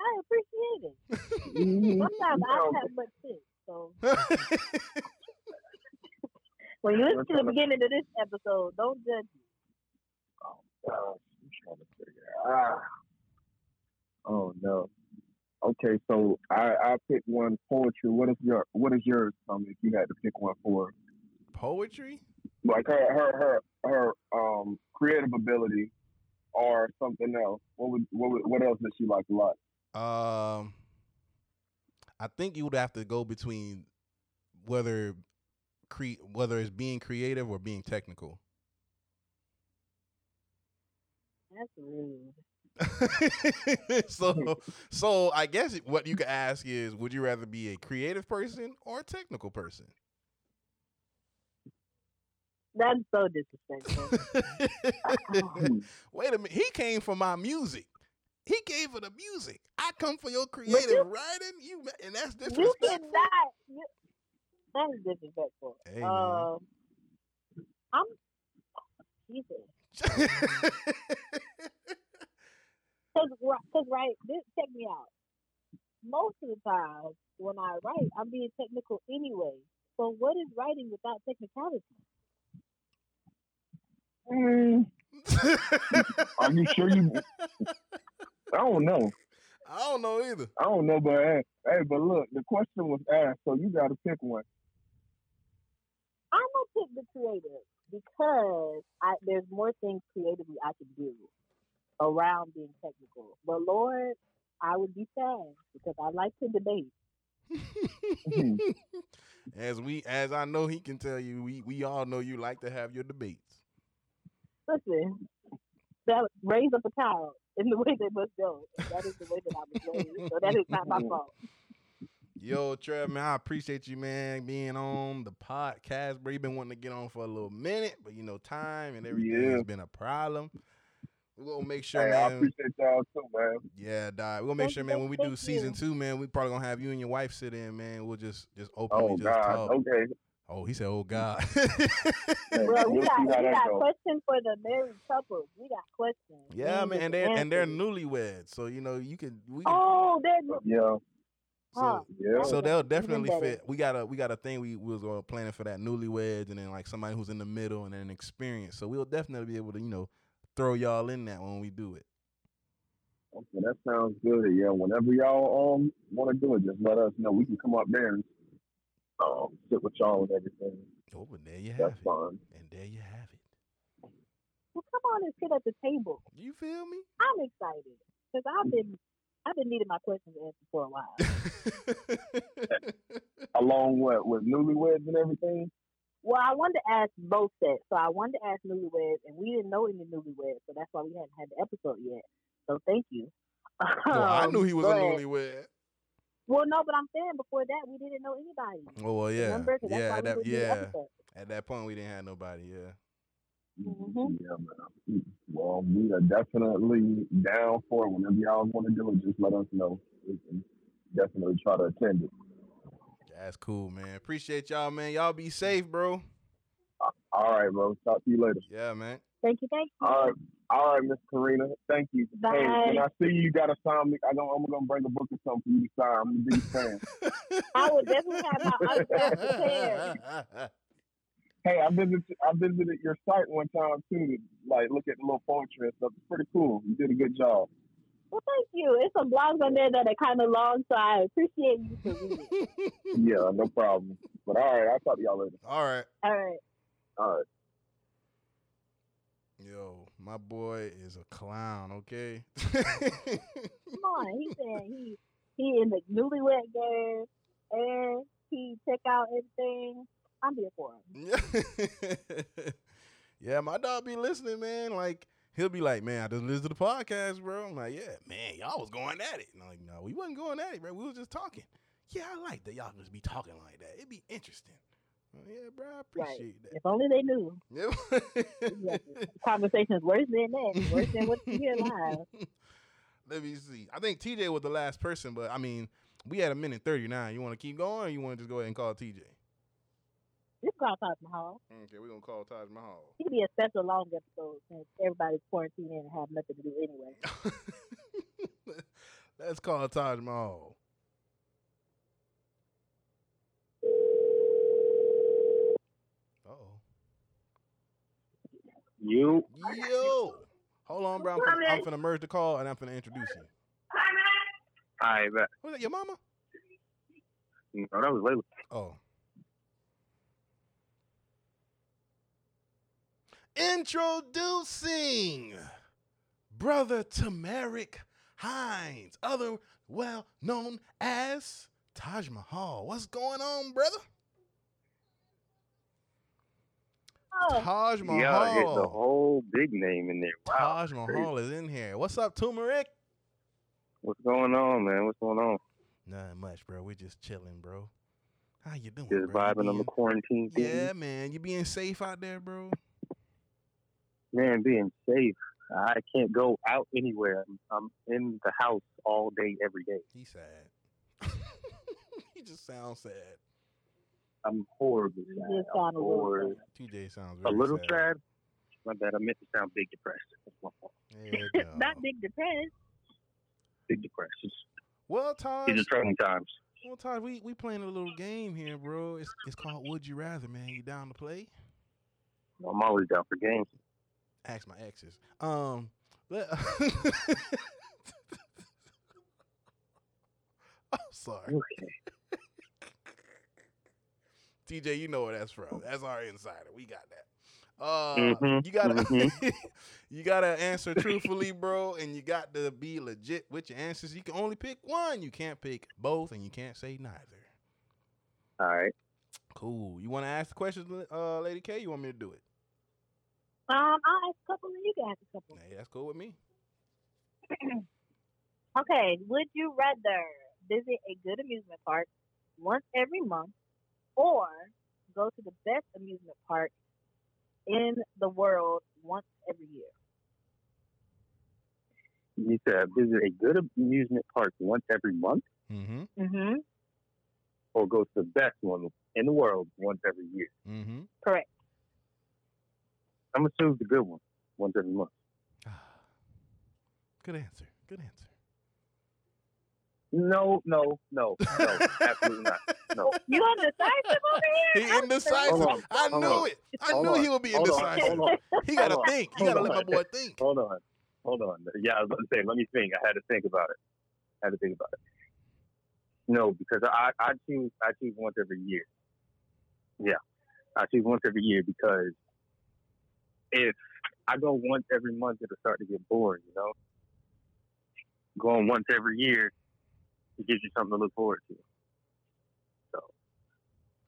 Speaker 2: I appreciate it.
Speaker 6: Mhm.
Speaker 2: Sometimes I don't
Speaker 6: Yeah.
Speaker 2: have much sense, so when you listen to the
Speaker 6: Okay.
Speaker 2: beginning of this episode, don't judge me.
Speaker 6: Uh, I'm trying to figure out. Ah. Oh no. Okay, so I I picked one poetry. What is your What is yours? Um, if you had to pick one for
Speaker 1: Poetry?
Speaker 6: like her her her her um creative ability or something else. What would what would, what else does she like a lot?
Speaker 1: Um, I think you would have to go between whether cre- whether it's being creative or being technical.
Speaker 2: That's rude.
Speaker 1: so, so I guess what you could ask is, would you rather be a creative person or a technical person?
Speaker 2: That's so disrespectful.
Speaker 1: Wait a minute, he came for my music. He came for the music. I come for your creative
Speaker 2: you-
Speaker 1: writing. You ma- and that's
Speaker 2: you
Speaker 1: disrespectful.
Speaker 2: cannot. You, that is disrespectful.
Speaker 1: Hey, man.
Speaker 2: Um, I'm. Jesus. Cause, ri- cause right, this check me out. Most of the time when I write, I'm being technical anyway. So what is writing without technicality?
Speaker 6: Mm, are you sure you? I don't know.
Speaker 1: I don't know either.
Speaker 6: I don't know, but hey, hey, but look, the question was asked, so you got to pick one.
Speaker 2: I'm gonna pick the creative because I, there's more things creatively I can do around being technical. But Lord, I would be sad because I like to debate.
Speaker 6: Mm-hmm.
Speaker 1: as we, as I know, he can tell you. We, we all know you like to have your debates.
Speaker 2: Listen, that raise up a child in the way they must go. And that is the way that I was raised. So that is not my
Speaker 6: Mm-hmm.
Speaker 2: fault.
Speaker 1: Yo, Trev, man, I appreciate you, man, being on the podcast, bro. You've been wanting to get on for a little minute, but you know, time and everything
Speaker 6: Yeah.
Speaker 1: has been a problem. We're gonna make sure,
Speaker 6: hey, I
Speaker 1: man.
Speaker 6: appreciate y'all too, man.
Speaker 1: yeah, dog. We're gonna make
Speaker 2: Thank
Speaker 1: sure,
Speaker 2: you,
Speaker 1: man, when we do
Speaker 2: thank
Speaker 1: season
Speaker 2: you.
Speaker 1: two, man, we probably gonna have you and your wife sit in, man. We'll just just openly
Speaker 6: Oh
Speaker 1: just
Speaker 6: God,
Speaker 1: talk.
Speaker 6: okay.
Speaker 1: Oh, he said, Oh God.
Speaker 6: Hey,
Speaker 2: Bro, we
Speaker 6: we'll
Speaker 2: got
Speaker 6: see
Speaker 2: we
Speaker 6: how that
Speaker 2: got
Speaker 6: goes.
Speaker 2: questions for the married couples. We got questions.
Speaker 1: yeah,
Speaker 2: We
Speaker 1: man,
Speaker 2: need
Speaker 1: and
Speaker 2: the
Speaker 1: they're and they're
Speaker 2: answers.
Speaker 1: newlyweds. So, you know, you can we can
Speaker 2: Oh, they're new.
Speaker 6: Yeah,
Speaker 1: so,
Speaker 2: Huh.
Speaker 6: yeah.
Speaker 1: So
Speaker 2: Okay,
Speaker 1: they'll
Speaker 2: even
Speaker 1: definitely
Speaker 2: better.
Speaker 1: fit. We got a we got a thing we, we was going planning for that newlyweds and then like somebody who's in the middle and an experience. So we'll definitely be able to you know throw y'all in that when we do it.
Speaker 6: Okay, that sounds good. Yeah, whenever y'all um want to do it, just let us know. We can come up there and um, sit with y'all and everything.
Speaker 1: Oh, but there you have
Speaker 6: That's
Speaker 1: it,
Speaker 6: fine.
Speaker 1: and there you have it.
Speaker 2: Well, come on and sit at the table.
Speaker 1: You feel me?
Speaker 2: I'm excited because I've been I've been needing my questions answered for a while.
Speaker 6: Along what with newlyweds and everything.
Speaker 2: Well, I wanted to ask both sets. So I wanted to ask newlyweds, and we didn't know any newlyweds, so that's why we hadn't had the episode yet. So thank you.
Speaker 1: no, I
Speaker 2: Um,
Speaker 1: knew he was
Speaker 2: but-
Speaker 1: a newlywed.
Speaker 2: Well, no, but I'm saying before that we didn't know anybody.
Speaker 1: Oh well, yeah,
Speaker 2: Remember? 'Cause that's
Speaker 1: yeah,
Speaker 2: why
Speaker 1: at
Speaker 2: we
Speaker 1: that,
Speaker 2: didn't do the
Speaker 1: yeah.
Speaker 2: episode.
Speaker 1: At that point, we didn't have nobody. Yeah.
Speaker 2: Mhm.
Speaker 6: Yeah, man. Well, we are definitely down for it. Whenever y'all want to do it, just let us know. We can definitely try to attend it.
Speaker 1: That's cool, man. Appreciate y'all, man. Y'all be safe, bro.
Speaker 6: All right, bro. Talk to you later.
Speaker 1: Yeah, man.
Speaker 2: Thank you, thank you.
Speaker 6: All right, all right, Miss Karina. Thank you. Hey,
Speaker 2: Bye.
Speaker 6: when I see you, you gotta sign me. I don't, I'm gonna bring a book or something for you to sign. I'm a big fan.
Speaker 2: I will definitely have my autograph prepared.
Speaker 6: hey, I visited I visited your site one time too to like look at the little poetry and stuff. It's pretty cool. You did a good job.
Speaker 2: Well, thank you. It's some blogs on there that are kind of long, so I appreciate you for reading.
Speaker 6: yeah, no problem. But all right, I'll talk to y'all later.
Speaker 1: All right.
Speaker 2: All right.
Speaker 6: All right.
Speaker 1: Yo, my boy is a clown, okay?
Speaker 2: Come on, he said he he in the newlywed game and he check out everything. I'm here for him.
Speaker 1: yeah, my dog be listening, man. Like, he'll be like, man, I just listened to the podcast, bro. I'm like, yeah, man, y'all was going at it. And I'm like, no, we wasn't going at it, bro. We was just talking. Yeah, I like that y'all just be talking like that. It'd be interesting. I'm like, yeah, bro, I appreciate
Speaker 2: If only they knew.
Speaker 1: that.
Speaker 2: Exactly. Conversation is worse than that. Worse than what you hear live.
Speaker 1: Let me see. I think TJ was the last person, but I mean, we had a minute 39. You want to keep going or you want to just go ahead and call TJ?
Speaker 2: This guy Taj Mahal.
Speaker 1: Okay, we're going to call Taj Mahal.
Speaker 2: He could be a special long episode since everybody's quarantined and have nothing to do anyway.
Speaker 1: Let's call Taj Mahal. Uh-oh.
Speaker 5: You
Speaker 1: Yo! Hold on, bro. I'm finna, I'm finna merge the call and I'm finna introduce you.
Speaker 5: I bet.
Speaker 1: Was that your mama?
Speaker 5: No, that was Layla.
Speaker 1: Oh. Introducing Brother Tamaric Hines, other well known as Taj Mahal. What's going on, brother?
Speaker 2: Oh,
Speaker 1: Taj Mahal.
Speaker 5: Yeah, I hit the whole big name in there. Wow.
Speaker 1: Taj Mahal is in here. What's up, Turmeric?
Speaker 5: What's going on, man? What's going on?
Speaker 1: Not much, bro. We're just chilling, bro. How you doing?
Speaker 5: Just
Speaker 1: bro? You
Speaker 5: vibing on the
Speaker 1: being-
Speaker 5: quarantine thing.
Speaker 1: Yeah, man. You being safe out there, bro?
Speaker 5: Man, being safe. I can't go out anywhere. I'm, I'm in the house all day, every day.
Speaker 1: He sad. he just sounds sad.
Speaker 5: I'm horribly
Speaker 2: You
Speaker 5: sad.
Speaker 2: just
Speaker 5: I'm
Speaker 2: sound a little
Speaker 5: horribly
Speaker 1: TJ sounds
Speaker 5: a
Speaker 1: very
Speaker 5: little
Speaker 1: sad.
Speaker 5: sad. My bad. I meant to sound big depressed. That's my fault.
Speaker 1: Heck no.
Speaker 2: not big depressed.
Speaker 5: Big depressed. It's-
Speaker 1: Well, Taj,
Speaker 5: These are troubling times.
Speaker 1: well, Taj, we we playing a little game here, bro. It's it's called Would You Rather, man. You down to play? Uh,
Speaker 5: I'm always down for games.
Speaker 1: ask my exes. Um, let- I'm sorry. TJ, you know where that's from. That's our insider. We got that. Uh,
Speaker 5: Mm-hmm.
Speaker 6: Mhm,
Speaker 1: you gotta, you gotta answer truthfully, bro, and you got to be legit with your answers. You can only pick one. You can't pick both, and you can't say neither.
Speaker 6: All right.
Speaker 1: Cool. You want to ask the questions, uh, Lady K? You want me to do it?
Speaker 2: Um, I'll ask a couple and you can ask a couple.
Speaker 1: Hey, that's cool with me.
Speaker 2: Okay, would you rather visit a good amusement park once every month or go to the best amusement park in the world once every year?
Speaker 6: You said visit a good amusement park once every month
Speaker 1: Mm-hmm.
Speaker 2: Mm-hmm.
Speaker 6: or go to the best one in the world once every year.
Speaker 1: Mm-hmm.
Speaker 2: Correct.
Speaker 6: I'm gonna choose the good one once every month.
Speaker 1: Good answer. Good answer.
Speaker 6: No, no, no, no, absolutely not. No.
Speaker 2: You undecisive over
Speaker 1: He
Speaker 2: here? I'm
Speaker 1: indecisive.
Speaker 6: Hold on,
Speaker 1: I
Speaker 6: hold
Speaker 1: knew
Speaker 6: on,
Speaker 1: it. I
Speaker 6: hold
Speaker 1: knew
Speaker 6: on,
Speaker 1: he would be
Speaker 6: Hold on,
Speaker 1: indecisive.
Speaker 6: hold on,
Speaker 1: He gotta
Speaker 6: hold on,
Speaker 1: think. You gotta
Speaker 6: hold
Speaker 1: let my
Speaker 6: on.
Speaker 1: boy think.
Speaker 6: hold on, hold on. Yeah, I was about to say, let me think. I had to think about it. I had to think about it. No, because I, I choose I choose once every year. Yeah, I choose once every year because if I go once every month, it'll start to get boring. You know, going once every year, it gives you something to look forward to. So,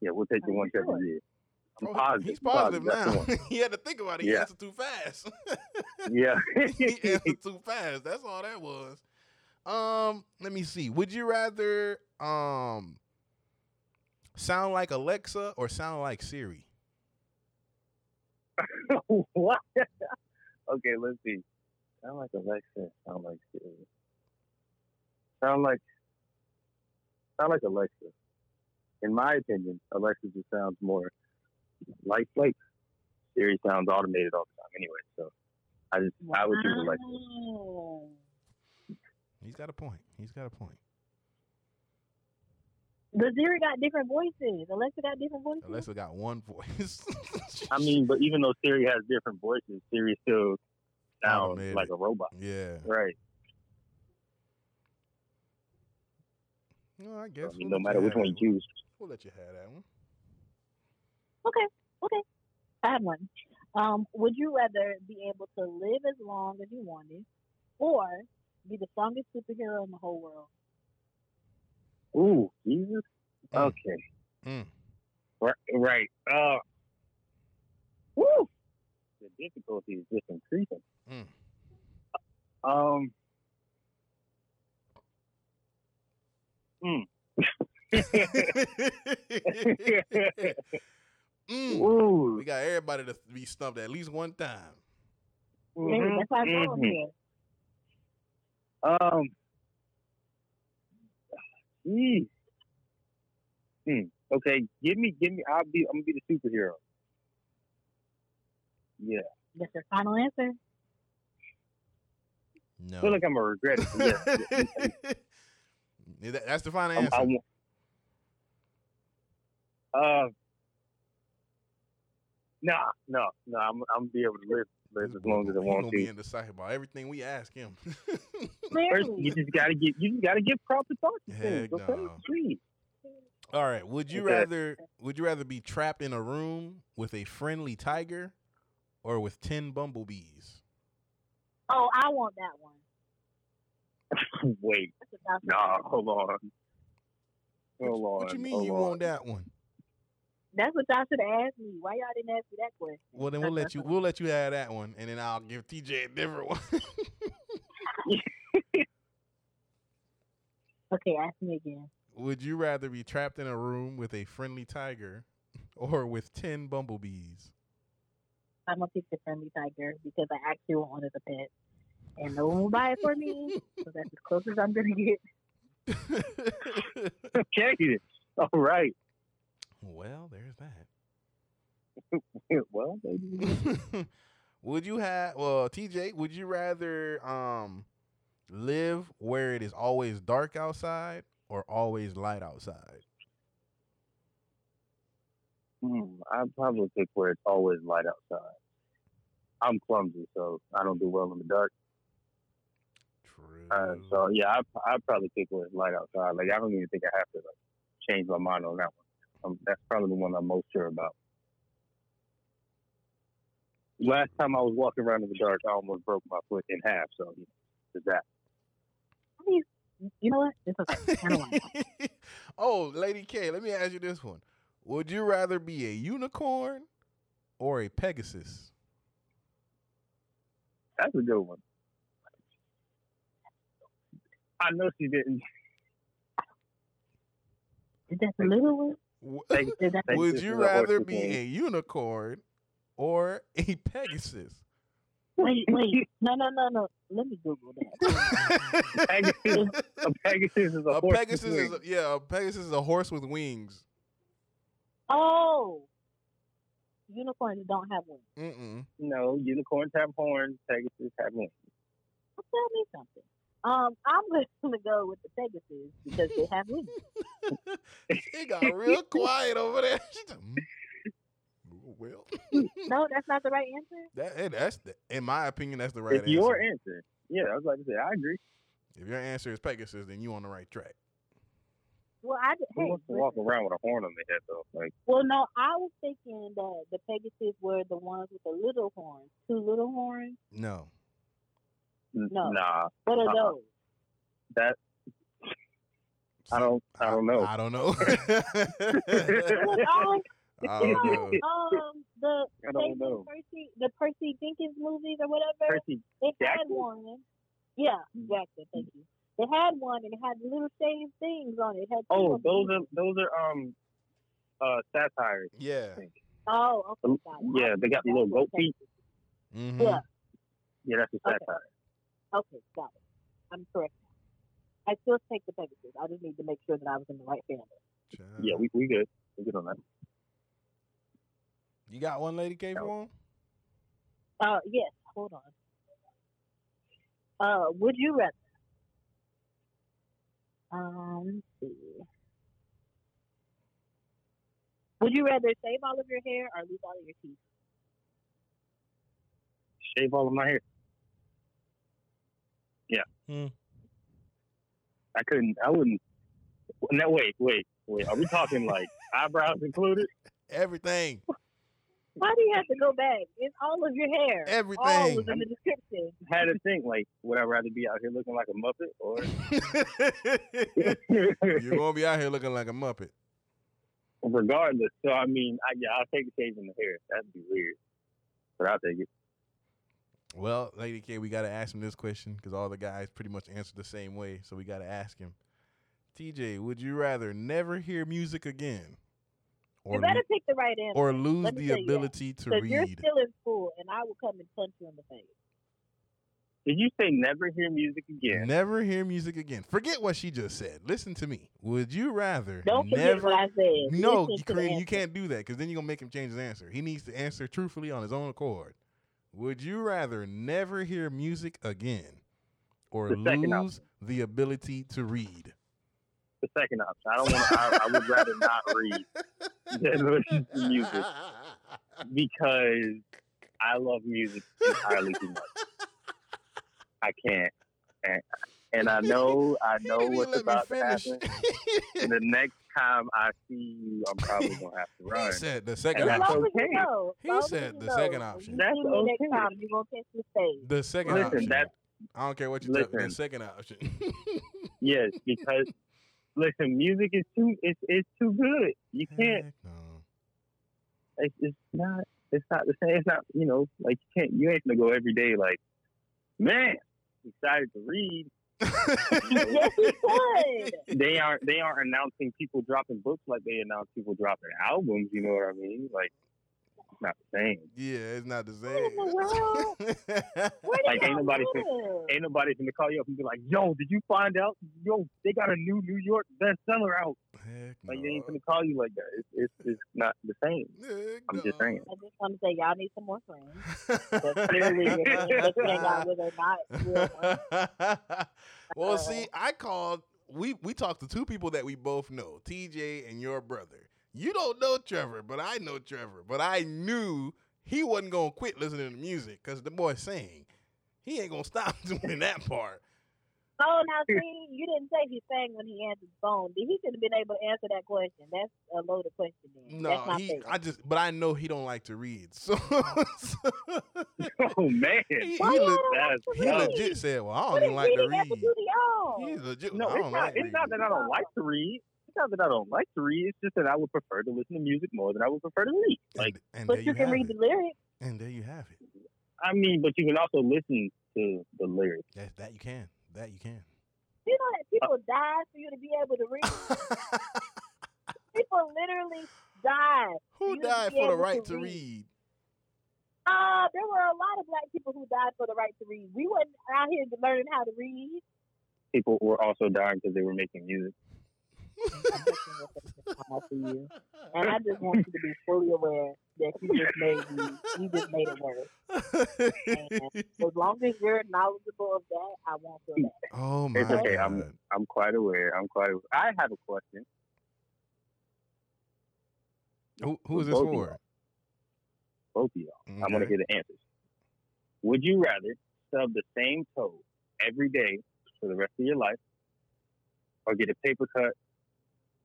Speaker 6: yeah, we'll take the
Speaker 2: Are you
Speaker 6: once
Speaker 2: sure?
Speaker 6: every year. I'm
Speaker 1: Oh,
Speaker 6: positive.
Speaker 1: He's
Speaker 6: I'm
Speaker 1: positive
Speaker 6: That's the
Speaker 1: now.
Speaker 6: one.
Speaker 1: he had to think about it. He
Speaker 6: Yeah.
Speaker 1: answered too fast.
Speaker 6: Yeah.
Speaker 1: he answered too fast. That's all that was. Um, let me see. Would you rather um sound like Alexa or sound like Siri?
Speaker 6: what? okay, let's see. Sound like Alexa. Sound like Siri. Sound like sound like Alexa. In my opinion, Alexa just sounds more like like Siri sounds automated all the time anyway. So I just I would choose Alexa.
Speaker 2: Wow.
Speaker 1: He's got a point. He's got a point.
Speaker 2: The Ziri got different voices. Alexa got different voices.
Speaker 1: Alexa got one voice.
Speaker 6: I mean, but even though Siri has different voices, Siri still sounds
Speaker 1: Automated.
Speaker 6: like a robot.
Speaker 1: yeah.
Speaker 6: Right.
Speaker 1: No, I
Speaker 6: So,
Speaker 1: guess.
Speaker 6: I mean,
Speaker 1: we'll
Speaker 6: no
Speaker 1: let you
Speaker 6: matter which
Speaker 1: have
Speaker 6: one
Speaker 1: that
Speaker 6: you choose.
Speaker 1: We'll let you have that one.
Speaker 2: Okay, okay. I have one. Um, would you rather be able to live as long as you wanted or be the strongest superhero in the whole world?
Speaker 6: Ooh, Jesus.
Speaker 1: Mm.
Speaker 6: Okay.
Speaker 1: Mm.
Speaker 6: Right. Right. Uh, woo! The difficulty is just increasing.
Speaker 1: Mm.
Speaker 6: Um. mm.
Speaker 1: Mm.
Speaker 6: Ooh.
Speaker 1: We got everybody to be stumped at least one time.
Speaker 2: Hey,
Speaker 6: Mhm,
Speaker 2: that's why I'm
Speaker 6: mhm.
Speaker 2: here.
Speaker 6: Um. Geez. Hmm. Okay. Give me. Give me. I'll be. I'm gonna be the superhero. Yeah.
Speaker 2: That's your final answer.
Speaker 1: No.
Speaker 6: I
Speaker 1: Oh.
Speaker 6: feel like I'm gonna regret it. Yeah.
Speaker 1: Yeah, that- That's the final
Speaker 6: I'm-
Speaker 1: answer.
Speaker 6: I want. Uh, no, no, no. I'm, I'm gonna be able to live, live
Speaker 1: This
Speaker 6: as
Speaker 1: boy
Speaker 6: long as
Speaker 1: gonna-
Speaker 6: I
Speaker 1: he
Speaker 6: want
Speaker 1: gonna be
Speaker 6: to.
Speaker 1: in the site about everything we ask him.
Speaker 6: First, you
Speaker 2: Clearly.
Speaker 6: just gotta get, you just gotta get proper thought to
Speaker 1: Heck
Speaker 6: things. Okay,
Speaker 1: no.
Speaker 6: please.
Speaker 1: All right. Would you
Speaker 6: Okay.
Speaker 1: rather would you rather be trapped in a room with a friendly tiger or with ten bumblebees?
Speaker 2: Oh, I want that one.
Speaker 6: Wait,
Speaker 2: That's a thousand
Speaker 6: no,
Speaker 2: dollars.
Speaker 6: hold on.
Speaker 1: What, you-
Speaker 6: Hold
Speaker 1: what
Speaker 6: on,
Speaker 1: you mean
Speaker 6: hold
Speaker 1: you
Speaker 6: on.
Speaker 1: want that one?
Speaker 2: That's what y'all should have asked me. Why y'all didn't ask me that question?
Speaker 1: Well then we'll let you we'll let you have that one and then I'll give TJ a different one.
Speaker 2: Okay, ask me again.
Speaker 1: Would you rather be trapped in a room with a friendly tiger or with 10 bumblebees?
Speaker 2: I'm gonna pick the friendly tiger because I actually want one as a pet, and no one will buy it for me. so that's as close as I'm gonna get.
Speaker 6: Okay, all right.
Speaker 1: well, there's that.
Speaker 6: Well, maybe.
Speaker 1: would you have well, TJ, would you rather um live where it is always dark outside or always light outside?
Speaker 6: Hmm, I probably pick where it's always light outside.
Speaker 3: I'm clumsy, so I don't do well in the dark.
Speaker 1: True.
Speaker 3: Uh, so yeah, I I probably kick with light outside. Like I don't even think I have to like change my mind on that one. Um, that's probably the one I'm most sure about. Last time I was walking around in the dark, I almost broke my foot in half. So you know, there's that.
Speaker 2: You know what? It's okay. I don't want to.
Speaker 1: oh, Lady K, let me ask you this one. Would you rather be a unicorn or a Pegasus?
Speaker 3: That's a good one. I know she didn't.
Speaker 2: Is that the little one?
Speaker 1: W-
Speaker 3: Thank you.
Speaker 2: Is that
Speaker 3: Thank
Speaker 1: Would
Speaker 3: for
Speaker 1: you
Speaker 3: the
Speaker 1: rather
Speaker 3: horses,
Speaker 1: be
Speaker 3: man.
Speaker 1: a unicorn or a Pegasus?
Speaker 2: Wait, wait. No, no, no, no. Let me Google that.
Speaker 3: Pegasus, a Pegasus is a,
Speaker 1: a
Speaker 3: horse.
Speaker 1: Pegasus
Speaker 3: with
Speaker 1: is a,
Speaker 3: wings.
Speaker 1: yeah, a Pegasus is a horse with wings.
Speaker 2: Oh, unicorns don't have wings.
Speaker 1: Mm-mm.
Speaker 3: no unicorns have horns. Pegasus have wings.
Speaker 2: Tell me something. Um, I'm just gonna go with the Pegasus because they have wings.
Speaker 1: It got real quiet over there. She's like, "Mm, well,
Speaker 2: No, that's not the right answer.
Speaker 1: that, hey, that's the, in my opinion, that's the right
Speaker 3: it's
Speaker 1: answer.
Speaker 3: your answer. Yeah, I was about to say I agree.
Speaker 1: if your answer is Pegasus, then you on the right track.
Speaker 2: Well, I did-
Speaker 3: Who
Speaker 2: hey,
Speaker 3: wants to
Speaker 2: listen.
Speaker 3: walk around with a horn on their head though? Like
Speaker 2: well, no, I was thinking that the Pegasus were the ones with the little horns, two little horns.
Speaker 1: No.
Speaker 3: n-
Speaker 2: No.
Speaker 3: nah,
Speaker 2: What are
Speaker 3: Uh-uh.
Speaker 2: those?
Speaker 3: that I don't I don't know.
Speaker 1: I don't know.
Speaker 2: Look, all
Speaker 1: I don't know.
Speaker 2: um the
Speaker 3: I
Speaker 2: they
Speaker 3: don't
Speaker 2: did
Speaker 3: know.
Speaker 2: Percy the Percy Jenkins movies or whatever.
Speaker 3: Percy
Speaker 2: They had
Speaker 3: Jackson?
Speaker 2: one. Yeah,
Speaker 3: Mm-hmm.
Speaker 2: Jackson. Thank you. They had one and it had little shaved things on it. it had
Speaker 3: Oh,
Speaker 2: two
Speaker 3: those
Speaker 2: of
Speaker 3: are those are um uh satires.
Speaker 1: Yeah.
Speaker 2: them. Oh, okay. got it.
Speaker 3: Yeah, they got the little goat feet.
Speaker 1: Mhm.
Speaker 2: Yeah.
Speaker 3: Yeah, that's a
Speaker 2: Okay.
Speaker 3: satire.
Speaker 1: Uh-huh.
Speaker 2: Okay, got it. I'm correct. now. I still take the Pegasus. I just need to make sure that I was in the right family.
Speaker 1: Child.
Speaker 3: Yeah, we we good. We good on that.
Speaker 1: You got one lady K for him?
Speaker 2: Uh, yes. Hold on. Uh, would you rather? Um, let's see. Would you rather save all of your hair or lose all of your teeth?
Speaker 3: Shave all of my hair. Yeah.
Speaker 1: Hmm.
Speaker 3: I couldn't. I wouldn't. No, wait, wait, wait. Are we talking like eyebrows included?
Speaker 1: Everything.
Speaker 2: Why do you have to go back? It's all of your hair. All Oh, was
Speaker 1: Everything.
Speaker 2: in the description.
Speaker 3: had to think like, would I rather be out here looking like a muppet or?
Speaker 1: You're gonna be out here looking like a Muppet.
Speaker 3: Regardless, so I mean, I, yeah, I'll take the shaving the hair. That'd be weird, but I'll take it.
Speaker 1: Well, Lady K, we gotta ask him this question because all the guys pretty much answered the same way, so we gotta ask him. TJ, would you rather never hear music again,
Speaker 2: You
Speaker 1: or
Speaker 2: better
Speaker 1: lo-
Speaker 2: pick the right answer.
Speaker 1: or lose
Speaker 2: Let me
Speaker 1: the
Speaker 2: tell you that.
Speaker 1: ability to
Speaker 2: Because you're
Speaker 1: read?
Speaker 2: still in school, and I will come and punch you in the face.
Speaker 3: Did you say never hear music again?
Speaker 1: Never hear music again. Forget what she just said. Listen to me. Would you rather
Speaker 2: Don't forget
Speaker 1: never
Speaker 2: what I said.
Speaker 1: No,
Speaker 2: Listen
Speaker 1: you-
Speaker 2: to the
Speaker 1: Kareem, you
Speaker 2: answer.
Speaker 1: can't do that because then you're gonna make him change his answer. He needs to answer truthfully on his own accord. Would you rather never hear music again, or
Speaker 3: The second
Speaker 1: lose the ability to read?
Speaker 3: The second option. I don't want. I, I would rather not read than listen to music because I love music entirely too much. I can't, and, and I know, I
Speaker 1: He
Speaker 3: know
Speaker 1: didn't even
Speaker 3: what's
Speaker 1: let me
Speaker 3: about to
Speaker 1: finish.
Speaker 3: happen. The next time I see you, I'm probably gonna have to
Speaker 1: he
Speaker 3: run.
Speaker 1: said the second
Speaker 3: And
Speaker 2: As
Speaker 3: that's
Speaker 1: option.
Speaker 2: long as you
Speaker 3: okay.
Speaker 2: know.
Speaker 1: He
Speaker 2: long as
Speaker 1: said
Speaker 2: you
Speaker 1: the
Speaker 2: know,
Speaker 1: second
Speaker 2: when
Speaker 1: option.
Speaker 2: You
Speaker 3: That's
Speaker 2: see me
Speaker 3: okay.
Speaker 2: next time, you gonna catch the stage.
Speaker 1: The second
Speaker 3: Listen,
Speaker 1: option.
Speaker 3: that's
Speaker 1: I don't care what you tell me. The
Speaker 3: listen.
Speaker 1: second option.
Speaker 3: Yes, because listen, music is too it's it's too good. You can't.
Speaker 1: Heck no. Mm-hmm.
Speaker 3: It's, it's not. It's not the same. It's not. You know, like you can't. You ain't gonna go every day. Like, man, excited to read.
Speaker 2: yes, you could.
Speaker 3: They aren't. They aren't announcing people dropping books like they announce people dropping albums. You know what I mean? Like, it's not the same.
Speaker 1: Yeah, it's not the
Speaker 2: What in the
Speaker 1: same.
Speaker 2: world? Where did
Speaker 3: Like, ain't
Speaker 2: y'all
Speaker 3: nobody
Speaker 2: live?
Speaker 3: Ain't nobody gonna call you up and be like, "Yo, did you find out? Yo, they got a new New York bestseller out."
Speaker 1: Heck
Speaker 3: Like, they ain't
Speaker 1: no.
Speaker 3: gonna call you like that. It's it's, it's not the same.
Speaker 1: Heck
Speaker 3: I'm just
Speaker 1: no.
Speaker 3: saying.
Speaker 2: I just want to say y'all need some more friends. That's clearly your friends that you hang out with are not real friends.
Speaker 1: well,
Speaker 2: Uh,
Speaker 1: see, I called. We we talked to two people that we both know, TJ and your brother. You don't know Trevor, but I know Trevor. But I knew he wasn't gonna quit listening to music because the boy sang. He ain't gonna stop doing that part.
Speaker 2: Oh, now see, you didn't say he sang when he answered the phone. Then He should have been able to answer that question. That's a loaded question. Then. That's
Speaker 1: No,
Speaker 2: not
Speaker 1: he.
Speaker 2: fair.
Speaker 1: I just, but I know he don't like to read. So,
Speaker 5: Oh man,
Speaker 1: he, he,
Speaker 2: Why y'all
Speaker 1: le-
Speaker 2: don't like
Speaker 5: that's
Speaker 2: to
Speaker 1: he
Speaker 5: dumb.
Speaker 2: read?
Speaker 1: legit said, "Well, I
Speaker 2: What
Speaker 1: don't even
Speaker 2: is
Speaker 1: like to
Speaker 2: reading at the
Speaker 1: read."
Speaker 2: studio?
Speaker 1: He's legit.
Speaker 5: No,
Speaker 1: I
Speaker 5: it's
Speaker 1: don't
Speaker 5: not.
Speaker 1: like
Speaker 5: it's not
Speaker 1: reading."
Speaker 5: that I don't like to read. It's not that I don't like to read. It's just that I would prefer to listen to music more than I would prefer to read. Like,
Speaker 1: And, and there
Speaker 2: But you
Speaker 1: you
Speaker 2: can
Speaker 1: have
Speaker 2: read
Speaker 1: it.
Speaker 2: the lyrics.
Speaker 1: And there you have it.
Speaker 5: I mean, but you can also listen to the lyrics.
Speaker 1: That that you can. That you can.
Speaker 2: You know that people died for you to be able to read. people literally died.
Speaker 1: Who
Speaker 2: You should
Speaker 1: died
Speaker 2: be
Speaker 1: for the
Speaker 2: able to
Speaker 1: right to
Speaker 2: read.
Speaker 1: read?
Speaker 2: Uh, there were a lot of black people who died for the right to read. We wasn't out here learning how to read.
Speaker 5: People were also dying because they were making music.
Speaker 2: I'm looking at this time for you. And I just want you to be fully aware that you just made me, you just made it worse. As long as you're knowledgeable of that, I won't feel bad.
Speaker 1: oh my
Speaker 5: It's okay.
Speaker 1: god!
Speaker 5: I'm I'm quite aware. I'm quite. Aware. I have a question.
Speaker 1: who who is this
Speaker 5: Both of
Speaker 1: for?
Speaker 5: Both of y'all. I want to
Speaker 1: Okay.
Speaker 5: hear the answers. Would you rather stub the same toe every day for the rest of your life, or get a paper cut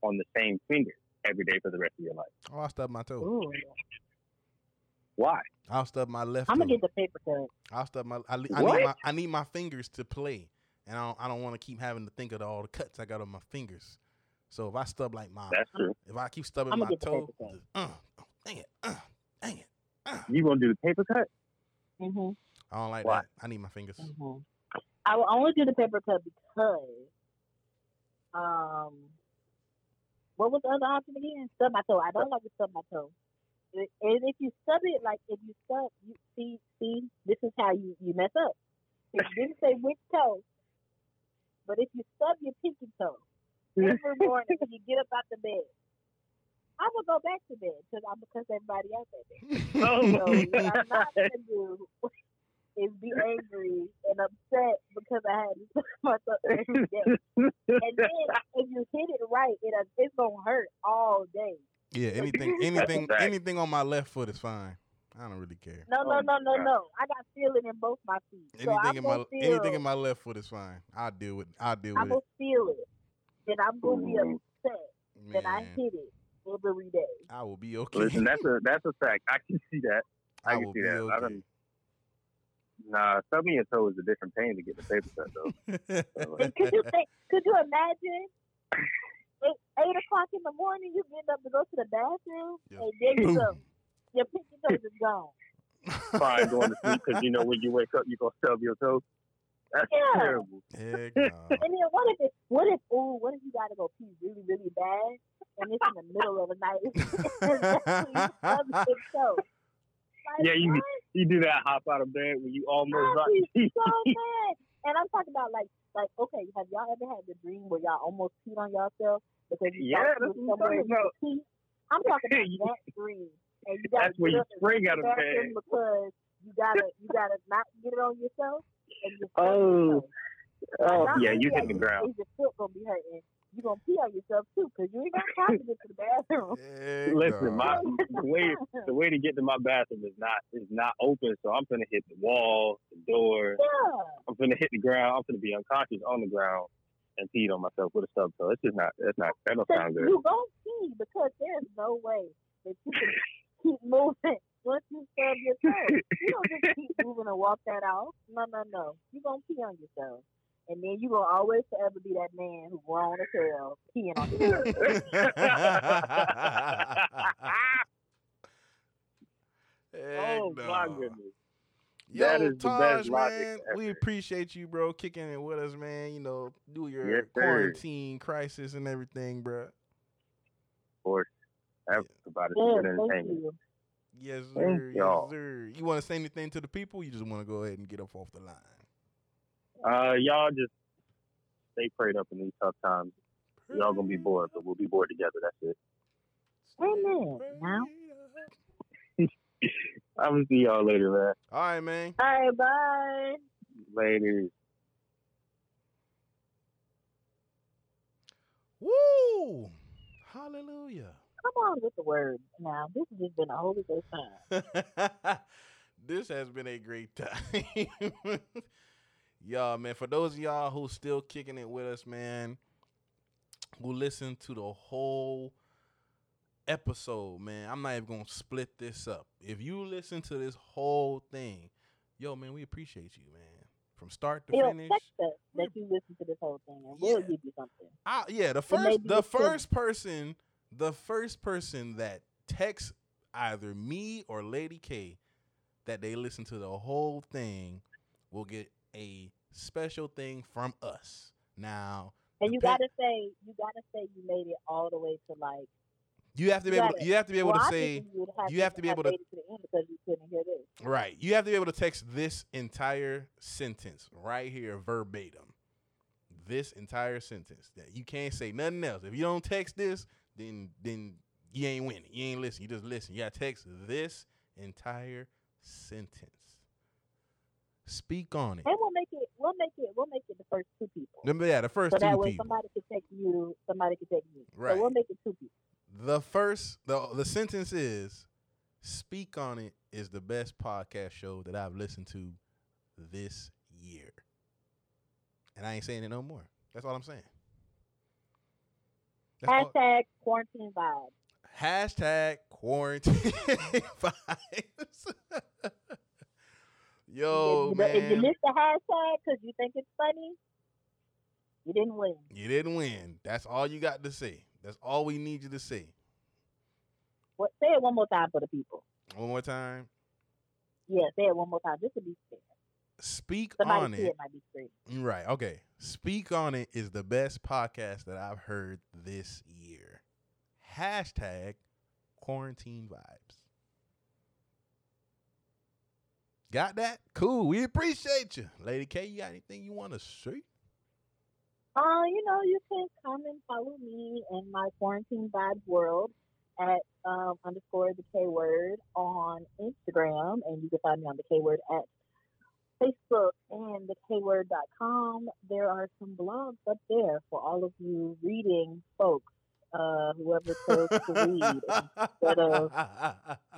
Speaker 5: on the same finger every day for the rest of your life?
Speaker 1: Oh, I'll stub my toe.
Speaker 2: Ooh.
Speaker 5: Why?
Speaker 1: I'll stub my left.
Speaker 2: I'm
Speaker 1: toe.
Speaker 2: gonna get the paper cut.
Speaker 1: I'll stub my. I, li- I need
Speaker 5: What?
Speaker 1: my. I need my fingers to play, and I don't. I don't want to keep having to think of all the cuts I got on my fingers. So if I stub like my,
Speaker 5: That's true.
Speaker 1: if I keep stubbing
Speaker 2: I'ma
Speaker 1: my
Speaker 2: get the
Speaker 1: toe,
Speaker 2: paper cut.
Speaker 1: uh, oh, dang it, uh, dang it, uh,
Speaker 5: You gonna do the paper cut?
Speaker 2: Mm-hmm.
Speaker 1: I don't like
Speaker 5: Why?
Speaker 1: that. I need my fingers.
Speaker 2: Mm-hmm. I will only do the paper cut because, um, what was the other option again? Stub my toe. I don't like to stub my toe. And if you stub it, like if you stub, you see, see, this is how you you mess up. It didn't say which toe, but if you stub your pinky toe every morning when you get up out the bed, I will go back to bed because I'm because everybody else at bed.
Speaker 5: Oh
Speaker 2: So what I'm not gonna do is be angry and upset because I had to suck my thumb every day. And then if you hit it right, it it's gonna hurt all day.
Speaker 1: Yeah, anything, anything,
Speaker 5: fact.
Speaker 1: anything on my left foot is fine. I don't really care.
Speaker 2: No, no,
Speaker 5: Oh,
Speaker 2: no, no,
Speaker 5: God.
Speaker 2: no. I got feeling in both my feet, so
Speaker 1: Anything
Speaker 2: I'm
Speaker 1: in my
Speaker 2: gonna feel.
Speaker 1: anything in my left foot is fine. I'll deal with. I'll deal with
Speaker 2: I'm gonna
Speaker 1: it.
Speaker 2: feel it, and I'm gonna be
Speaker 5: Mm.
Speaker 2: upset
Speaker 1: Man,
Speaker 2: that I hit it every day.
Speaker 1: I will be okay.
Speaker 5: Listen, that's a that's a fact. I can see that. I,
Speaker 1: I
Speaker 5: can
Speaker 1: will
Speaker 5: see
Speaker 1: be
Speaker 5: that. I
Speaker 1: okay.
Speaker 5: done, nah, stubbing your toe is a different pain to get the paper cut though. So,
Speaker 2: And could you think? Could you imagine? Eight, eight o'clock in the morning, you get up to go to the bathroom,
Speaker 1: Yeah.
Speaker 2: and there you go. Your pinky toe is gone.
Speaker 5: fine going to sleep because you know when you wake up you're gonna stub your toe. That's
Speaker 2: Yeah.
Speaker 5: terrible.
Speaker 1: Heck no.
Speaker 2: And then what if it? What if? Ooh, what if you gotta go pee really, really bad, and it's in the middle of the night? and that's when you stub your toe. Like,
Speaker 5: Yeah, you-
Speaker 2: what?
Speaker 5: You do that hop out of bed when you almost
Speaker 2: I'd
Speaker 5: got
Speaker 2: be so mad. And I'm talking about like, like, okay, have y'all ever had the dream where y'all almost peed on yourself because you
Speaker 5: Yeah,
Speaker 2: thought
Speaker 5: that's
Speaker 2: you
Speaker 5: what I'm
Speaker 2: were somewhere
Speaker 5: talking about.
Speaker 2: you could pee? I'm talking
Speaker 5: You-
Speaker 2: about that dream, and you gotta
Speaker 5: That's where
Speaker 2: get
Speaker 5: you
Speaker 2: up and
Speaker 5: spring
Speaker 2: go
Speaker 5: out
Speaker 2: to
Speaker 5: of
Speaker 2: the bathroom
Speaker 5: bed.
Speaker 2: because you gotta, you gotta not get it on yourself. And you stub
Speaker 5: Oh,
Speaker 2: yourself.
Speaker 5: oh
Speaker 2: Not
Speaker 5: yeah,
Speaker 2: only
Speaker 5: you
Speaker 2: are
Speaker 5: hit the
Speaker 2: you-
Speaker 5: ground.
Speaker 2: Is your foot gonna be hurting? You gonna pee on yourself too because you ain't got time to get to the bathroom.
Speaker 1: Heck no.
Speaker 5: Listen, my the way the way to get to my bathroom is not is not open, so I'm gonna hit the wall, the door.
Speaker 2: yeah.
Speaker 5: I'm gonna hit the ground. I'm gonna be unconscious on the ground and peed on myself with a stub toe. It's just not. That's not. That don't
Speaker 2: So
Speaker 5: sound good.
Speaker 2: you don't see because there's no way that you can keep moving once you stub your toe. You don't just keep moving and walk that off. No, no, no. You're going to pee on yourself. And then you're going to always forever be that man who grown as hell peeing on himself.
Speaker 1: Heck
Speaker 5: oh my
Speaker 1: no.
Speaker 5: goodness.
Speaker 1: uh, Yo,
Speaker 5: That is the
Speaker 1: Taj,
Speaker 5: best logic
Speaker 1: man, we
Speaker 5: ever.
Speaker 1: appreciate you, bro, kicking it with us, man. You know, do your
Speaker 5: Yes, sir.
Speaker 1: quarantine crisis and everything, bro.
Speaker 5: Or that's about it.
Speaker 2: Yeah,
Speaker 5: Good
Speaker 2: thank
Speaker 5: entertainment.
Speaker 2: you.
Speaker 1: Yes,
Speaker 5: Thank
Speaker 1: sir.
Speaker 5: y'all.
Speaker 1: Yes, sir. You want to say anything to the people? You just want to go ahead and get up off the line.
Speaker 5: Uh, y'all just stay prayed up in these tough times. Y'all gonna be bored, but we'll be bored together. That's
Speaker 2: Wait a minute, now.
Speaker 5: it. I'm gonna see y'all later, man.
Speaker 1: All right, man.
Speaker 2: All right, bye.
Speaker 5: Later.
Speaker 1: Woo! Hallelujah.
Speaker 2: come on with the words. Now, this has just been a holy good time.
Speaker 1: this has been a great time. y'all, man, for those of y'all who still kicking it with us, man, who listened to the whole episode, man, I'm not even going to split this up. If you listen to this whole thing, yo, man, we appreciate you, man. From start to
Speaker 2: It'll
Speaker 1: finish. Hmm.
Speaker 2: affect us that you listen to this whole thing, and we'll
Speaker 1: Yeah.
Speaker 2: give you something.
Speaker 1: I, yeah, the
Speaker 2: may
Speaker 1: first
Speaker 2: be
Speaker 1: the
Speaker 2: the thing.
Speaker 1: first person the first person that texts either me or Lady K that they listen to the whole thing will get a special thing from us. Now
Speaker 2: And you
Speaker 1: Depend-
Speaker 2: gotta say, you gotta say you made it all the way to like.
Speaker 1: you have to be
Speaker 2: You
Speaker 1: able to,
Speaker 2: gotta-
Speaker 1: you have to be able
Speaker 2: well,
Speaker 1: to
Speaker 2: I'm
Speaker 1: say
Speaker 2: thinking would
Speaker 1: you have to be able to-
Speaker 2: made it to the end because you couldn't hear this.
Speaker 1: right. You have to be able to text this entire sentence right here verbatim. This entire sentence that you can't say nothing else. If you don't text this, then then you ain't winning. You ain't listening. You just listen. You gotta text this entire sentence. Speak on it.
Speaker 2: And we'll make it. We'll make it. We'll make it the first two people.
Speaker 1: Remember, yeah, the first
Speaker 2: so that
Speaker 1: two
Speaker 2: way,
Speaker 1: people.
Speaker 2: somebody could take you. Somebody could take me.
Speaker 1: Right.
Speaker 2: So we'll make it two people.
Speaker 1: the first the the sentence is speak on it is the best podcast show that i've listened to this year and i ain't saying it no more that's all i'm saying That's all-
Speaker 2: Hashtag quarantine vibe.
Speaker 1: hashtag quarantine vibes yo
Speaker 2: if, you- if you
Speaker 1: man
Speaker 2: missed the hashtag because you think it's funny, you didn't win.
Speaker 1: you didn't win that's all you got to say that's all we need you to say
Speaker 2: What? Say it one more time for the people.
Speaker 1: one more time
Speaker 2: Yeah, say it one more time just to be fair.
Speaker 1: speak on
Speaker 2: Somebody see
Speaker 1: it
Speaker 2: it might be free.
Speaker 1: Right. Okay. Speak on it is the best podcast that I've heard this year. Hashtag quarantine vibes. Got that? Cool. We appreciate you. Lady K, you got anything you want to say?
Speaker 2: Uh, you know, you can come and follow me in my quarantine vibe world at um, underscore the K word on Instagram, and you can find me on the K word at Facebook and the K word.com. There are some blogs up there for all of you reading folks, uh, whoever chose to read instead of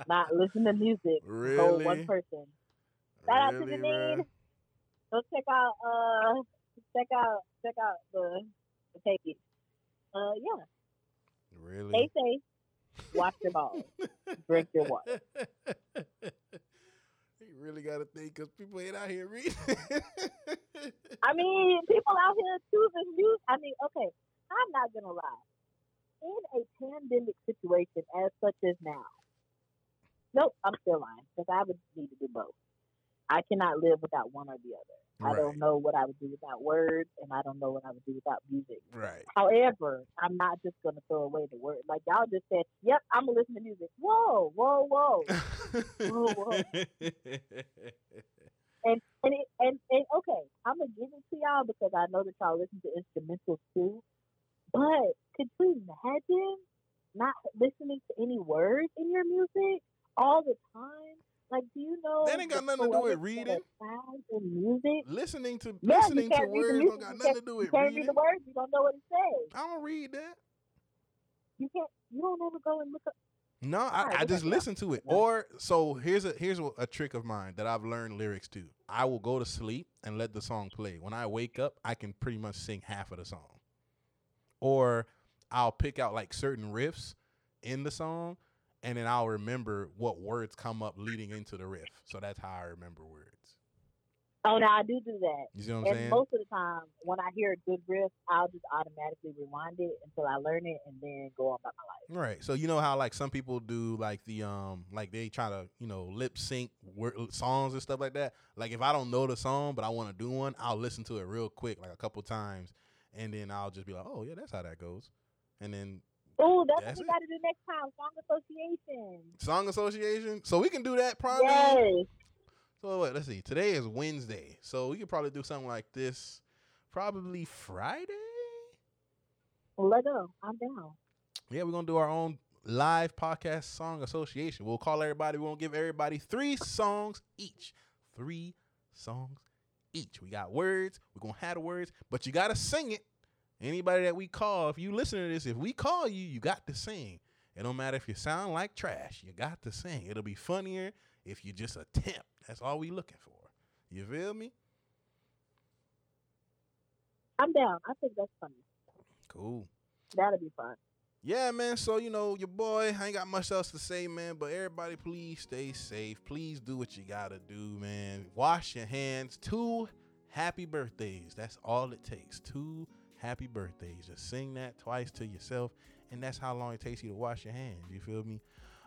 Speaker 2: not listen to music. Go
Speaker 1: really?
Speaker 2: one person. Shout out to
Speaker 1: Really,
Speaker 2: Janine.
Speaker 1: bruh?
Speaker 2: Go check out uh check out check out the the page. Uh yeah. Stay
Speaker 1: Really?
Speaker 2: safe. Watch your balls. Drink your water.
Speaker 1: you really got to think because people ain't out here reading.
Speaker 2: I mean, people out here choosing you. I mean, okay, I'm not gonna lie. In a pandemic situation as such as now, nope, I'm still lying because I would need to do both. I cannot live without one or the other. I
Speaker 1: Right.
Speaker 2: don't know what I would do without words, and I don't know what I would do without music.
Speaker 1: right.
Speaker 2: However, I'm not just gonna throw away the word. Like y'all just said, yep, I'm gonna listen to music. Whoa, whoa, whoa. Whoa, whoa. And and it, and and okay, I'm gonna give it to y'all because I know that y'all listen to instrumentals too. But could you imagine not listening to any words in your music all the time? Like, do you know
Speaker 1: That ain't got
Speaker 2: the
Speaker 1: nothing to do with
Speaker 2: poetic
Speaker 1: reading.
Speaker 2: sound in music?
Speaker 1: listening to
Speaker 2: Yeah, you
Speaker 1: listening to
Speaker 2: can't read the
Speaker 1: words
Speaker 2: music,
Speaker 1: don't got
Speaker 2: you
Speaker 1: nothing to do
Speaker 2: You
Speaker 1: with
Speaker 2: can't read
Speaker 1: reading.
Speaker 2: the words. You don't know what it says.
Speaker 1: I don't read that.
Speaker 2: You can't. You don't ever go and look up.
Speaker 1: No, I,
Speaker 2: Alright,
Speaker 1: I
Speaker 2: we
Speaker 1: just
Speaker 2: got that.
Speaker 1: listen to it.
Speaker 2: Yeah.
Speaker 1: Or so here's a here's a, a trick of mine that I've learned lyrics to. I will go to sleep and let the song play. When I wake up, I can pretty much sing half of the song. Or I'll pick out like certain riffs in the song and then I'll remember what words come up leading into the riff. So that's how I remember words.
Speaker 2: Oh no, I do do that.
Speaker 1: You see what I'm
Speaker 2: And
Speaker 1: saying?
Speaker 2: most of the time, when I hear a good riff, I'll just automatically rewind it until I learn it and then go on about my life.
Speaker 1: Right. So you know how like some people do like the um like they try to you know lip sync wor- songs and stuff like that. Like if I don't know the song but I want to do one, I'll listen to it real quick like a couple times, and then I'll just be like, oh yeah, that's how that goes. And then
Speaker 2: Oh, that's,
Speaker 1: That's
Speaker 2: what we
Speaker 1: it.
Speaker 2: got to do next time. Song association.
Speaker 1: song association. So we can do that probably.
Speaker 2: Yes.
Speaker 1: So wait, let's see. Today is Wednesday, so we could probably do something like this. Probably Friday.
Speaker 2: Let go. I'm down.
Speaker 1: Yeah, we're gonna do our own live podcast song association. We'll call everybody. We're gonna give everybody three songs each. Three songs each. We got words. We're gonna have the words, but you gotta sing it. Anybody that we call, if you listen to this, if we call you, you got to sing. It don't matter if you sound like trash. You got to sing. It'll be funnier if you just attempt. That's all we looking for. You feel me?
Speaker 2: I'm down. I think that's funny.
Speaker 1: Cool.
Speaker 2: That'll be fun.
Speaker 1: Yeah, man. So you know, your boy. I ain't got much else to say, man. But everybody, please stay safe. Please do what you gotta do, man. Wash your hands. Two happy birthdays. That's all it takes. Two happy birthdays. Just sing that twice to yourself, and that's how long it takes you to wash your hands. You feel me?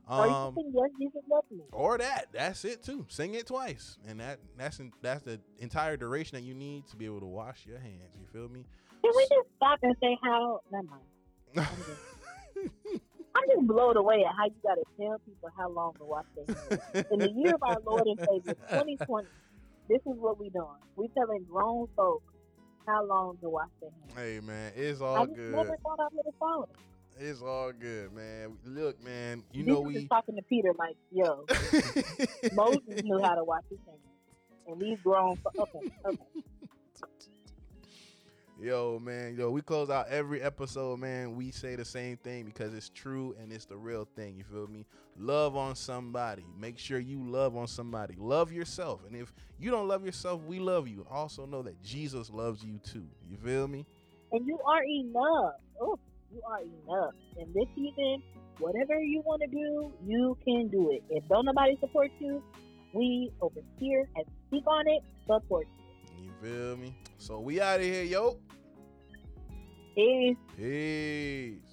Speaker 2: or you
Speaker 1: Um,
Speaker 2: can sing Yes, Jesus Loves Me.
Speaker 1: or that that's it too sing it twice and that that's in, that's the entire duration that you need to be able to wash your hands you feel me
Speaker 2: Can we just stop and say how? Never mind. I'm just blown away at how you got to tell people how long to watch their hands. In the year of our Lord and Savior 2020, this is what we doing. We telling grown folks how long to wash their hands.
Speaker 1: hey man it's
Speaker 2: I
Speaker 1: all
Speaker 2: just
Speaker 1: good
Speaker 2: never thought I would have thought. it.
Speaker 1: it's all good man look man you
Speaker 2: Jesus
Speaker 1: know
Speaker 2: is
Speaker 1: we
Speaker 2: talking to Peter like, yo, Moses knew how to watch his hands, and these grown folks. Okay, okay.
Speaker 1: Yo, man, yo, we close out every episode, man. We say the same thing because it's true and it's the real thing. You feel me? Love on somebody. Make sure you love on somebody. Love yourself. And if you don't love yourself, we love you. Also know that Jesus loves you too. You feel me?
Speaker 2: and you are enough. Oh, you are enough. And this season, whatever you want to do, you can do it. If don't nobody support you, we over here and speak on it. Support.
Speaker 1: You feel me? So we out of here, yo.
Speaker 2: Peace.
Speaker 1: Peace.